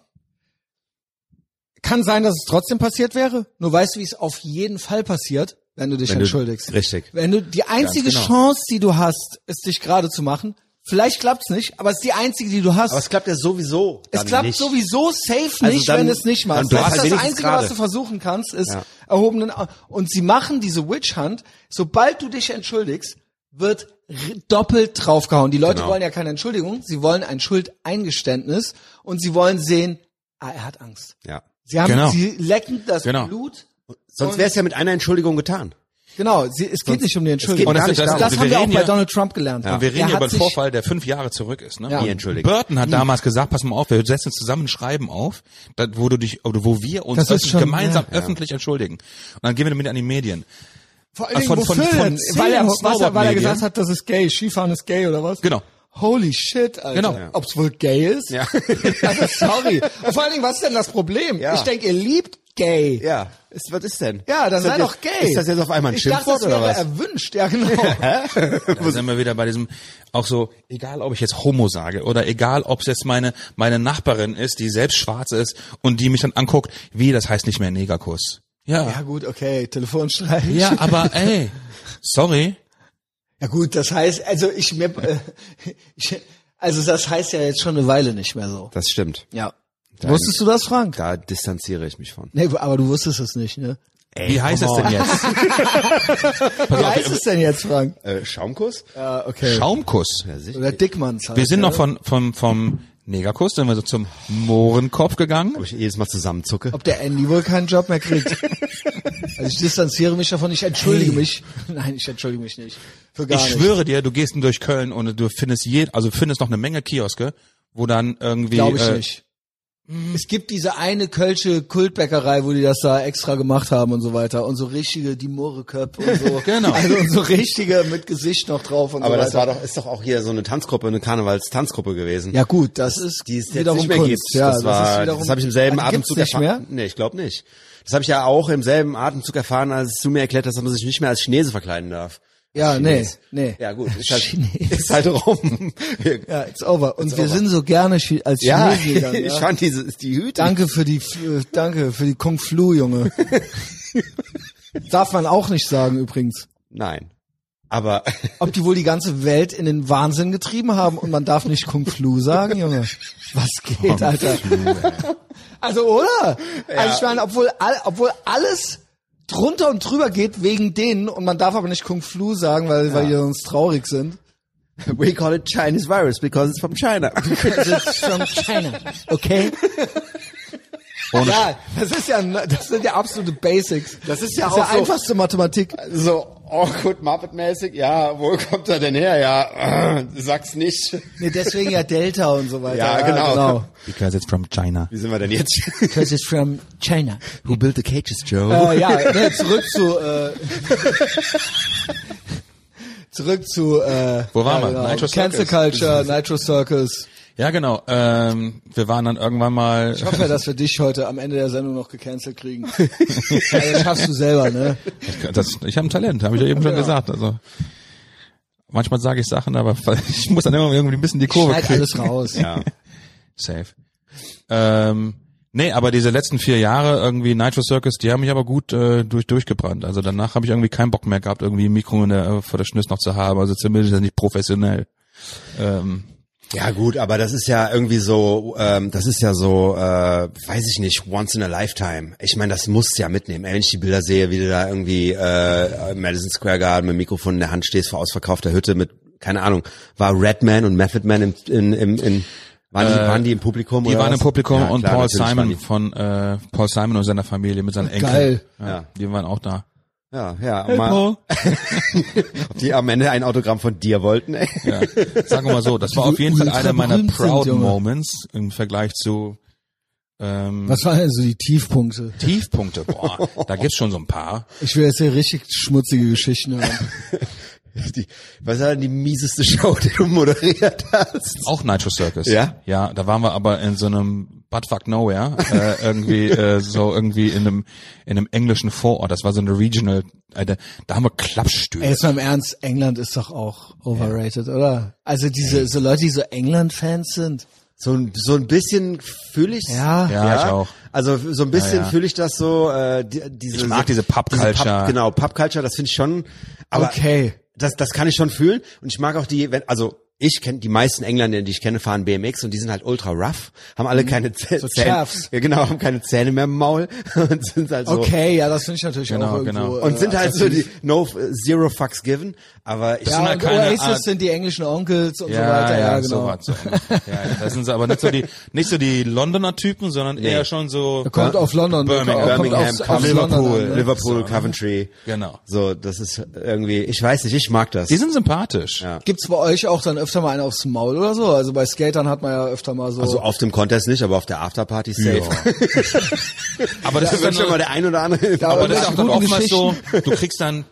[SPEAKER 1] Kann sein, dass es trotzdem passiert wäre. Nur weißt du, wie es auf jeden Fall passiert, wenn du dich
[SPEAKER 3] Wenn du-
[SPEAKER 1] entschuldigst.
[SPEAKER 3] richtig.
[SPEAKER 1] Wenn du die einzige
[SPEAKER 2] genau.
[SPEAKER 1] Chance, die du hast, ist dich gerade zu machen. Vielleicht klappt's nicht, aber es ist die einzige, die du hast.
[SPEAKER 3] Aber es klappt ja sowieso.
[SPEAKER 1] Es
[SPEAKER 3] dann
[SPEAKER 1] klappt
[SPEAKER 3] nicht.
[SPEAKER 1] sowieso safe nicht,
[SPEAKER 3] Also dann-
[SPEAKER 1] wenn es nicht
[SPEAKER 3] dann
[SPEAKER 1] machst.
[SPEAKER 3] du
[SPEAKER 1] Das
[SPEAKER 3] hast
[SPEAKER 1] ist das
[SPEAKER 3] wenigstens
[SPEAKER 1] Einzige,
[SPEAKER 3] gerade.
[SPEAKER 1] was du versuchen kannst, ist
[SPEAKER 3] Ja.
[SPEAKER 1] erhobenen. Au- Und sie machen diese Witch Hunt, sobald du dich entschuldigst, wird r- doppelt draufgehauen. Die Leute
[SPEAKER 3] Genau.
[SPEAKER 1] wollen ja keine Entschuldigung, sie wollen ein Schuldeingeständnis und sie wollen sehen, ah, er hat Angst.
[SPEAKER 3] Ja.
[SPEAKER 1] Sie haben,
[SPEAKER 2] Genau.
[SPEAKER 1] sie lecken das
[SPEAKER 2] Genau.
[SPEAKER 1] Blut.
[SPEAKER 3] Sonst wäre es ja mit einer Entschuldigung getan.
[SPEAKER 1] Genau, sie, es geht nicht um die Entschuldigung.
[SPEAKER 2] Und das
[SPEAKER 1] Gar
[SPEAKER 2] ist-
[SPEAKER 1] nicht
[SPEAKER 2] das-
[SPEAKER 1] darum. das
[SPEAKER 2] wir
[SPEAKER 1] haben wir auch
[SPEAKER 2] reden
[SPEAKER 1] bei
[SPEAKER 2] ja-
[SPEAKER 1] Donald Trump gelernt.
[SPEAKER 2] Und wir
[SPEAKER 1] Er
[SPEAKER 2] reden hier
[SPEAKER 1] hat
[SPEAKER 2] über einen
[SPEAKER 1] sich-
[SPEAKER 2] Vorfall, der fünf Jahre zurück ist. Ne?
[SPEAKER 1] Ja. Hm.
[SPEAKER 3] Nie entschuldigt.
[SPEAKER 2] Burton hat damals gesagt, pass mal auf, wir setzen zusammen ein Schreiben auf, da- wo du dich, oder wo wir uns
[SPEAKER 1] Das ist
[SPEAKER 2] öffentlich,
[SPEAKER 1] schon-
[SPEAKER 2] gemeinsam
[SPEAKER 1] ja.
[SPEAKER 2] öffentlich entschuldigen. Und dann gehen wir damit an die Medien.
[SPEAKER 1] Vor
[SPEAKER 2] Äh,
[SPEAKER 1] allen Dingen,
[SPEAKER 2] von-
[SPEAKER 1] von,
[SPEAKER 2] von-
[SPEAKER 1] wofür
[SPEAKER 2] von
[SPEAKER 1] denn? Weil er,
[SPEAKER 2] zehn
[SPEAKER 1] was er, weil er
[SPEAKER 2] Snowboard-Medien.
[SPEAKER 1] gesagt hat, das ist gay, Skifahren ist gay oder was?
[SPEAKER 2] Genau.
[SPEAKER 1] Holy shit, Alter.
[SPEAKER 2] Genau.
[SPEAKER 1] Genau.
[SPEAKER 2] Ja.
[SPEAKER 1] Ob's wohl gay ist?
[SPEAKER 3] Ja.
[SPEAKER 1] Also, sorry. Und vor allen Dingen, was ist denn das Problem?
[SPEAKER 3] Ja.
[SPEAKER 1] Ich denke, ihr liebt gay.
[SPEAKER 3] Ja. Ist, was ist denn?
[SPEAKER 1] Ja, dann
[SPEAKER 3] Ist das
[SPEAKER 1] sei doch
[SPEAKER 3] jetzt-
[SPEAKER 1] gay.
[SPEAKER 3] Ist das jetzt auf einmal ein
[SPEAKER 1] ich dachte,
[SPEAKER 3] Schimpfwort
[SPEAKER 1] das wäre
[SPEAKER 3] oder was?
[SPEAKER 1] erwünscht, ja genau.
[SPEAKER 2] Da sind wir wieder bei diesem, auch so, egal ob ich jetzt Homo sage oder egal ob es jetzt meine, meine Nachbarin ist, die selbst schwarz ist und die mich dann anguckt, wie, das heißt nicht mehr Negerkuss.
[SPEAKER 1] Ja
[SPEAKER 2] Ja.
[SPEAKER 1] gut, okay, Telefonstreich.
[SPEAKER 2] Ja, aber ey, sorry.
[SPEAKER 1] Ja gut, das heißt, also ich mir, äh, ich, also das heißt ja jetzt schon eine Weile nicht mehr so.
[SPEAKER 3] Das stimmt.
[SPEAKER 1] Ja. Wusstest du das, Frank?
[SPEAKER 3] Da distanziere ich mich von.
[SPEAKER 1] Nee, aber du wusstest es nicht, ne?
[SPEAKER 2] wie heißt es
[SPEAKER 3] come
[SPEAKER 2] denn jetzt?
[SPEAKER 1] Wie heißt es denn jetzt, Frank?
[SPEAKER 3] Äh, Schaumkuss?
[SPEAKER 1] Ja, okay.
[SPEAKER 2] Schaumkuss.
[SPEAKER 1] Oder Dickmanns halt.
[SPEAKER 2] Wir sind noch von, vom, vom Negerkuss, sind wir so zum Mohrenkopf gegangen.
[SPEAKER 3] Wo ich jedes Mal zusammenzucke.
[SPEAKER 1] ob der Andy wohl keinen Job mehr kriegt. Also ich distanziere mich davon, ich entschuldige mich. Nein, ich entschuldige mich nicht. Für gar
[SPEAKER 2] Ich
[SPEAKER 1] nicht.
[SPEAKER 2] schwöre dir, du gehst durch Köln und du findest je, also findest noch eine Menge Kioske, wo dann irgendwie,
[SPEAKER 1] Glaube ich
[SPEAKER 2] äh,
[SPEAKER 1] nicht. Es gibt diese eine kölsche Kultbäckerei, wo die das da extra gemacht haben und so weiter. Und so richtige, die Moreköp und so.
[SPEAKER 2] Genau.
[SPEAKER 1] Also und so richtige mit Gesicht noch drauf und
[SPEAKER 3] Aber
[SPEAKER 1] so weiter.
[SPEAKER 3] das war doch, ist doch auch hier so eine Tanzgruppe, eine Karnevalstanzgruppe gewesen.
[SPEAKER 1] ja gut, das ist
[SPEAKER 3] die es jetzt
[SPEAKER 1] wiederum
[SPEAKER 3] nicht mehr
[SPEAKER 1] Kunst.
[SPEAKER 3] gibt.
[SPEAKER 1] Ja,
[SPEAKER 3] das war,
[SPEAKER 1] ist
[SPEAKER 3] das,
[SPEAKER 1] wiederum,
[SPEAKER 3] habe ich im selben
[SPEAKER 1] Ah, die
[SPEAKER 3] Atemzug
[SPEAKER 1] gibt's nicht mehr.
[SPEAKER 3] erfahren. Nee, ich glaube nicht. Das habe ich ja auch im selben Atemzug erfahren, als du mir erklärt hast, dass man sich nicht mehr als Chinese verkleiden darf.
[SPEAKER 1] Ja,
[SPEAKER 3] Als
[SPEAKER 1] nee,
[SPEAKER 3] Chines.
[SPEAKER 1] nee.
[SPEAKER 3] Ja, gut, ist halt,
[SPEAKER 1] Chines.
[SPEAKER 3] ist halt rum.
[SPEAKER 1] Ja, it's over. Und wir
[SPEAKER 3] over.
[SPEAKER 1] sind so gerne Chi- als
[SPEAKER 3] ja,
[SPEAKER 1] Chinesen gegangen.
[SPEAKER 3] ich
[SPEAKER 1] ja.
[SPEAKER 3] fand diese, die Hüte.
[SPEAKER 1] äh, Danke für die, f- danke für die Kung Flu, Junge. Darf man auch nicht sagen übrigens.
[SPEAKER 3] Nein. Aber
[SPEAKER 1] Ob die wohl die ganze Welt in den Wahnsinn getrieben haben und man darf nicht Kung Flu sagen, Junge. Was geht, Alter? Also, oder? Also ich meine, obwohl, all, obwohl alles drunter und drüber geht wegen denen und man darf aber nicht Kung Flu sagen, weil, weil die sonst traurig sind.
[SPEAKER 3] we call it Chinese virus because it's from China.
[SPEAKER 1] from China, okay?
[SPEAKER 2] Ohne
[SPEAKER 1] Ja, das ist ja, das sind ja absolute Basics.
[SPEAKER 3] Das ist ja
[SPEAKER 1] das ist
[SPEAKER 3] auch
[SPEAKER 1] ja
[SPEAKER 3] so-
[SPEAKER 1] einfachste Mathematik.
[SPEAKER 3] so awkward Muppet-mäßig, ja, wo kommt er denn her? Ja, sag's nicht.
[SPEAKER 1] Nee, deswegen ja Delta und so weiter.
[SPEAKER 3] Ja, genau.
[SPEAKER 2] Because it's from China.
[SPEAKER 3] Wie sind wir denn jetzt?
[SPEAKER 1] Because it's from China.
[SPEAKER 3] Who built the cages, Joe?
[SPEAKER 2] Oh,
[SPEAKER 1] Äh, ja, nee, zurück zu äh, zurück zu äh,
[SPEAKER 2] Wo waren
[SPEAKER 1] ja,
[SPEAKER 2] wir? Nitro
[SPEAKER 1] Cancel
[SPEAKER 2] Circus.
[SPEAKER 1] Culture, Nitro Circus.
[SPEAKER 2] Ja, genau. Ähm, wir waren dann irgendwann mal.
[SPEAKER 1] Ich hoffe, dass wir dich heute am Ende der Sendung noch gecancelt kriegen. ja, das schaffst du selber, ne?
[SPEAKER 2] Das, ich habe ein Talent, habe ich ja eben schon gesagt. Also manchmal sage ich Sachen, aber ich muss dann immer irgendwie ein bisschen die Kurve
[SPEAKER 1] Schneid
[SPEAKER 2] kriegen.
[SPEAKER 1] alles raus.
[SPEAKER 3] ja.
[SPEAKER 2] Safe. Ähm, nee, aber diese letzten vier Jahre irgendwie Nitro Circus, die haben mich aber gut äh, durch durchgebrannt. Also danach habe ich irgendwie keinen Bock mehr gehabt, irgendwie ein Mikro in der, äh, vor der Schnüss noch zu haben. Also zumindest nicht professionell. Ähm,
[SPEAKER 3] Ja gut, aber das ist ja irgendwie so, ähm, das ist ja so, äh, weiß ich nicht, once in a lifetime. Ich meine, das musst du ja mitnehmen. Ey, Wenn ich die Bilder sehe, wie du da irgendwie äh, im Madison Square Garden mit dem Mikrofon in der Hand stehst vor ausverkaufter Hütte mit, keine Ahnung, war Redman und Method Man im, in, im, in waren, die, waren die im Publikum?
[SPEAKER 2] Äh, die
[SPEAKER 3] oder
[SPEAKER 2] waren
[SPEAKER 3] was?
[SPEAKER 2] im Publikum
[SPEAKER 3] Ja,
[SPEAKER 2] und
[SPEAKER 3] klar,
[SPEAKER 2] Paul
[SPEAKER 3] natürlich waren
[SPEAKER 2] Simon
[SPEAKER 3] die-
[SPEAKER 2] von äh, Paul Simon und seiner Familie mit seinen Enkeln.
[SPEAKER 1] Geil.
[SPEAKER 2] Ja,
[SPEAKER 3] Ja. Oh.
[SPEAKER 2] Die waren auch da.
[SPEAKER 3] Ja, ja. mal, ob die am Ende ein Autogramm von dir wollten, ey.
[SPEAKER 2] Ja. Sagen wir mal so, das war auf jeden Fall
[SPEAKER 1] ultra
[SPEAKER 2] einer meiner
[SPEAKER 1] berühmt sind,
[SPEAKER 2] Proud
[SPEAKER 1] Junge.
[SPEAKER 2] Moments im Vergleich zu ähm,
[SPEAKER 1] Was waren denn so die Tiefpunkte?
[SPEAKER 2] Tiefpunkte. Boah, da gibt's schon so ein paar.
[SPEAKER 1] Ich will jetzt hier richtig schmutzige Geschichten hören.
[SPEAKER 3] Die, was war denn die mieseste Show, die du moderiert hast?
[SPEAKER 2] Auch Nitro Circus.
[SPEAKER 3] Ja?
[SPEAKER 2] Ja, da waren wir aber in so einem Buttfuck Nowhere, äh, irgendwie, äh, so irgendwie in einem, in einem englischen Vorort. Das war so eine Regional, Alter, da haben wir
[SPEAKER 1] Ey,
[SPEAKER 2] Klappstühle.
[SPEAKER 1] jetzt mal im Ernst, England ist doch auch overrated, oder? Also diese so Leute, die so England-Fans sind.
[SPEAKER 3] So ein, so ein bisschen fühle ich
[SPEAKER 1] Ja.
[SPEAKER 2] Ja, ich auch.
[SPEAKER 3] Also so ein bisschen
[SPEAKER 2] Ja, ja.
[SPEAKER 3] fühle ich das so, äh, die, diese,
[SPEAKER 2] Ich mag diese Pub-Culture.
[SPEAKER 3] genau, Pub-Culture, das finde ich schon, aber
[SPEAKER 1] Okay.
[SPEAKER 3] das, das kann ich schon fühlen und ich mag auch die, wenn, also ich kenne die meisten Engländer, die ich kenne, fahren BMX und die sind halt ultra rough, haben alle keine Zäh
[SPEAKER 1] Mhm. So
[SPEAKER 3] Zähne,
[SPEAKER 1] Chefs.
[SPEAKER 3] ja, genau, haben keine Zähne mehr im Maul und sind halt so
[SPEAKER 1] Okay, ja, das finde ich natürlich
[SPEAKER 2] Genau,
[SPEAKER 1] auch irgendwo.
[SPEAKER 2] genau.
[SPEAKER 3] und
[SPEAKER 1] äh,
[SPEAKER 3] sind halt so die no zero fucks given, aber ich
[SPEAKER 1] Ja,
[SPEAKER 2] halt
[SPEAKER 1] und
[SPEAKER 2] keine
[SPEAKER 1] Oasis
[SPEAKER 2] Art-
[SPEAKER 1] sind die englischen Onkels und so weiter, ja, genau.
[SPEAKER 2] So was, so ungefähr. ja, ja, das sind sie aber nicht so die, nicht so die Londoner Typen, sondern eher schon so. ne?
[SPEAKER 1] Kommt auf London,
[SPEAKER 2] Birmingham,
[SPEAKER 1] kommt
[SPEAKER 3] Birmingham,
[SPEAKER 1] aufs-
[SPEAKER 3] Cov-
[SPEAKER 1] aufs
[SPEAKER 3] Liverpool,
[SPEAKER 1] London an, ne?
[SPEAKER 3] Liverpool, Coventry.
[SPEAKER 2] Genau.
[SPEAKER 3] So, das ist irgendwie, ich weiß nicht, ich mag das.
[SPEAKER 2] Die sind sympathisch.
[SPEAKER 3] Ja.
[SPEAKER 1] Gibt's bei euch auch dann öfter mal einen aufs Maul oder so? Also bei Skatern hat man ja öfter mal so.
[SPEAKER 3] Also auf dem Contest nicht, aber auf der Afterparty safe.
[SPEAKER 2] Aber das
[SPEAKER 3] Das
[SPEAKER 2] ist
[SPEAKER 3] wird
[SPEAKER 2] dann
[SPEAKER 3] schon mal der ein oder andere.
[SPEAKER 2] aber
[SPEAKER 1] Und
[SPEAKER 2] das ist
[SPEAKER 1] nach
[SPEAKER 2] auch dann
[SPEAKER 1] guten
[SPEAKER 2] oftmals so, du kriegst dann,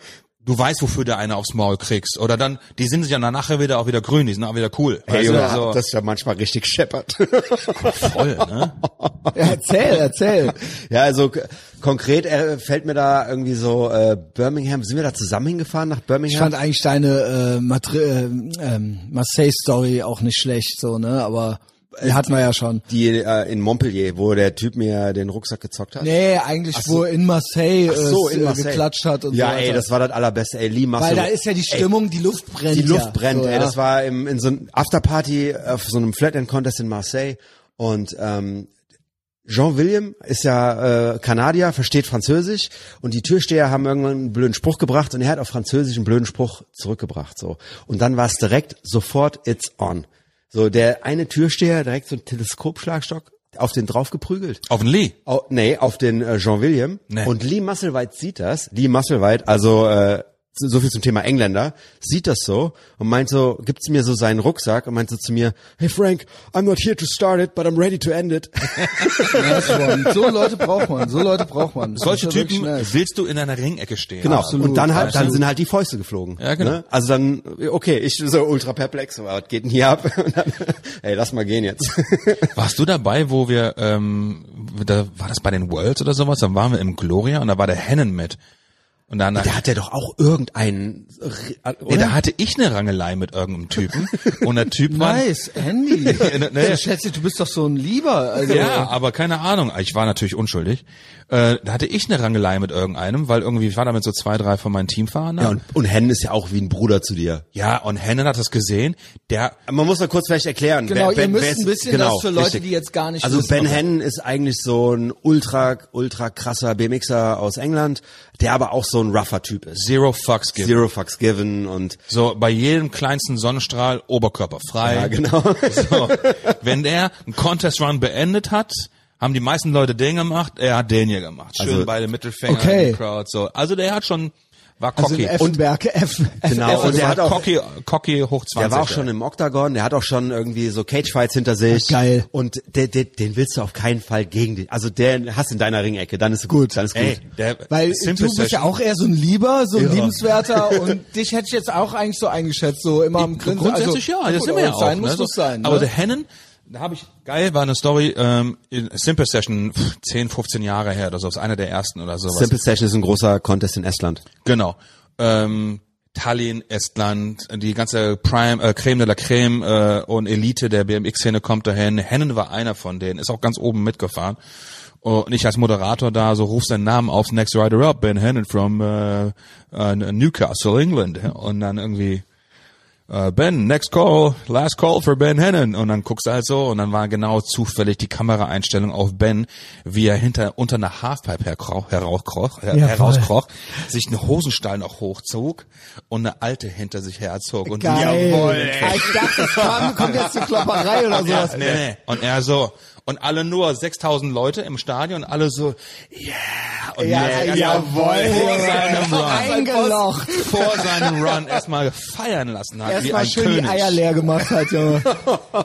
[SPEAKER 2] du weißt, wofür du eine aufs Maul kriegst. Oder dann, die sind sich ja nachher wieder auch wieder grün, die sind auch wieder cool.
[SPEAKER 3] Hey,
[SPEAKER 1] Also
[SPEAKER 2] Weißt du,
[SPEAKER 3] Junge,
[SPEAKER 2] so
[SPEAKER 3] das ist ja manchmal richtig scheppert.
[SPEAKER 2] voll, ne?
[SPEAKER 1] Ja, erzähl, erzähl.
[SPEAKER 3] ja, also k- konkret äh, fällt mir da irgendwie so äh, Birmingham. Sind wir da zusammen hingefahren nach
[SPEAKER 1] Ich
[SPEAKER 3] Birmingham?
[SPEAKER 1] fand eigentlich deine äh, Matri äh, ähm, Marseille-Story auch nicht schlecht, so, ne? Aber die hatten wir ja schon.
[SPEAKER 3] die äh, in Montpellier, wo der Typ mir den Rucksack gezockt hat.
[SPEAKER 1] Nee, eigentlich, wo in Marseille,
[SPEAKER 3] Ach so,
[SPEAKER 1] äh,
[SPEAKER 3] in Marseille.
[SPEAKER 1] geklatscht hat und
[SPEAKER 3] ja,
[SPEAKER 1] so weiter.
[SPEAKER 3] ey, das war das allerbeste. Ey, Lee Marcel.
[SPEAKER 1] Weil da ist ja die Stimmung, die Luft brennt.
[SPEAKER 3] die Luft
[SPEAKER 1] ja.
[SPEAKER 3] brennt.
[SPEAKER 1] so,
[SPEAKER 3] ey,
[SPEAKER 1] ja.
[SPEAKER 3] das war im, in so einem Afterparty auf so einem Flatland Contest in Marseille und ähm, Jean William ist ja äh, Kanadier, versteht Französisch und die Türsteher haben irgendwann einen blöden Spruch gebracht und er hat auf Französisch einen blöden Spruch zurückgebracht so und dann war es direkt sofort it's on. So der eine Türsteher direkt so einen Teleskopschlagstock auf den drauf geprügelt.
[SPEAKER 2] Auf den Lee.
[SPEAKER 3] Oh, nee, auf den äh, Jean William.
[SPEAKER 2] Nee.
[SPEAKER 3] Und Lee Musselwhite sieht das. Lee Musselwhite, also äh, so so viel zum Thema Engländer, sieht das so und meint so, gibt's mir so seinen Rucksack und meint so zu mir, hey Frank, I'm not here to start it, but I'm ready to end it.
[SPEAKER 1] Nice one. So Leute braucht man, so Leute braucht man.
[SPEAKER 2] Solche
[SPEAKER 1] Das ist ja
[SPEAKER 2] Typen
[SPEAKER 1] wirklich nice.
[SPEAKER 2] willst du in einer Ringecke stehen. Also,
[SPEAKER 3] Genau.
[SPEAKER 1] Absolut,
[SPEAKER 3] und dann halt, dann
[SPEAKER 1] absolut.
[SPEAKER 3] sind halt die Fäuste geflogen.
[SPEAKER 2] Ja, genau.
[SPEAKER 3] Also dann, okay, ich so ultra perplex, so, was geht denn hier ab? Und dann, hey, lass mal gehen jetzt.
[SPEAKER 2] Warst du dabei, wo wir, ähm, da war das bei den Worlds oder sowas? Dann waren wir im Gloria und da war der Hennen mit. Und dann
[SPEAKER 3] Da hat er doch auch irgendeinen, äh, oder?
[SPEAKER 2] Nee, da hatte ich eine Rangelei mit irgendeinem Typen und der Typ war
[SPEAKER 1] Nice, Andy.
[SPEAKER 2] ne, ne.
[SPEAKER 1] Ich schätze, du bist doch so ein Lieber. Also,
[SPEAKER 2] ja, aber keine Ahnung. Ich war natürlich unschuldig. Äh, da hatte ich eine Rangelei mit irgendeinem, weil irgendwie ich war damit so zwei, drei von meinen Teamfahrern. da.
[SPEAKER 3] Ja, und, und Hen ist ja auch wie ein Bruder zu dir.
[SPEAKER 2] ja, und Hennen hat das gesehen. Der
[SPEAKER 3] Man muss da kurz vielleicht erklären.
[SPEAKER 1] Genau, ihr müsst ein
[SPEAKER 3] ist-
[SPEAKER 1] bisschen das für Leute, die jetzt gar nicht
[SPEAKER 3] Also
[SPEAKER 1] wissen,
[SPEAKER 3] Ben
[SPEAKER 1] ob-
[SPEAKER 3] Hennen ist eigentlich so ein ultra, ultra krasser BMXer aus England, der aber auch so ein rougher Typ ist.
[SPEAKER 2] Zero Fucks gibt.
[SPEAKER 3] Zero fucks given und
[SPEAKER 2] So bei jedem kleinsten Sonnenstrahl Oberkörper frei.
[SPEAKER 3] ja, genau.
[SPEAKER 2] So, wenn er einen Contest Run beendet hat, haben die meisten Leute den gemacht, er hat den hier gemacht. Schön
[SPEAKER 3] Also-
[SPEAKER 2] beide Mittelfinger
[SPEAKER 1] Okay.
[SPEAKER 2] in die Crowd. So. Also der hat schon war
[SPEAKER 1] also
[SPEAKER 2] cocky.
[SPEAKER 1] ein Effenberg, F, F,
[SPEAKER 3] Genau,
[SPEAKER 1] F,
[SPEAKER 3] und
[SPEAKER 2] Also
[SPEAKER 3] der
[SPEAKER 2] war
[SPEAKER 3] hat auch-
[SPEAKER 2] cocky, cocky hoch 20.
[SPEAKER 3] Der war auch schon im Octagon, der hat auch schon irgendwie so Cagefights hinter sich.
[SPEAKER 1] Geil.
[SPEAKER 3] Und der, der, den willst du auf keinen Fall gegen den. Also der hast in deiner Ringecke, dann ist
[SPEAKER 1] Gut.
[SPEAKER 3] gut. Dann ist gut.
[SPEAKER 2] Ey, der,
[SPEAKER 1] Weil
[SPEAKER 2] Simple
[SPEAKER 1] du bist ja
[SPEAKER 2] Session.
[SPEAKER 1] auch eher so ein Lieber, so ein
[SPEAKER 2] Ja.
[SPEAKER 1] liebenswerter und dich hätte ich jetzt auch eigentlich so eingeschätzt, so immer am Grinsen.
[SPEAKER 2] Grundsätzlich
[SPEAKER 1] also,
[SPEAKER 2] ja, das
[SPEAKER 1] gut,
[SPEAKER 2] sind wir ja
[SPEAKER 1] wenn's
[SPEAKER 2] auch.
[SPEAKER 1] sein
[SPEAKER 2] ne?
[SPEAKER 1] muss,
[SPEAKER 2] so,
[SPEAKER 1] muss sein.
[SPEAKER 2] aber
[SPEAKER 1] ne?
[SPEAKER 2] der Hennen, da habe ich, geil, war eine Story, ähm, in Simple Session, pff, 10, 15 Jahre her oder so, ist einer der ersten oder sowas.
[SPEAKER 3] Simple Session ist ein großer Contest in Estland.
[SPEAKER 2] Genau. Ähm, Tallinn, Estland, die ganze Prime, äh, Creme de la Creme äh, und Elite der BMX-Szene kommt dahin. Hennen war einer von denen, ist auch ganz oben mitgefahren. Und ich als Moderator da, so ruf seinen Namen auf, Next Rider Up, Ben Hennen from äh, äh, Newcastle, England. Und dann irgendwie, äh, Ben, next call, last call for Ben Hennen. Und dann guckst du halt so und dann war genau zufällig die Kameraeinstellung auf Ben, wie er hinter unter einer Halfpipe herkroch, herauskroch, her,
[SPEAKER 1] Ja, voll.
[SPEAKER 2] herauskroch, sich einen Hosenstall noch hochzog und eine alte hinter sich herzog. Und
[SPEAKER 1] Geil.
[SPEAKER 2] Jawohl, ey.
[SPEAKER 1] ich dachte, es kam, kommt jetzt eine Klopperei oder sowas.
[SPEAKER 2] Ja, nee, nee. Und er so. Und alle nur 6000 Leute im Stadion, alle so, yeah. Und
[SPEAKER 1] Ja,
[SPEAKER 2] er erst
[SPEAKER 1] jawohl,
[SPEAKER 2] mal Vor seinem
[SPEAKER 1] Junge.
[SPEAKER 2] Run.
[SPEAKER 1] Eingelocht.
[SPEAKER 2] Vor seinem Run erstmal feiern lassen hat, wie
[SPEAKER 1] Erstmal
[SPEAKER 2] ein
[SPEAKER 1] schön
[SPEAKER 2] König.
[SPEAKER 1] die Eier leer gemacht hat, Junge.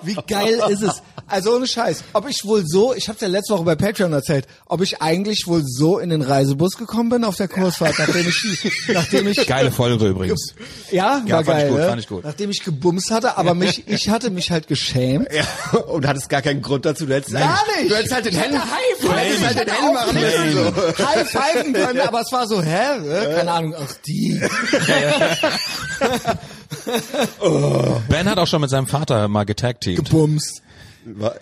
[SPEAKER 1] Wie geil ist es? Also ohne Scheiß. Ob ich wohl so, ich hab's ja letzte Woche bei Patreon erzählt, ob ich eigentlich wohl so in den Reisebus gekommen bin auf der Kursfahrt, nachdem ich, nachdem ich
[SPEAKER 2] Geile Folge übrigens.
[SPEAKER 1] Ja,
[SPEAKER 2] Ja,
[SPEAKER 1] war
[SPEAKER 2] fand ich
[SPEAKER 1] geil.
[SPEAKER 2] gut,
[SPEAKER 1] ne?
[SPEAKER 2] fand ich gut.
[SPEAKER 1] Nachdem ich gebumst hatte, aber mich, ich hatte mich halt geschämt.
[SPEAKER 3] Ja, und hattest gar keinen Grund dazu. Du hättest
[SPEAKER 1] Gar
[SPEAKER 3] eigentlich-
[SPEAKER 1] nicht.
[SPEAKER 3] Du hättest halt den Hennen,
[SPEAKER 1] High
[SPEAKER 3] du hättest halt den Hennen machen müssen. So.
[SPEAKER 1] High pfeifen können, aber es war so, hä? Äh, Keine Ahnung, ach die.
[SPEAKER 2] Ben hat auch schon mit seinem Vater mal getagteamt.
[SPEAKER 1] Gebumst.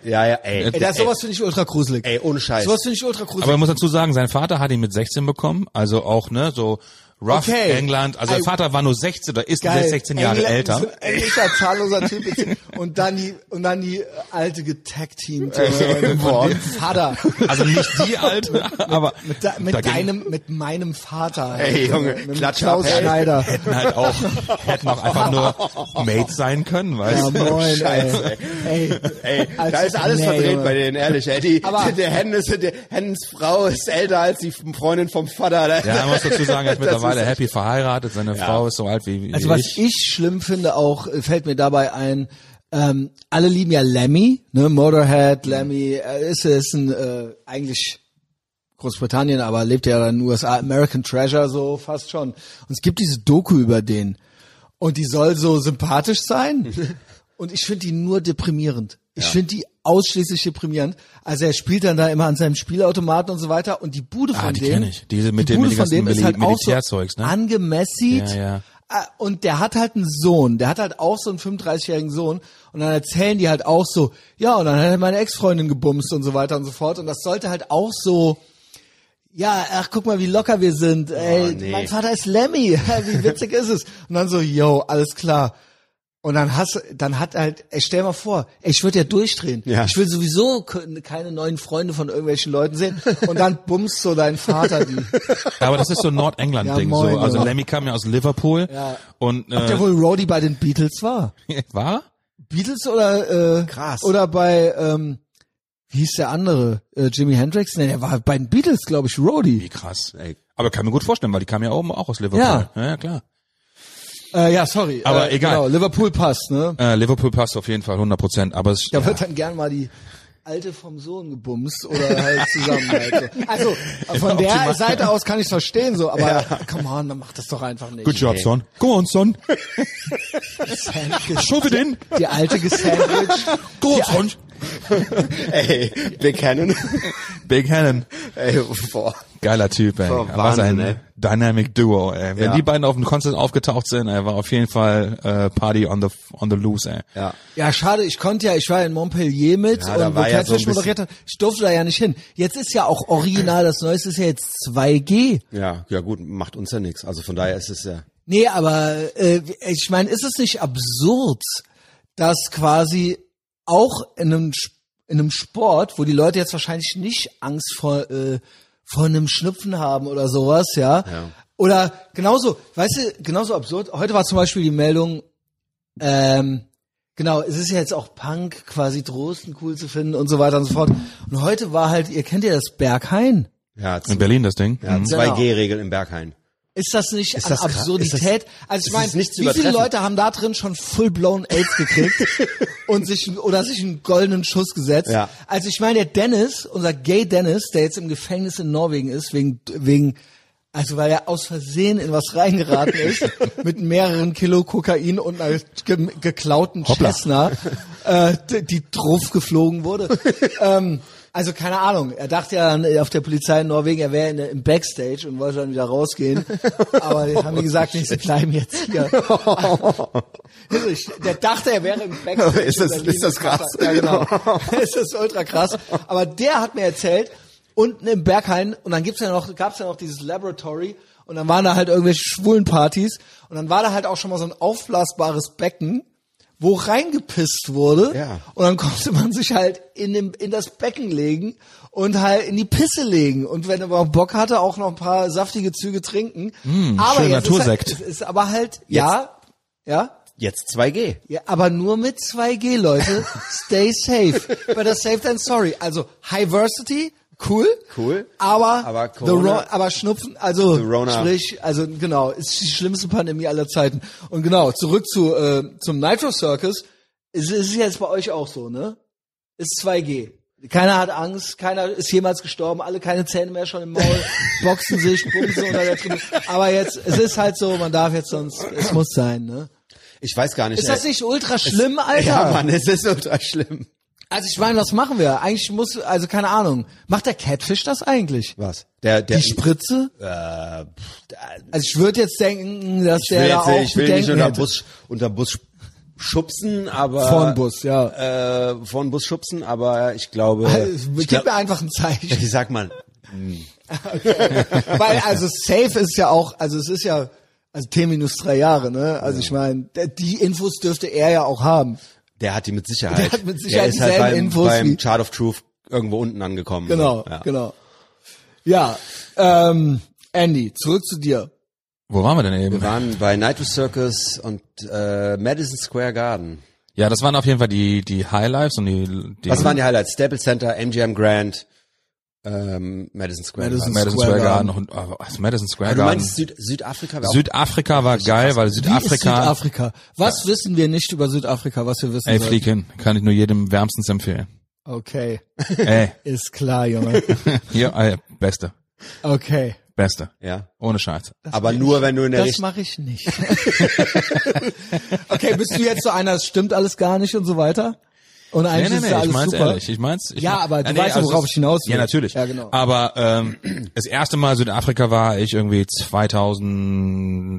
[SPEAKER 3] Ja, ja, ey.
[SPEAKER 1] Ey, das sowas finde ich ultra gruselig.
[SPEAKER 3] Ey, ohne Scheiß.
[SPEAKER 1] Sowas finde ich ultra gruselig.
[SPEAKER 2] Aber man muss dazu sagen, sein Vater hat ihn mit 16 bekommen, also auch, ne, so rough
[SPEAKER 1] Okay.
[SPEAKER 2] England. Also
[SPEAKER 1] I-
[SPEAKER 2] der Vater war nur 16 oder ist 16 Jahre
[SPEAKER 1] Engl-
[SPEAKER 2] älter.
[SPEAKER 1] So ein englischer, zahlloser Typ. Jetzt. Und dann die, und dann die äh, alte getagteamt. Äh,
[SPEAKER 3] boah.
[SPEAKER 1] von dem Vater.
[SPEAKER 2] Also nicht die alte, aber
[SPEAKER 1] Mit, da, mit
[SPEAKER 2] dagegen-
[SPEAKER 1] deinem, mit meinem Vater.
[SPEAKER 3] Ey, Junge,
[SPEAKER 1] Mit dem
[SPEAKER 3] klatsch ab,
[SPEAKER 1] Klaus
[SPEAKER 3] ey.
[SPEAKER 1] Schneider.
[SPEAKER 2] hätten halt auch, hätten auch einfach nur Mates sein können, weißt
[SPEAKER 1] Ja,
[SPEAKER 2] du?
[SPEAKER 1] moin,
[SPEAKER 3] Scheiße,
[SPEAKER 1] ey.
[SPEAKER 3] Ey,
[SPEAKER 1] Als-
[SPEAKER 3] da ist alles
[SPEAKER 1] nee,
[SPEAKER 3] verdreht
[SPEAKER 1] Junge.
[SPEAKER 3] bei denen, ehrlich. Ey, die,
[SPEAKER 1] Aber-
[SPEAKER 3] der Hen ist, der Hens Frau ist älter als die Freundin vom Vater. Da-
[SPEAKER 2] Ja, man muss dazu sagen, er ist
[SPEAKER 3] Das
[SPEAKER 2] mittlerweile
[SPEAKER 3] ist-
[SPEAKER 2] happy verheiratet, seine Frau ist so alt wie, wie
[SPEAKER 1] Also was
[SPEAKER 2] ich.
[SPEAKER 1] ich schlimm finde auch, äh, fällt mir dabei ein, ähm, alle lieben ja Lemmy, ne, Motorhead, Lemmy, äh, ist, ist ein, äh, eigentlich Großbritannien, aber lebt ja dann in den USA, American Treasure so fast schon. Und es gibt diese Doku über den und die soll so sympathisch sein und ich finde die nur deprimierend. Ich finde die ausschließlich deprimierend. Also er spielt dann da immer an seinem Spielautomaten und so weiter und die Bude
[SPEAKER 2] Ah,
[SPEAKER 1] von
[SPEAKER 2] die
[SPEAKER 1] dem,
[SPEAKER 2] kenn ich. Diese mit dem-
[SPEAKER 1] Bude
[SPEAKER 2] mit den
[SPEAKER 1] von dem
[SPEAKER 2] ganzen
[SPEAKER 1] ist halt
[SPEAKER 2] Mil-
[SPEAKER 1] auch so
[SPEAKER 2] Militärzeugs, ne?
[SPEAKER 1] angemäßigt.
[SPEAKER 2] Ja, ja.
[SPEAKER 1] Ah, Und der hat halt einen Sohn, der hat halt auch so einen 35-jährigen Sohn und dann erzählen die halt auch so, ja, und dann hat er meine Ex-Freundin gebumst und so weiter und so fort und das sollte halt auch so, ja, ach, guck mal, wie locker wir sind, ey,
[SPEAKER 3] nee.
[SPEAKER 1] mein Vater ist Lemmy, wie witzig ist es? Und dann so, yo, alles klar. Und dann hast, dann hat halt, ey, stell mal vor, ey, ich würde ja durchdrehen.
[SPEAKER 3] Ja.
[SPEAKER 1] Ich will sowieso ke- keine neuen Freunde von irgendwelchen Leuten sehen. Und dann bummst so dein Vater die.
[SPEAKER 2] Aber das ist so ein
[SPEAKER 1] Ja,
[SPEAKER 2] Nordengland-Ding,
[SPEAKER 1] moin,
[SPEAKER 2] so. Also
[SPEAKER 1] Junge.
[SPEAKER 2] Lemmy kam ja aus Liverpool.
[SPEAKER 1] Ja.
[SPEAKER 2] Und, äh,
[SPEAKER 1] Der wohl Roddy bei den Beatles war.
[SPEAKER 2] war?
[SPEAKER 1] Beatles oder äh,
[SPEAKER 3] Krass.
[SPEAKER 1] oder bei ähm, wie hieß der andere äh, Jimi Hendrix? Nee, der war bei den Beatles, glaube ich, Roddy.
[SPEAKER 2] Wie krass, ey. Aber kann mir gut vorstellen, weil die kam ja oben auch aus Liverpool.
[SPEAKER 1] Ja.
[SPEAKER 2] ja klar.
[SPEAKER 1] Äh, ja, sorry.
[SPEAKER 2] Aber
[SPEAKER 1] äh,
[SPEAKER 2] egal.
[SPEAKER 1] Genau, Liverpool passt, ne?
[SPEAKER 2] Äh, Liverpool passt auf jeden Fall 100 Prozent, aber es,
[SPEAKER 1] Da
[SPEAKER 2] ja.
[SPEAKER 1] wird dann gern mal die alte vom Sohn gebumst oder halt zusammen. Halt. so. Also äh, von der
[SPEAKER 2] Optimal.
[SPEAKER 1] Seite aus kann ich verstehen, so. Aber come on, dann mach das doch einfach nicht.
[SPEAKER 2] Good job, son. Go on, son. Show it in.
[SPEAKER 1] Die alte gesandwiched.
[SPEAKER 2] Go on,
[SPEAKER 1] Die
[SPEAKER 2] son.
[SPEAKER 3] Ey, Big Hennen.
[SPEAKER 2] Big Hannon.
[SPEAKER 3] Ey, boah.
[SPEAKER 2] Geiler Typ, ey.
[SPEAKER 3] Oh,
[SPEAKER 2] was ein
[SPEAKER 3] Wahnsinn, ey.
[SPEAKER 2] Dynamic Duo, ey. Wenn
[SPEAKER 3] Ja.
[SPEAKER 2] die beiden auf dem Konzert aufgetaucht sind, ey, war auf jeden Fall äh, Party on the on the loose, ey.
[SPEAKER 3] Ja.
[SPEAKER 1] Ja, schade, ich konnte ja, ich war in Montpellier mit
[SPEAKER 3] Ja, da
[SPEAKER 1] und wo
[SPEAKER 3] war ja so ein
[SPEAKER 1] Catfish moderiert hat, ich durfte da ja nicht hin. Jetzt ist ja auch original, das Neueste ist ja jetzt 2G.
[SPEAKER 3] ja, ja gut, macht uns ja nichts. Also von daher ist es ja.
[SPEAKER 1] Nee, aber äh, ich meine, ist es nicht absurd, dass quasi auch in einem, Sp- in einem Sport, wo die Leute jetzt wahrscheinlich nicht Angst vor, äh, vor einem Schnupfen haben oder sowas, ja?
[SPEAKER 3] Ja.
[SPEAKER 1] Oder genauso, weißt du, genauso absurd, heute war zum Beispiel die Meldung, ähm, genau, es ist ja jetzt auch Punk, quasi Drosten cool zu finden und so weiter und so fort. Und heute war halt, ihr kennt ja das Berghain.
[SPEAKER 3] Ja, z-
[SPEAKER 2] In Berlin das Ding.
[SPEAKER 3] ja
[SPEAKER 2] Mhm.
[SPEAKER 3] 2G-Regel im Berghain.
[SPEAKER 1] Ist das nicht
[SPEAKER 3] Ist
[SPEAKER 1] an
[SPEAKER 3] das krass?
[SPEAKER 1] Absurdität?
[SPEAKER 3] Ist das-
[SPEAKER 1] also ich
[SPEAKER 3] ist
[SPEAKER 1] meine,
[SPEAKER 3] das nicht zu
[SPEAKER 1] wie viele
[SPEAKER 3] übertreffen?
[SPEAKER 1] Leute haben da drin schon full blown AIDS gekriegt und sich oder sich einen goldenen Schuss gesetzt?
[SPEAKER 3] Ja.
[SPEAKER 1] Also ich meine, der Dennis, unser Gay Dennis, der jetzt im Gefängnis in Norwegen ist wegen wegen also weil er aus Versehen in was reingeraten ist mit mehreren Kilo Kokain und einer ge geklauten
[SPEAKER 2] Hoppla.
[SPEAKER 1] Cessna, äh, die, die drauf geflogen wurde. ähm, also keine Ahnung. Er dachte ja an- äh, auf der Polizei in Norwegen, er wäre in der- im Backstage und wollte dann wieder rausgehen. Aber die haben mir gesagt, nee, sie bleiben jetzt hier. Also ich, der dachte, er wäre im Backstage.
[SPEAKER 3] Ist das-
[SPEAKER 1] in Berlin.
[SPEAKER 3] ist das krass?
[SPEAKER 1] Ja, genau. ist das ultra krass. Aber der hat mir erzählt, unten im Berghain, und dann gibt's ja noch, gab's ja noch dieses Laboratory, und dann waren da halt irgendwelche schwulen Partys, und dann war da halt auch schon mal so ein aufblasbares Becken, wo reingepisst wurde,
[SPEAKER 3] Ja.
[SPEAKER 1] und dann konnte man sich halt in, dem, in das Becken legen und halt in die Pisse legen. Und wenn man Bock hatte, auch noch ein paar saftige Züge trinken.
[SPEAKER 3] Hm,
[SPEAKER 1] aber
[SPEAKER 2] schön
[SPEAKER 1] jetzt ist
[SPEAKER 2] Natursekt.
[SPEAKER 1] Halt, es ist aber halt, ja, ja,
[SPEAKER 3] Jetzt 2G.
[SPEAKER 1] ja, aber nur mit 2G, Leute. Stay safe. Better safe than sorry. Also, Highversity, cool.
[SPEAKER 3] Cool.
[SPEAKER 1] Aber,
[SPEAKER 3] Aber
[SPEAKER 1] the
[SPEAKER 3] Corona-
[SPEAKER 1] Ro- aber Schnupfen, also,
[SPEAKER 3] Rona.
[SPEAKER 1] sprich, also, genau, ist die schlimmste Pandemie aller Zeiten. Und genau, zurück zu, äh, zum Nitro Circus. Es ist jetzt bei euch auch so, ne? Ist 2G. Keiner hat Angst, keiner ist jemals gestorben, alle keine Zähne mehr schon im Maul, boxen sich, bumsen unter der Tribüne. Aber jetzt, es ist halt so, man darf jetzt sonst, es muss sein, ne?
[SPEAKER 3] Ich weiß gar nicht.
[SPEAKER 1] Ist das
[SPEAKER 3] ey.
[SPEAKER 1] nicht ultra schlimm, Alter?
[SPEAKER 3] Ja, Mann, es ist ultra schlimm.
[SPEAKER 1] Also ich meine, was machen wir? Eigentlich muss, also keine Ahnung. Macht der Catfish das eigentlich?
[SPEAKER 3] Was? Der, der,
[SPEAKER 1] Die Spritze?
[SPEAKER 3] äh, pff, da-
[SPEAKER 1] Also ich würde jetzt denken, dass
[SPEAKER 3] ich
[SPEAKER 1] der
[SPEAKER 3] will,
[SPEAKER 1] da
[SPEAKER 3] jetzt,
[SPEAKER 1] auch
[SPEAKER 3] ich will nicht
[SPEAKER 1] Bedenken
[SPEAKER 3] unter
[SPEAKER 1] hätte.
[SPEAKER 3] Bus, unter Bus schubsen, aber.
[SPEAKER 1] Vor den Bus, ja.
[SPEAKER 3] Äh, vor den Bus schubsen, aber ich glaube.
[SPEAKER 1] Also,
[SPEAKER 3] ich,
[SPEAKER 1] gib
[SPEAKER 3] glaub,
[SPEAKER 1] mir einfach ein Zeichen.
[SPEAKER 3] ich sag mal, hm.
[SPEAKER 1] Weil also safe ist ja auch, also es ist ja, also T minus drei Jahre, ne? Also ich meine, der- die Infos dürfte er ja auch haben.
[SPEAKER 3] der hat die mit Sicherheit.
[SPEAKER 1] Der hat mit Sicherheit
[SPEAKER 3] ist halt
[SPEAKER 1] dieselben
[SPEAKER 3] beim,
[SPEAKER 1] Infos wie-
[SPEAKER 3] beim Chart of Truth irgendwo unten angekommen.
[SPEAKER 1] Genau,
[SPEAKER 3] So, ja.
[SPEAKER 1] genau. Ja, ähm, Andy, zurück zu dir.
[SPEAKER 2] Wo waren wir denn eben?
[SPEAKER 3] Wir waren bei Nitro Circus und äh, Madison Square Garden.
[SPEAKER 2] Ja, das waren auf jeden Fall die die Highlights und die, die
[SPEAKER 3] Was waren die Highlights? Staples Center, MGM Grand, ähm, Madison Square
[SPEAKER 1] Madison
[SPEAKER 3] Garden.
[SPEAKER 2] Madison
[SPEAKER 1] Square
[SPEAKER 2] Square Garden und oh, was, Madison Square
[SPEAKER 3] Aber du
[SPEAKER 2] Garden.
[SPEAKER 3] meinst Süd Südafrika? wäre auch-
[SPEAKER 2] Südafrika war geil, weil
[SPEAKER 1] Wie ist
[SPEAKER 2] Südafrika,
[SPEAKER 1] Südafrika. Was wissen wir nicht über Südafrika, was wir wissen
[SPEAKER 2] ey,
[SPEAKER 1] sollten?
[SPEAKER 2] flieg hin, kann ich nur jedem wärmstens empfehlen.
[SPEAKER 1] Okay,
[SPEAKER 2] ey,
[SPEAKER 1] ist klar, Junge.
[SPEAKER 2] ja, ey, beste,
[SPEAKER 1] Okay.
[SPEAKER 2] beste.
[SPEAKER 3] Ja.
[SPEAKER 2] Ohne Scheiß.
[SPEAKER 3] Aber nur wenn du in
[SPEAKER 1] Das
[SPEAKER 3] der richtigen.
[SPEAKER 1] mache ich nicht. okay, bist du jetzt so einer, es stimmt alles gar nicht und so weiter? Und
[SPEAKER 2] Nee,
[SPEAKER 1] eigentlich
[SPEAKER 2] nee,
[SPEAKER 1] ist
[SPEAKER 2] nee,
[SPEAKER 1] ja alles
[SPEAKER 2] ich mein's
[SPEAKER 1] super.
[SPEAKER 2] ehrlich. Ich mein's. Ich
[SPEAKER 1] Ja,
[SPEAKER 2] mein-
[SPEAKER 1] aber du
[SPEAKER 2] Ah,
[SPEAKER 1] weißt ja, worauf ich hinaus will.
[SPEAKER 2] Ja, natürlich.
[SPEAKER 1] Ja, genau.
[SPEAKER 2] Aber ähm, das erste Mal Südafrika war ich irgendwie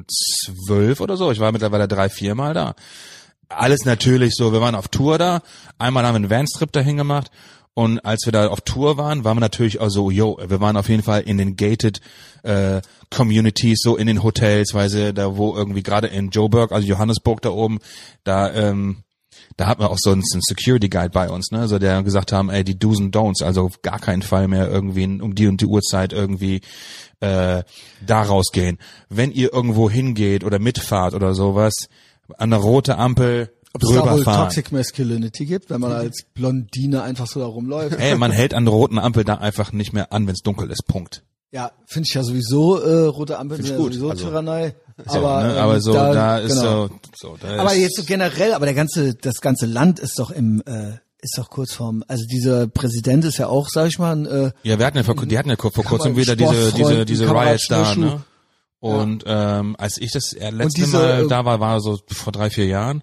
[SPEAKER 2] 2012 oder so. Ich war mittlerweile drei, vier Mal da. Alles natürlich so. Wir waren auf Tour da. Einmal haben wir einen Vanstrip dahin gemacht. Und als wir da auf Tour waren, waren wir natürlich auch so, yo, wir waren auf jeden Fall in den gated äh, Communities, so in den Hotels, weil sie da wo irgendwie gerade in Joburg, also Johannesburg da oben, da ähm, da hatten wir auch so einen, so einen Security Guide bei uns, ne, so der gesagt haben, ey, die Do's and Don'ts, also auf gar keinen Fall mehr irgendwie um die und die Uhrzeit irgendwie äh, da rausgehen. Wenn ihr irgendwo hingeht oder mitfahrt oder sowas, an der rote Ampel
[SPEAKER 1] Dass da
[SPEAKER 2] drüber
[SPEAKER 1] wohl
[SPEAKER 2] fahren.
[SPEAKER 1] Toxic Masculinity gibt, wenn man als Blondine einfach so da rumläuft.
[SPEAKER 2] Ey, man hält an der roten Ampel da einfach nicht mehr an, wenn es dunkel ist. Punkt.
[SPEAKER 1] Ja, finde ich ja sowieso, äh, rote Ampeln sind ja
[SPEAKER 3] ich gut,
[SPEAKER 1] sowieso
[SPEAKER 3] also-
[SPEAKER 1] Tyrannei.
[SPEAKER 2] So,
[SPEAKER 1] aber,
[SPEAKER 2] ne?
[SPEAKER 1] ähm,
[SPEAKER 2] aber so da, ist
[SPEAKER 1] genau.
[SPEAKER 2] so, so da
[SPEAKER 1] Aber
[SPEAKER 2] ist,
[SPEAKER 1] jetzt so generell, aber der ganze, das ganze Land ist doch im, äh, ist doch kurz vorm, also dieser Präsident ist ja auch, sag ich mal, ein, äh,
[SPEAKER 2] Ja, wir hatten ja vor, die hatten ja vor vor kurzem
[SPEAKER 1] Kammer-
[SPEAKER 2] wieder diese, diese,
[SPEAKER 1] Sportfreund,
[SPEAKER 2] diese
[SPEAKER 1] Kamerad
[SPEAKER 2] Riots da,
[SPEAKER 1] Schnürschuh.
[SPEAKER 2] ne? Und ähm, als ich das äh, letzte
[SPEAKER 1] diese,
[SPEAKER 2] Mal
[SPEAKER 1] äh,
[SPEAKER 2] da war, war so vor drei, vier Jahren.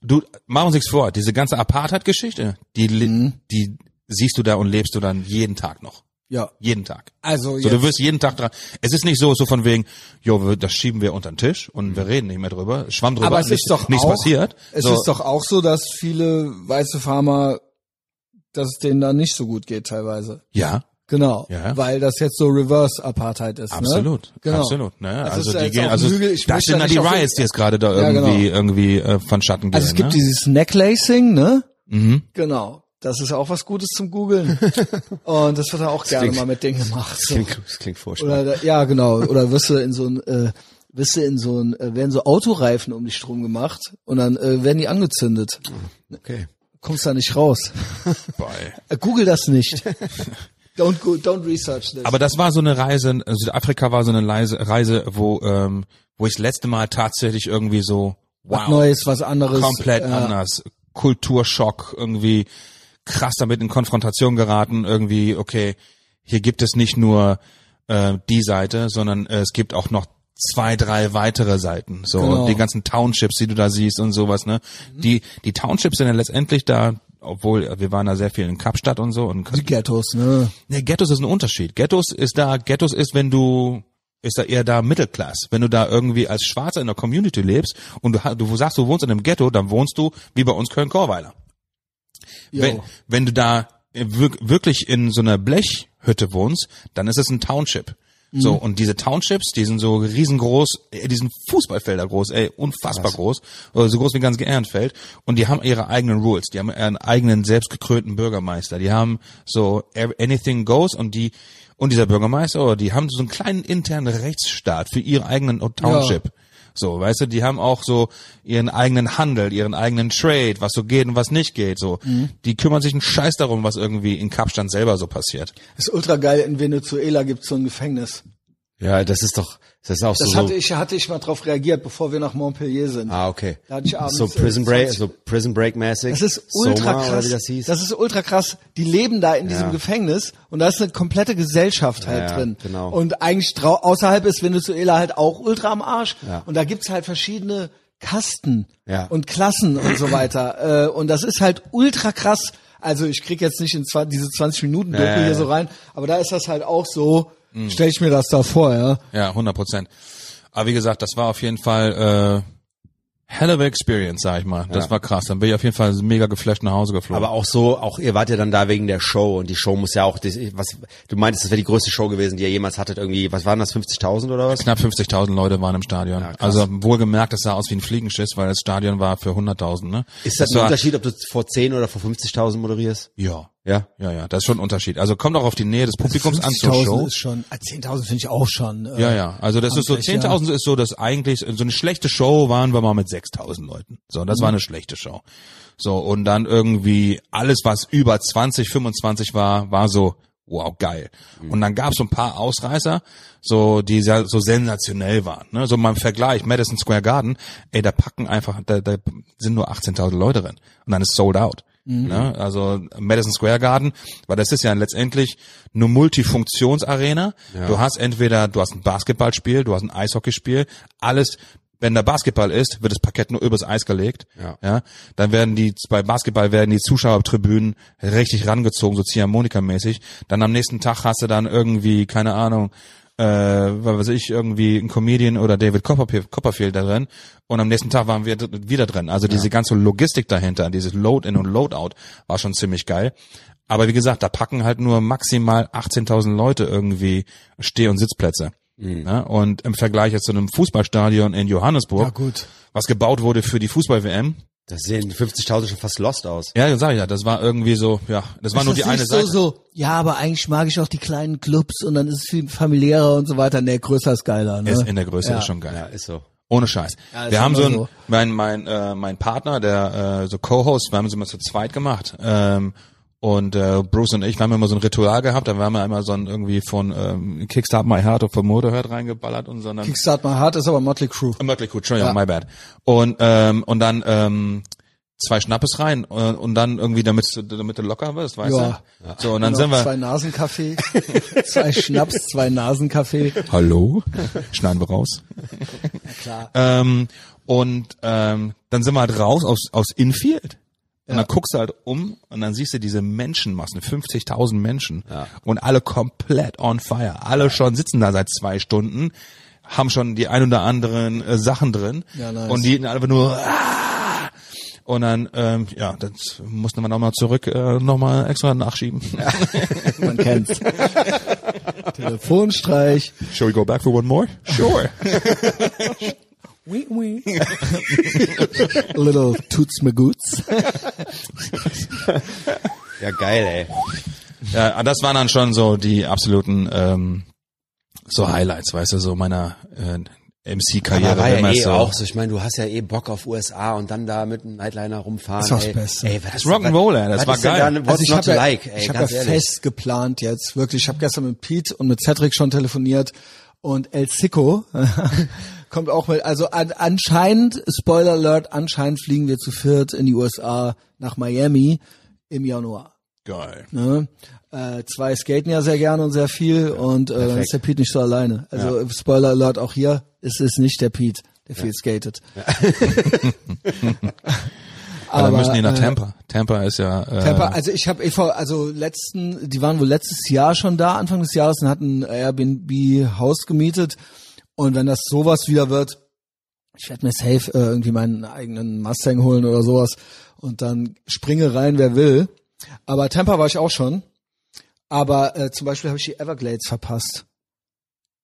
[SPEAKER 2] Du, machen wir uns nichts
[SPEAKER 1] Mhm.
[SPEAKER 2] vor, diese ganze Apartheid-Geschichte, die, li- die siehst du da und lebst du dann jeden Tag noch.
[SPEAKER 1] Ja.
[SPEAKER 2] Jeden Tag.
[SPEAKER 1] Also
[SPEAKER 2] so,
[SPEAKER 1] jetzt-
[SPEAKER 2] du wirst jeden Tag dran. Es ist nicht so, so von wegen, jo, wir- das schieben wir unter den Tisch und wir reden nicht mehr drüber, schwamm drüber,
[SPEAKER 1] Mhm. Aber es
[SPEAKER 2] nichts-
[SPEAKER 1] ist doch
[SPEAKER 2] nichts
[SPEAKER 1] auch,
[SPEAKER 2] passiert.
[SPEAKER 1] Es
[SPEAKER 2] so,
[SPEAKER 1] ist doch auch so, dass viele weiße Farmer, dass es denen da nicht so gut geht teilweise.
[SPEAKER 2] ja,
[SPEAKER 1] Genau,
[SPEAKER 2] Ja.
[SPEAKER 1] weil das jetzt so Reverse Apartheid ist.
[SPEAKER 2] absolut,
[SPEAKER 1] ne? genau.
[SPEAKER 2] absolut. Ne?
[SPEAKER 1] Das
[SPEAKER 2] Also
[SPEAKER 1] ist ja
[SPEAKER 2] die
[SPEAKER 1] jetzt
[SPEAKER 2] gehen,
[SPEAKER 1] auch
[SPEAKER 2] also
[SPEAKER 1] ein Lüge. Ich
[SPEAKER 2] das
[SPEAKER 1] möchte
[SPEAKER 2] sind
[SPEAKER 1] da
[SPEAKER 2] ja
[SPEAKER 1] nicht
[SPEAKER 2] die
[SPEAKER 1] auf-
[SPEAKER 2] Riots, die jetzt gerade da
[SPEAKER 1] Ja,
[SPEAKER 2] irgendwie
[SPEAKER 1] genau.
[SPEAKER 2] irgendwie äh, von Schatten gehen.
[SPEAKER 1] Also es gibt
[SPEAKER 2] ne? Mhm.
[SPEAKER 1] dieses Necklacing, ne? Genau. Das ist auch was Gutes zum Googeln. Und das wird ja auch gerne
[SPEAKER 3] klingt-
[SPEAKER 1] mal mit Dingen gemacht.
[SPEAKER 3] Das
[SPEAKER 1] So.
[SPEAKER 3] klingt, das klingt furchtbar.
[SPEAKER 1] Oder da, ja, genau. Oder wirst du in so ein, äh, wirst du in so ein, äh, werden so Autoreifen um dich drum gemacht und dann äh, werden die angezündet.
[SPEAKER 3] Okay.
[SPEAKER 1] Kommst da nicht raus.
[SPEAKER 2] Bei.
[SPEAKER 1] Äh, Google das nicht. Don't go, don't research this.
[SPEAKER 2] Aber das war so eine Reise, äh, Südafrika war so eine Leise, Reise, wo, ähm, wo ich das letzte Mal tatsächlich irgendwie so, wow,
[SPEAKER 1] was Neues, was anderes.
[SPEAKER 2] komplett
[SPEAKER 1] äh,
[SPEAKER 2] anders, Kulturschock, irgendwie krass damit in Konfrontation geraten, irgendwie, okay, hier gibt es nicht nur äh, die Seite, sondern äh, es gibt auch noch zwei, drei weitere Seiten, so
[SPEAKER 1] Genau. Mhm.
[SPEAKER 2] und die ganzen Townships, die du da siehst und sowas, ne? Die, die Townships sind ja letztendlich da, obwohl äh, wir waren da sehr viel in Kapstadt und so und
[SPEAKER 1] Die Ghettos, ne?
[SPEAKER 2] Ne, Ghettos ist ein Unterschied. Ghettos ist da, Ghettos ist, wenn du ist da eher da Mittelklasse. Wenn du da irgendwie als Schwarzer in der Community lebst und du, ha- du sagst, du wohnst in einem Ghetto, dann wohnst du wie bei uns Köln-Korweiler.
[SPEAKER 1] Jo.
[SPEAKER 2] Wenn, wenn du da äh, wirk- wirklich in so einer Blechhütte wohnst, dann ist es ein Township. So, und diese Townships, die sind so riesengroß, äh, die sind Fußballfelder groß, ey, unfassbar groß, oder so groß wie ganz Ehrenfeld. Und die haben ihre eigenen Rules, die haben ihren eigenen selbstgekrönten Bürgermeister, die haben so ev- anything goes und die, und dieser Bürgermeister, oder die haben so einen kleinen internen Rechtsstaat für ihren eigenen Township. So, weißt du, die haben auch so ihren eigenen Handel, ihren eigenen Trade, was so geht und was nicht geht. So,
[SPEAKER 3] Mhm.
[SPEAKER 2] die kümmern sich einen Scheiß darum, was irgendwie in Kapstadt selber so passiert.
[SPEAKER 1] Ist ultra geil, in Venezuela gibt's so ein Gefängnis.
[SPEAKER 3] Ja, das ist doch, das ist auch
[SPEAKER 1] Das
[SPEAKER 3] so.
[SPEAKER 1] hatte ich, hatte ich mal drauf reagiert, bevor wir nach Montpellier sind.
[SPEAKER 3] ah, okay.
[SPEAKER 1] Da hatte ich abends,
[SPEAKER 3] so Prison
[SPEAKER 1] äh,
[SPEAKER 3] Break,
[SPEAKER 1] 20
[SPEAKER 3] so Prison Break mäßig.
[SPEAKER 1] Das ist ultra
[SPEAKER 3] Soma,
[SPEAKER 1] krass.
[SPEAKER 3] Oder wie das hieß.
[SPEAKER 1] ist ultra krass. Die leben da in diesem
[SPEAKER 3] Ja.
[SPEAKER 1] Gefängnis und da ist eine komplette Gesellschaft halt
[SPEAKER 3] ja,
[SPEAKER 1] drin.
[SPEAKER 3] genau.
[SPEAKER 1] Und eigentlich drau außerhalb ist Venezuela halt auch ultra am Arsch.
[SPEAKER 3] Ja.
[SPEAKER 1] Und da gibt's halt verschiedene Kasten
[SPEAKER 3] Ja.
[SPEAKER 1] und Klassen und so weiter. Äh, und das ist halt ultra krass. Also ich krieg jetzt nicht in zwa- diese 20 Minuten Doku
[SPEAKER 3] Ja, ja,
[SPEAKER 1] hier
[SPEAKER 3] ja. Mhm.
[SPEAKER 1] so rein, aber da ist das halt auch so. Stell ich mir das da vor, ja.
[SPEAKER 2] Ja, 100 Prozent. Aber wie gesagt, das war auf jeden Fall äh, hell of a experience, sag ich mal. Das war krass. Dann bin ich auf jeden Fall mega geflasht nach Hause geflogen.
[SPEAKER 3] aber auch so, auch ihr wart ja dann da wegen der Show und die Show muss ja auch, das- was du meintest, das wäre die größte Show gewesen, die ihr jemals hattet. Irgendwie, was waren das, 50.000 oder was?
[SPEAKER 2] Knapp 50.000 Leute waren im Stadion. also wohlgemerkt, das sah aus wie ein Fliegenschiss, weil das Stadion war für 100.000. Ne?
[SPEAKER 3] Ist das, ein
[SPEAKER 2] war,
[SPEAKER 3] Unterschied, ob du vor 10 oder vor 50.000 moderierst?
[SPEAKER 2] Ja.
[SPEAKER 3] Ja.
[SPEAKER 2] Ja, ja, das ist schon ein Unterschied. Also kommt auch auf die Nähe des Publikums an zur
[SPEAKER 1] 50.000
[SPEAKER 2] Show.
[SPEAKER 1] ist schon, ah, 10.000 finde ich auch schon. äh,
[SPEAKER 2] Ja, ja. Also das ist so
[SPEAKER 1] amtlich,
[SPEAKER 2] 10.000 ist so, dass eigentlich so eine schlechte Show waren wir mal mit 6.000 Leuten. So, das war eine schlechte Show. So und dann irgendwie alles was über 20, 25 war, war so wow geil. Und dann gab's so ein paar Ausreißer, so die sehr, so sensationell waren. Ne? So mal im Vergleich Madison Square Garden, ey da packen einfach, da, da sind nur 18.000 Leute drin und dann ist sold out. Ne? Also Madison Square Garden, weil das ist ja letztendlich eine Multifunktionsarena. Du hast entweder, du hast ein Basketballspiel, du hast ein Eishockeyspiel, alles, wenn da Basketball ist, wird das Parkett nur übers Eis gelegt.
[SPEAKER 3] Ja.
[SPEAKER 2] Ja? Dann werden die, bei Basketball werden die Zuschauertribünen richtig rangezogen, so Ziehharmonika-mäßig. Dann am nächsten Tag hast du dann irgendwie, keine Ahnung, äh, was weiß ich, irgendwie ein Comedian oder David Copperfield, Copperfield da drin. Und am nächsten Tag waren wir dr- wieder drin. Also diese ganze Logistik dahinter, dieses Load-In und Load-Out war schon ziemlich geil. Aber wie gesagt, da packen halt nur maximal 18.000 Leute irgendwie Steh- und Sitzplätze.
[SPEAKER 1] Mhm.
[SPEAKER 2] Ne? Und im Vergleich jetzt zu einem Fußballstadion in Johannesburg,
[SPEAKER 1] Ja, gut.
[SPEAKER 2] was gebaut wurde für die Fußball-WM,
[SPEAKER 3] Das sehen 50.000 schon fast lost aus.
[SPEAKER 2] ja, sag ich ja, das war irgendwie so, ja, das war nur
[SPEAKER 1] Ist
[SPEAKER 2] die
[SPEAKER 1] das
[SPEAKER 2] eine
[SPEAKER 1] nicht
[SPEAKER 2] Seite.
[SPEAKER 1] So, so, ja, aber eigentlich mag ich auch die kleinen Clubs und dann ist es viel familiärer und so weiter. Nee, größer ist geiler. Ne?
[SPEAKER 2] Ist in der Größe
[SPEAKER 1] Ja.
[SPEAKER 2] ist schon geil.
[SPEAKER 3] Ja, ist so.
[SPEAKER 2] Ohne Scheiß.
[SPEAKER 1] Ja, ist
[SPEAKER 2] wir haben so
[SPEAKER 1] immer
[SPEAKER 2] ein,
[SPEAKER 1] so.
[SPEAKER 2] mein, mein, äh, mein Partner, der äh, so Co-Host, wir haben es immer zu zweit gemacht. Ähm, und äh, Bruce und ich, wir haben immer so ein Ritual gehabt, dann haben wir einmal so ein irgendwie von ähm, Kickstart My Heart oder von Motorhead reingeballert und sondern
[SPEAKER 1] Kickstart My Heart ist aber Motley Crew.
[SPEAKER 2] Mötley Crüe, Entschuldigung, my bad. Und ähm, und dann ähm, zwei Schnappes rein äh, und dann irgendwie, damit damit du locker wirst, weißt
[SPEAKER 1] Ja. Genau,
[SPEAKER 2] du? So und dann sind wir.
[SPEAKER 1] Zwei Nasenkaffee, zwei Schnaps, zwei Nasenkaffee.
[SPEAKER 2] Hallo? Schneiden wir raus. Äh. Klar. Ähm, und ähm, dann sind wir halt raus aufs, aufs Infield. Und dann guckst du halt um und dann siehst du diese Menschenmassen, 50.000 Menschen und alle komplett on fire. Alle schon sitzen da seit zwei Stunden, haben schon die ein oder anderen äh, Sachen drin
[SPEAKER 1] Ja, nice.
[SPEAKER 2] und die einfach nur "Ah!" und dann ähm, ja, das mussten wir nochmal zurück äh, nochmal extra nachschieben.
[SPEAKER 1] Man kennt's. Telefonstreich.
[SPEAKER 2] Shall we go back for one more? Sure.
[SPEAKER 1] Oui, oui. Little toots me goots.
[SPEAKER 3] Ja, geil, ey.
[SPEAKER 2] Ja, Äh, das waren dann schon so die absoluten ähm, so Highlights, weißt du, so meiner äh,
[SPEAKER 3] Ja,
[SPEAKER 2] MC-Karriere.
[SPEAKER 3] war
[SPEAKER 2] wenn
[SPEAKER 3] ja
[SPEAKER 2] man
[SPEAKER 3] eh
[SPEAKER 2] so-
[SPEAKER 3] auch so. Ich meine, du hast ja eh Bock auf USA und dann da mit einem Nightliner rumfahren.
[SPEAKER 1] Das war das
[SPEAKER 3] ey.
[SPEAKER 1] Beste.
[SPEAKER 3] Ey, was
[SPEAKER 2] ist Rock'n'Roll, ey, das
[SPEAKER 3] was
[SPEAKER 2] war
[SPEAKER 3] ist denn
[SPEAKER 2] geil.
[SPEAKER 3] da ne- What's
[SPEAKER 1] Also ich
[SPEAKER 3] not
[SPEAKER 1] habe
[SPEAKER 3] to
[SPEAKER 1] ja,
[SPEAKER 3] like, ey,
[SPEAKER 1] ich hab ja
[SPEAKER 3] ganz ehrlich.
[SPEAKER 1] fest geplant jetzt, wirklich. Ich habe gestern mit Pete und mit Cedric schon telefoniert und El Sico kommt auch mit. Also an, anscheinend, Spoiler Alert, anscheinend fliegen wir zu viert in die USA nach Miami im Januar.
[SPEAKER 2] Geil.
[SPEAKER 1] Ne? Äh, zwei skaten ja sehr gerne und sehr viel und äh, ist der Pete nicht so alleine. Also Spoiler Alert auch hier, es ist nicht der Pete, der viel skatet.
[SPEAKER 2] Aber, dann müssen die nach
[SPEAKER 1] äh,
[SPEAKER 2] Tampa. Tampa ist ja. Äh,
[SPEAKER 1] Pepper, also ich habe EV, also letzten, die waren wohl letztes Jahr schon da, Anfang des Jahres und hatten ein Airbnb-Haus gemietet. Und wenn das sowas wieder wird, ich werde mir safe äh, irgendwie meinen eigenen Mustang holen oder sowas und dann springe rein, wer will. Aber Tampa war ich auch schon. Aber äh, zum Beispiel habe ich die Everglades verpasst.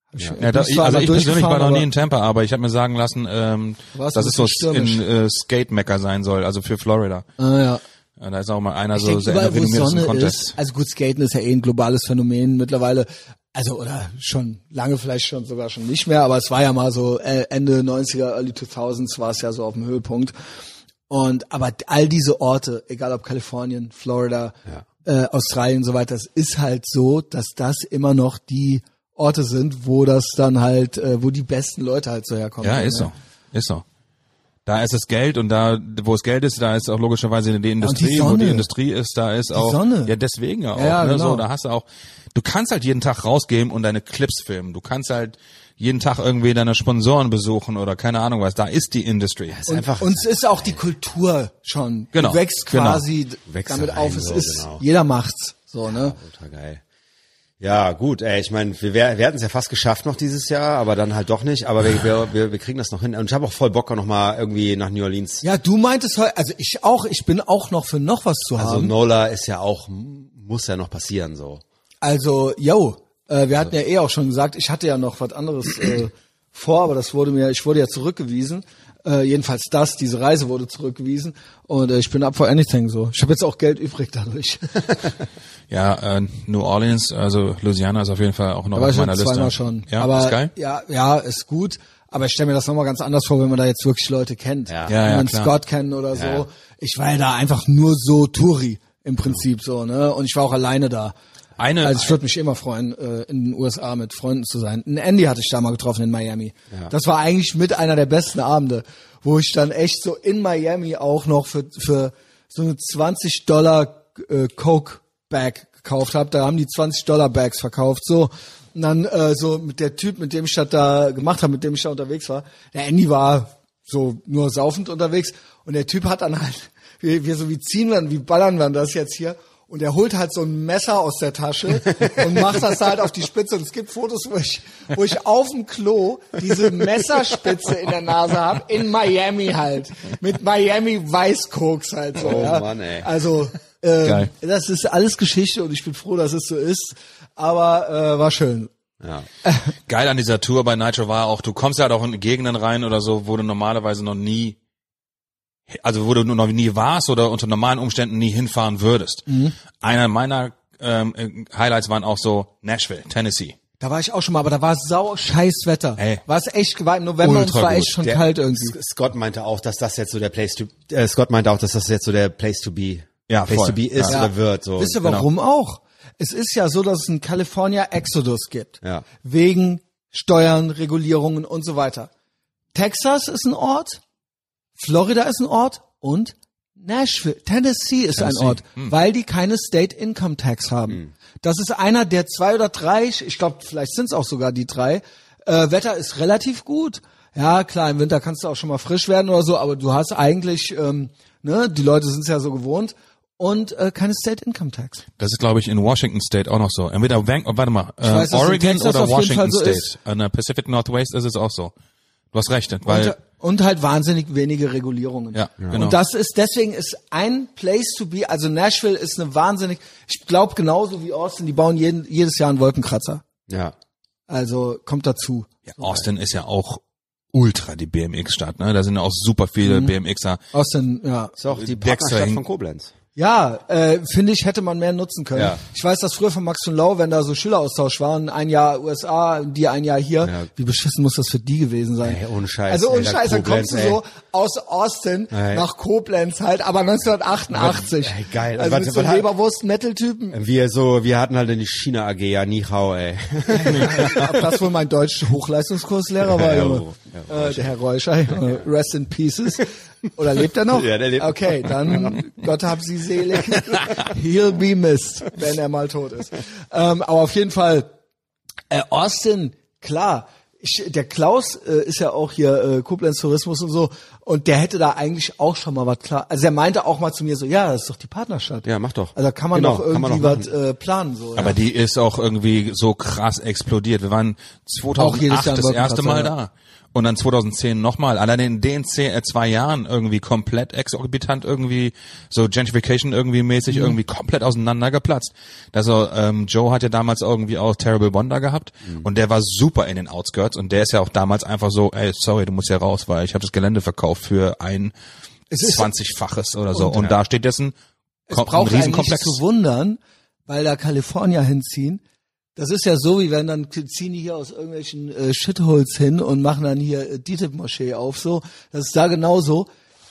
[SPEAKER 1] Hab ich-
[SPEAKER 2] Ja, da,
[SPEAKER 1] bin
[SPEAKER 2] ich,
[SPEAKER 1] zwar
[SPEAKER 2] also
[SPEAKER 1] mal
[SPEAKER 2] ich persönlich war
[SPEAKER 1] durchgefahren,
[SPEAKER 2] noch
[SPEAKER 1] aber-
[SPEAKER 2] nie in Tampa, aber ich habe mir sagen lassen, ähm,
[SPEAKER 1] War's
[SPEAKER 2] dass
[SPEAKER 1] ein
[SPEAKER 2] es so
[SPEAKER 1] bisschen
[SPEAKER 2] in
[SPEAKER 1] stürmisch.
[SPEAKER 2] äh, Skate-Mecker sein soll, also für Florida.
[SPEAKER 1] Ah, ja.
[SPEAKER 2] Ja, da ist auch mal einer
[SPEAKER 1] Ich
[SPEAKER 2] so
[SPEAKER 1] denke,
[SPEAKER 2] Also sehr in
[SPEAKER 1] überall, wo Sonne
[SPEAKER 2] renommiertesten Contests.
[SPEAKER 1] ist, also gut, Skaten ist ja eh ein globales Phänomen mittlerweile, also oder schon lange vielleicht schon sogar schon nicht mehr, aber es war ja mal so äh, Ende 90er, Early 2000s war es ja so auf dem Höhepunkt. Und aber all diese Orte, egal ob Kalifornien, Florida, äh, Australien und so weiter, es ist halt so, dass das immer noch die Orte sind, wo das dann halt, äh, wo die besten Leute halt so herkommen.
[SPEAKER 2] Ja, ist
[SPEAKER 1] ne?
[SPEAKER 2] so. Ist so. Da ist das Geld und da, wo es Geld ist, da ist auch logischerweise die Industrie,
[SPEAKER 1] die
[SPEAKER 2] wo die
[SPEAKER 1] Sonne.
[SPEAKER 2] Industrie ist, da ist auch.
[SPEAKER 1] Sonne.
[SPEAKER 2] Ja, deswegen ja auch.
[SPEAKER 1] Ja,
[SPEAKER 2] ne?
[SPEAKER 1] genau.
[SPEAKER 2] so, da hast du auch. Du kannst halt jeden Tag rausgehen und deine Clips filmen. Du kannst halt jeden Tag irgendwie deine Sponsoren besuchen oder keine Ahnung was. Da ist die Industry.
[SPEAKER 1] Und,
[SPEAKER 3] einfach-
[SPEAKER 1] und es ist auch die Kultur schon.
[SPEAKER 2] Genau,
[SPEAKER 1] Die wächst
[SPEAKER 2] genau.
[SPEAKER 1] quasi
[SPEAKER 3] Wächst
[SPEAKER 1] damit
[SPEAKER 3] rein,
[SPEAKER 1] auf. Es
[SPEAKER 3] so,
[SPEAKER 1] ist,
[SPEAKER 3] genau.
[SPEAKER 1] jeder macht's. So, ne?
[SPEAKER 3] Ultra geil. Ja, gut, ey, ich meine, wir, wär- wir hatten es ja fast geschafft noch dieses Jahr, aber dann halt doch nicht. Aber wir, wir, wir, wir kriegen das noch hin. Und ich habe auch voll Bock noch mal irgendwie nach New Orleans.
[SPEAKER 1] Ja, du meintest heute, also ich auch, ich bin auch noch für noch was zu
[SPEAKER 3] Also
[SPEAKER 1] haben.
[SPEAKER 3] Nola ist ja auch, muss ja noch passieren so.
[SPEAKER 1] Also, yo, äh, wir
[SPEAKER 3] Also-
[SPEAKER 1] hatten ja eh auch schon gesagt, ich hatte ja noch was anderes äh, vor, aber das wurde mir, ich wurde ja zurückgewiesen. Äh, jedenfalls das, diese Reise wurde zurückgewiesen und äh, ich bin up for anything so. Ich habe jetzt auch Geld übrig dadurch.
[SPEAKER 2] Ja, äh, New Orleans, also Louisiana ist auf jeden Fall auch noch
[SPEAKER 1] Aber
[SPEAKER 2] auf
[SPEAKER 1] ich
[SPEAKER 2] meiner Liste.
[SPEAKER 1] zweimal schon.
[SPEAKER 2] Ja,
[SPEAKER 1] aber
[SPEAKER 2] ist geil.
[SPEAKER 1] Ja, ja, ist gut. Aber ich stelle mir das nochmal ganz anders vor, wenn man da jetzt wirklich Leute kennt.
[SPEAKER 3] Ja.
[SPEAKER 2] Ja,
[SPEAKER 1] wenn
[SPEAKER 2] ja,
[SPEAKER 1] man
[SPEAKER 2] klar.
[SPEAKER 1] Scott kennt oder so. Ich war ja da einfach nur so Touri im Prinzip so, ne? Und ich war auch alleine da.
[SPEAKER 2] Eine-
[SPEAKER 1] also ich würde mich immer freuen, äh, in den USA mit Freunden zu sein. Ein Andy hatte ich da mal getroffen in Miami. Das war eigentlich mit einer der besten Abende, wo ich dann echt so in Miami auch noch für, für so eine 20 Dollar äh, Coke Bag gekauft habe. Da haben die 20 Dollar Bags verkauft so. Und dann äh, so mit der Typ, mit dem ich das da gemacht habe, mit dem ich da unterwegs war. Der Andy war so nur saufend unterwegs und der Typ hat dann halt, wir, wir so wie ziehen wir, wie ballern wir das jetzt hier und er holt halt so ein Messer aus der Tasche und macht das halt auf die Spitze und es gibt Fotos, wo ich, wo ich auf dem Klo diese Messerspitze in der Nase habe, in Miami halt, mit Miami Weißkoks halt so.
[SPEAKER 3] Oh
[SPEAKER 1] ja.
[SPEAKER 3] Mann, ey.
[SPEAKER 1] Also, ähm,
[SPEAKER 2] Geil.
[SPEAKER 1] das ist alles Geschichte und ich bin froh, dass es so ist, aber äh, war schön.
[SPEAKER 3] Ja.
[SPEAKER 2] Geil an dieser Tour bei Nitro war auch, du kommst halt auch in Gegenden rein oder so, wo du normalerweise noch nie, also wo du noch nie warst oder unter normalen Umständen nie hinfahren würdest.
[SPEAKER 1] Mhm.
[SPEAKER 2] Einer meiner ähm, äh, Highlights waren auch so Nashville, Tennessee.
[SPEAKER 1] Da war ich auch schon mal, aber da war es sau scheiß Wetter.
[SPEAKER 2] Ey.
[SPEAKER 1] War es echt, war im November und es
[SPEAKER 2] Ultra
[SPEAKER 1] war echt
[SPEAKER 2] gut.
[SPEAKER 1] schon
[SPEAKER 3] Der-
[SPEAKER 1] kalt irgendwie.
[SPEAKER 3] S- Scott meinte auch, dass das jetzt so der Place to äh, Scott meinte auch, dass das jetzt so der Place to be
[SPEAKER 2] Ja,
[SPEAKER 3] Place
[SPEAKER 2] voll.
[SPEAKER 3] to be ist
[SPEAKER 1] Ja.
[SPEAKER 3] oder wird so. Genau.
[SPEAKER 1] Wisst ihr warum auch? Es ist ja so, dass es einen California Exodus gibt.
[SPEAKER 3] Ja.
[SPEAKER 1] Wegen Steuern, Regulierungen und so weiter. Texas ist ein Ort, Florida ist ein Ort und Nashville, Tennessee ist ein Ort, weil die keine State Income Tax haben. Das ist einer der zwei oder drei, ich glaube, vielleicht sind es auch sogar die drei. Äh, Wetter ist relativ gut. ja klar, im Winter kannst du auch schon mal frisch werden oder so, aber du hast eigentlich, ähm, ne, die Leute sind es ja so gewohnt und äh, keine State Income Tax.
[SPEAKER 2] Das ist, glaube ich, in Washington State auch noch so. Entweder Van warte mal, äh,
[SPEAKER 1] weiß, dass in
[SPEAKER 2] Oregon
[SPEAKER 1] Texas
[SPEAKER 2] oder
[SPEAKER 1] auf jeden
[SPEAKER 2] Washington
[SPEAKER 1] Fall so
[SPEAKER 2] State.
[SPEAKER 1] ist.
[SPEAKER 2] An der Pacific Northwest ist es auch so. Du hast recht, weil
[SPEAKER 1] und, und halt wahnsinnig wenige Regulierungen.
[SPEAKER 2] Ja, Ja. genau.
[SPEAKER 1] Und das ist deswegen ist ein Place to be. Also Nashville ist eine wahnsinnig. Ich glaube genauso wie Austin. Die bauen jeden, jedes Jahr einen Wolkenkratzer.
[SPEAKER 3] Genau. Ja.
[SPEAKER 1] Also kommt dazu.
[SPEAKER 2] ja, Austin ist ja auch ultra die BMX-Stadt. Ne? Da sind ja auch super viele
[SPEAKER 1] Mhm.
[SPEAKER 2] BMXer.
[SPEAKER 1] Austin, ja.
[SPEAKER 3] Ist auch die
[SPEAKER 2] Dexter
[SPEAKER 3] Partnerstadt
[SPEAKER 2] hin-
[SPEAKER 3] von Koblenz.
[SPEAKER 1] Ja, äh, finde ich, hätte man mehr nutzen können.
[SPEAKER 3] Ja.
[SPEAKER 1] Ich weiß, dass früher von Max und Lau, wenn da so Schüleraustausch waren, ein Jahr USA, die ein Jahr hier,
[SPEAKER 3] Ja.
[SPEAKER 1] wie beschissen muss das für die gewesen sein?
[SPEAKER 3] Ey, ohne Scheiß,
[SPEAKER 1] Also ohne
[SPEAKER 3] ey, da
[SPEAKER 1] Scheiß, dann
[SPEAKER 3] Koblenz,
[SPEAKER 1] kommst du
[SPEAKER 3] ey.
[SPEAKER 1] so aus Austin
[SPEAKER 3] Ey.
[SPEAKER 1] nach Koblenz halt, aber 1988.
[SPEAKER 3] Ey, geil.
[SPEAKER 1] Also
[SPEAKER 3] Warte,
[SPEAKER 1] mit so
[SPEAKER 3] warte.
[SPEAKER 1] Leberwurst-Metal-Typen.
[SPEAKER 3] Äh, Wir so, wir hatten halt in die China AG, ja, Nichau, ey.
[SPEAKER 1] Ob das wohl mein deutsch Hochleistungskurslehrer war,
[SPEAKER 3] Ja,
[SPEAKER 1] Junge?
[SPEAKER 3] ja,
[SPEAKER 1] äh, der Herr Reuscher, Junge. Rest in Pieces. Oder lebt er noch?
[SPEAKER 3] Ja, der lebt
[SPEAKER 1] Okay, dann Gott hab sie selig. He'll be missed, wenn er mal tot ist. Ähm, aber auf jeden Fall, äh, Austin, klar. Ich, der Klaus äh, ist ja auch hier äh, Koblenz Tourismus und so und der hätte da eigentlich auch schon mal was klar. Also er meinte auch mal zu mir so, ja, das ist doch die Partnerstadt.
[SPEAKER 3] Ja, mach doch.
[SPEAKER 1] Also da kann man
[SPEAKER 3] Genau,
[SPEAKER 1] doch
[SPEAKER 3] kann man
[SPEAKER 1] irgendwie
[SPEAKER 3] doch
[SPEAKER 1] was äh, planen so.
[SPEAKER 2] Aber die ist auch irgendwie so krass explodiert. Wir waren
[SPEAKER 1] Auch jedes
[SPEAKER 2] 2008
[SPEAKER 1] Jahr
[SPEAKER 2] das
[SPEAKER 1] im
[SPEAKER 2] erste Mal
[SPEAKER 1] Wolkenkratzer,
[SPEAKER 2] da. Und dann 2010 nochmal. Allein in den zehn, äh, zwei Jahren irgendwie komplett exorbitant irgendwie, so Gentrification irgendwie
[SPEAKER 1] Mhm.
[SPEAKER 2] mäßig irgendwie komplett auseinandergeplatzt. Also ähm, Joe hat ja damals irgendwie auch Terrible Wonder gehabt
[SPEAKER 1] Mhm.
[SPEAKER 2] und der war super in den Outskirts und der ist ja auch damals einfach so, ey, sorry, du musst ja raus, weil ich habe das Gelände verkauft für ein
[SPEAKER 1] ist-
[SPEAKER 2] 20-faches oder so. Und, da steht dessen
[SPEAKER 1] es braucht
[SPEAKER 2] ein
[SPEAKER 1] einen nicht
[SPEAKER 2] Riesenkomplex.
[SPEAKER 1] zu wundern, weil da California hinziehen. Das ist ja so, wie wenn dann ziehen die hier aus irgendwelchen äh, Shitholes hin und machen dann hier äh, DTIP-Moschee auf, so. Das ist da genauso.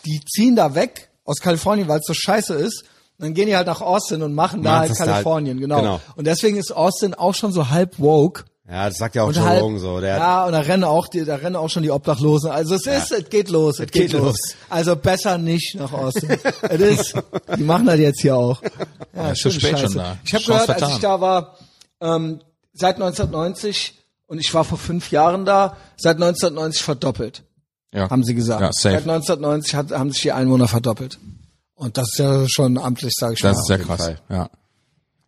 [SPEAKER 1] Die ziehen da weg aus Kalifornien, weil es so scheiße ist. Und dann gehen die halt nach Austin und machen da
[SPEAKER 3] Machen
[SPEAKER 1] halt
[SPEAKER 3] das da halt.
[SPEAKER 1] Kalifornien, genau.
[SPEAKER 3] Genau.
[SPEAKER 1] Und deswegen ist Austin auch schon so halb woke.
[SPEAKER 3] Ja, das sagt ja auch
[SPEAKER 1] Und
[SPEAKER 3] Joe
[SPEAKER 1] halb,
[SPEAKER 3] Rogan so. Der
[SPEAKER 1] ja, und da rennen auch die, da rennen auch schon die Obdachlosen. Also es ist, es geht los, es geht,
[SPEAKER 3] geht
[SPEAKER 1] los.
[SPEAKER 3] los.
[SPEAKER 1] Also besser nicht nach Osten. es ist, die machen das jetzt hier auch. Ja,
[SPEAKER 2] ist zu
[SPEAKER 1] schön,
[SPEAKER 2] spät
[SPEAKER 1] scheiße.
[SPEAKER 2] schon da.
[SPEAKER 1] Ich habe
[SPEAKER 2] Chance
[SPEAKER 1] gehört, als
[SPEAKER 2] vertan.
[SPEAKER 1] ich da war, ähm, seit 1990 und ich war vor fünf Jahren da, seit 1990 verdoppelt,
[SPEAKER 2] Ja.
[SPEAKER 1] haben sie gesagt.
[SPEAKER 2] Ja, safe.
[SPEAKER 1] Seit 1990 hat, haben sich die Einwohner verdoppelt. Und das ist ja schon amtlich, sage ich
[SPEAKER 2] Das
[SPEAKER 1] mal.
[SPEAKER 2] ist ja
[SPEAKER 3] jeden
[SPEAKER 2] krass.
[SPEAKER 3] Fall.
[SPEAKER 2] Ja.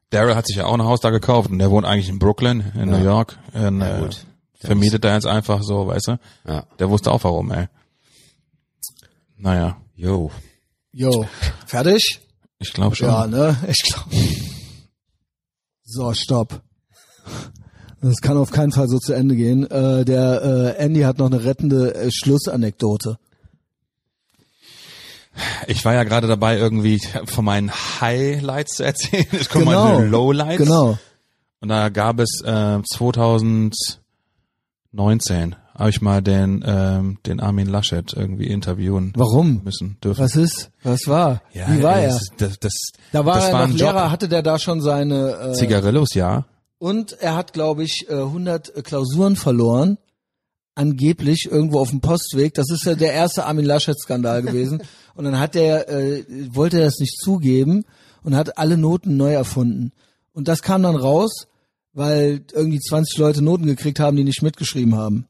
[SPEAKER 2] Daryl hat sich ja auch ein Haus da gekauft und der wohnt eigentlich in Brooklyn, in New York. In,
[SPEAKER 3] Ja,
[SPEAKER 2] äh,
[SPEAKER 3] gut.
[SPEAKER 2] vermietet da jetzt einfach so, weißt du?
[SPEAKER 3] Ja.
[SPEAKER 2] Der wusste auch warum, ey. Naja,
[SPEAKER 3] Yo.
[SPEAKER 1] Jo, fertig?
[SPEAKER 2] ich glaube schon.
[SPEAKER 1] Ja, ne? Ich glaube. So, stopp. Das kann auf keinen Fall so zu Ende gehen. Äh, der äh, Andy hat noch eine rettende äh, Schlussanekdote.
[SPEAKER 2] Ich war ja gerade dabei, irgendwie von meinen Highlights zu erzählen. Ich komme mal zu den Lowlights.
[SPEAKER 1] Genau.
[SPEAKER 2] Und da gab es äh, 2019, habe ich mal den, ähm, den Armin Laschet irgendwie interviewen
[SPEAKER 1] Warum?
[SPEAKER 2] müssen dürfen.
[SPEAKER 1] Was ist? Was war?
[SPEAKER 2] Ja,
[SPEAKER 1] Wie war
[SPEAKER 2] ey,
[SPEAKER 1] er?
[SPEAKER 2] Das, das, das,
[SPEAKER 1] Da war
[SPEAKER 2] das
[SPEAKER 1] er
[SPEAKER 2] war
[SPEAKER 1] noch
[SPEAKER 2] ein
[SPEAKER 1] Lehrer,
[SPEAKER 2] Job.
[SPEAKER 1] hatte der da schon seine... Äh,
[SPEAKER 2] Zigarillos, ja.
[SPEAKER 1] Und er hat, glaube ich, äh, 100 Klausuren verloren. Angeblich irgendwo auf dem Postweg. Das ist ja der erste Armin Laschet-Skandal gewesen. Und dann hat er, äh, wollte er das nicht zugeben und hat alle Noten neu erfunden. Und das kam dann raus, weil irgendwie 20 Leute Noten gekriegt haben, die nicht mitgeschrieben haben.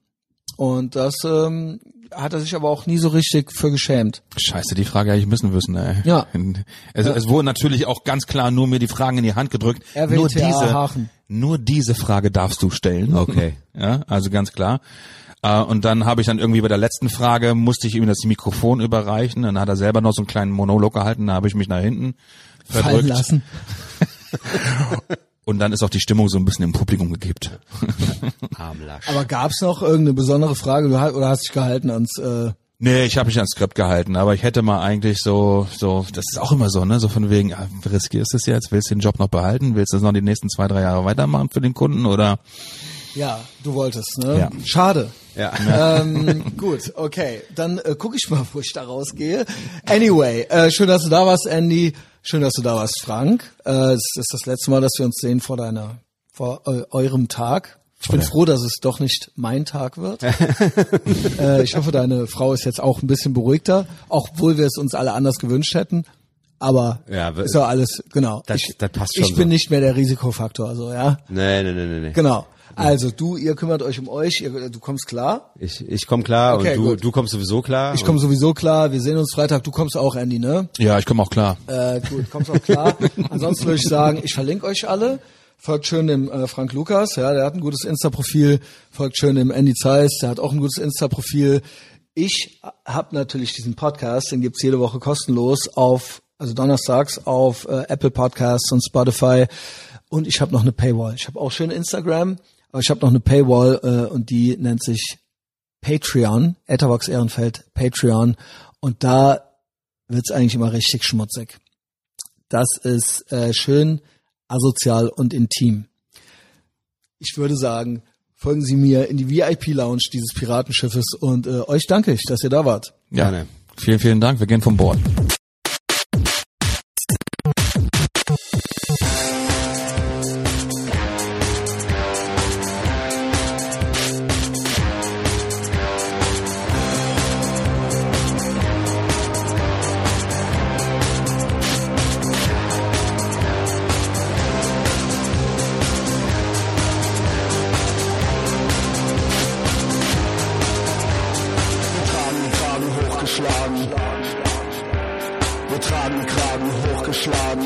[SPEAKER 1] Und das ähm, hat er sich aber auch nie so richtig für geschämt.
[SPEAKER 2] Scheiße, die Frage hätte ich müssen wissen, ey.
[SPEAKER 1] Ja.
[SPEAKER 2] Es, es wurde natürlich auch ganz klar nur mir die Fragen in die Hand gedrückt.
[SPEAKER 1] RWTH
[SPEAKER 2] nur diese,
[SPEAKER 1] Hafen.
[SPEAKER 2] nur diese Frage darfst du stellen.
[SPEAKER 3] Okay.
[SPEAKER 2] Ja, also ganz klar. Äh, Und dann habe ich dann irgendwie bei der letzten Frage musste ich ihm das Mikrofon überreichen. Dann hat er selber noch so einen kleinen Monolog gehalten. Da habe ich mich nach hinten
[SPEAKER 1] Fallen
[SPEAKER 2] verdrückt.
[SPEAKER 1] lassen.
[SPEAKER 2] Und dann ist auch die Stimmung so ein bisschen im Publikum gekippt.
[SPEAKER 3] Armlasch.
[SPEAKER 1] Aber gab's noch irgendeine besondere Frage Du ha- oder hast dich gehalten ans... Äh,
[SPEAKER 2] Nee, ich habe mich ans Skript gehalten, aber ich hätte mal eigentlich so, so, das ist auch immer so, ne, so von wegen, ah, riskierst du es jetzt, willst du den Job noch behalten, willst du das noch die nächsten zwei, drei Jahre weitermachen für den Kunden oder?
[SPEAKER 1] Ja, du wolltest, ne?
[SPEAKER 2] Ja.
[SPEAKER 1] Schade.
[SPEAKER 3] Ja.
[SPEAKER 1] Ähm, gut, okay. Dann äh, gucke ich mal, wo ich da rausgehe. Anyway, äh, schön, dass du da warst, Andy. Schön, dass du da warst, Frank. Äh, es ist das letzte Mal, dass wir uns sehen vor deiner, vor eu eurem Tag. Ich bin froh, dass es doch nicht mein Tag wird. äh, ich hoffe, deine Frau ist jetzt auch ein bisschen beruhigter, obwohl wir es uns alle anders gewünscht hätten. Aber
[SPEAKER 3] Ja, aber-
[SPEAKER 1] ist ja alles, genau.
[SPEAKER 3] Das-
[SPEAKER 1] ich
[SPEAKER 3] das passt
[SPEAKER 1] ich
[SPEAKER 3] schon
[SPEAKER 1] bin
[SPEAKER 3] so.
[SPEAKER 1] nicht mehr der Risikofaktor, also ja.
[SPEAKER 3] Nee, nee, nee, nee, nee.
[SPEAKER 1] Genau. Also du, ihr kümmert euch um euch, ihr, du kommst klar.
[SPEAKER 3] Ich, ich komme klar
[SPEAKER 1] Okay,
[SPEAKER 3] und du,
[SPEAKER 1] gut.
[SPEAKER 3] du kommst sowieso klar.
[SPEAKER 1] Ich komme sowieso klar, wir sehen uns Freitag, du kommst auch, Andy, ne?
[SPEAKER 2] Ja, ich komme auch klar.
[SPEAKER 1] Äh, gut, kommst auch klar. Ansonsten würde ich sagen, ich verlinke euch alle. Folgt schön dem äh, Frank Lukas, ja, der hat ein gutes Insta-Profil. Folgt schön dem Andy Zeiss, der hat auch ein gutes Insta-Profil. Ich habe natürlich diesen Podcast, den gibt's jede Woche kostenlos auf, also donnerstags auf äh, Apple Podcasts und Spotify. Und ich habe noch eine Paywall. Ich habe auch schön Instagram, aber ich habe noch eine Paywall äh, und die nennt sich Patreon, Etterbox Ehrenfeld, Patreon. Und da wird's eigentlich immer richtig schmutzig. Das ist äh, schön, asozial und intim. Ich würde sagen, folgen Sie mir in die VIP-Lounge dieses Piratenschiffes und äh, euch danke ich, dass ihr da wart.
[SPEAKER 2] Ja.
[SPEAKER 3] Gerne.
[SPEAKER 2] Vielen, vielen Dank. Wir gehen vom Bord.
[SPEAKER 5] Wir tragen Kragen hochgeschlagen. Wir tragen Kragen hochgeschlagen.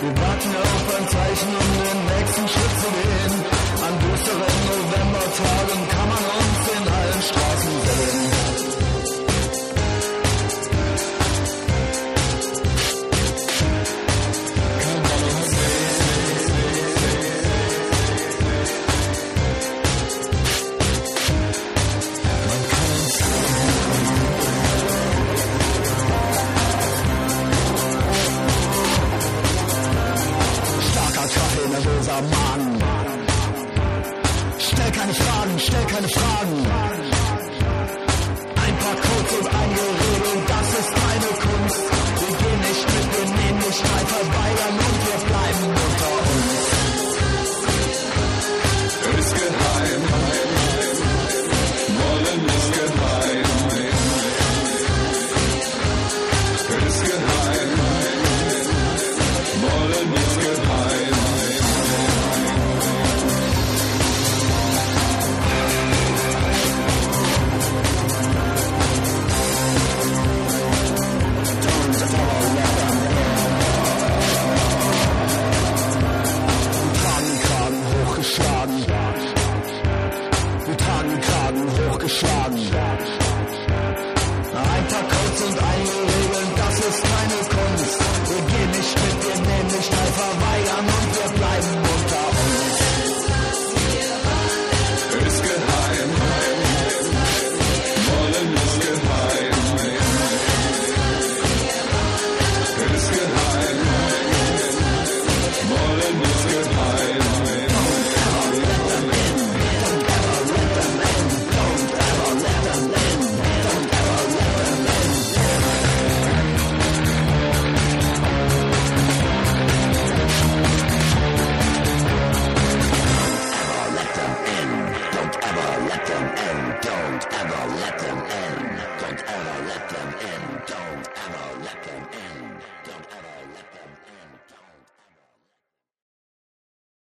[SPEAKER 5] Wir warten auf ein Zeichen, um den nächsten Schritt zu gehen. An düsteren Novembertagen kann man uns in allen Straßen sehen. Starker Kaffee, nervöser Magen. Stell keine Fragen, stell keine Fragen. Ein paar Codes und ein Gerede, das ist meine Kunst. Wir gehen nicht mit, wir nehmen nicht frei vorbei an und wir bleiben unter uns. Ist geheim, wollen ist geheim. Ist geheim, wollen ist geheim. tragen Kragen hochgeschlagen. Wir tragen Kragen hochgeschlagen. Ein paar Codes und einige Regeln, das ist keine Kunst. Wir gehen nicht mit, wir nehmen nicht teil, verweigern und wir bleiben unter uns. Ist geheim. Wollen ist geheim. Ist geheim. Wollen ist geheim. Don't ever let them in. Don't ever let them in. Don't ever let them in.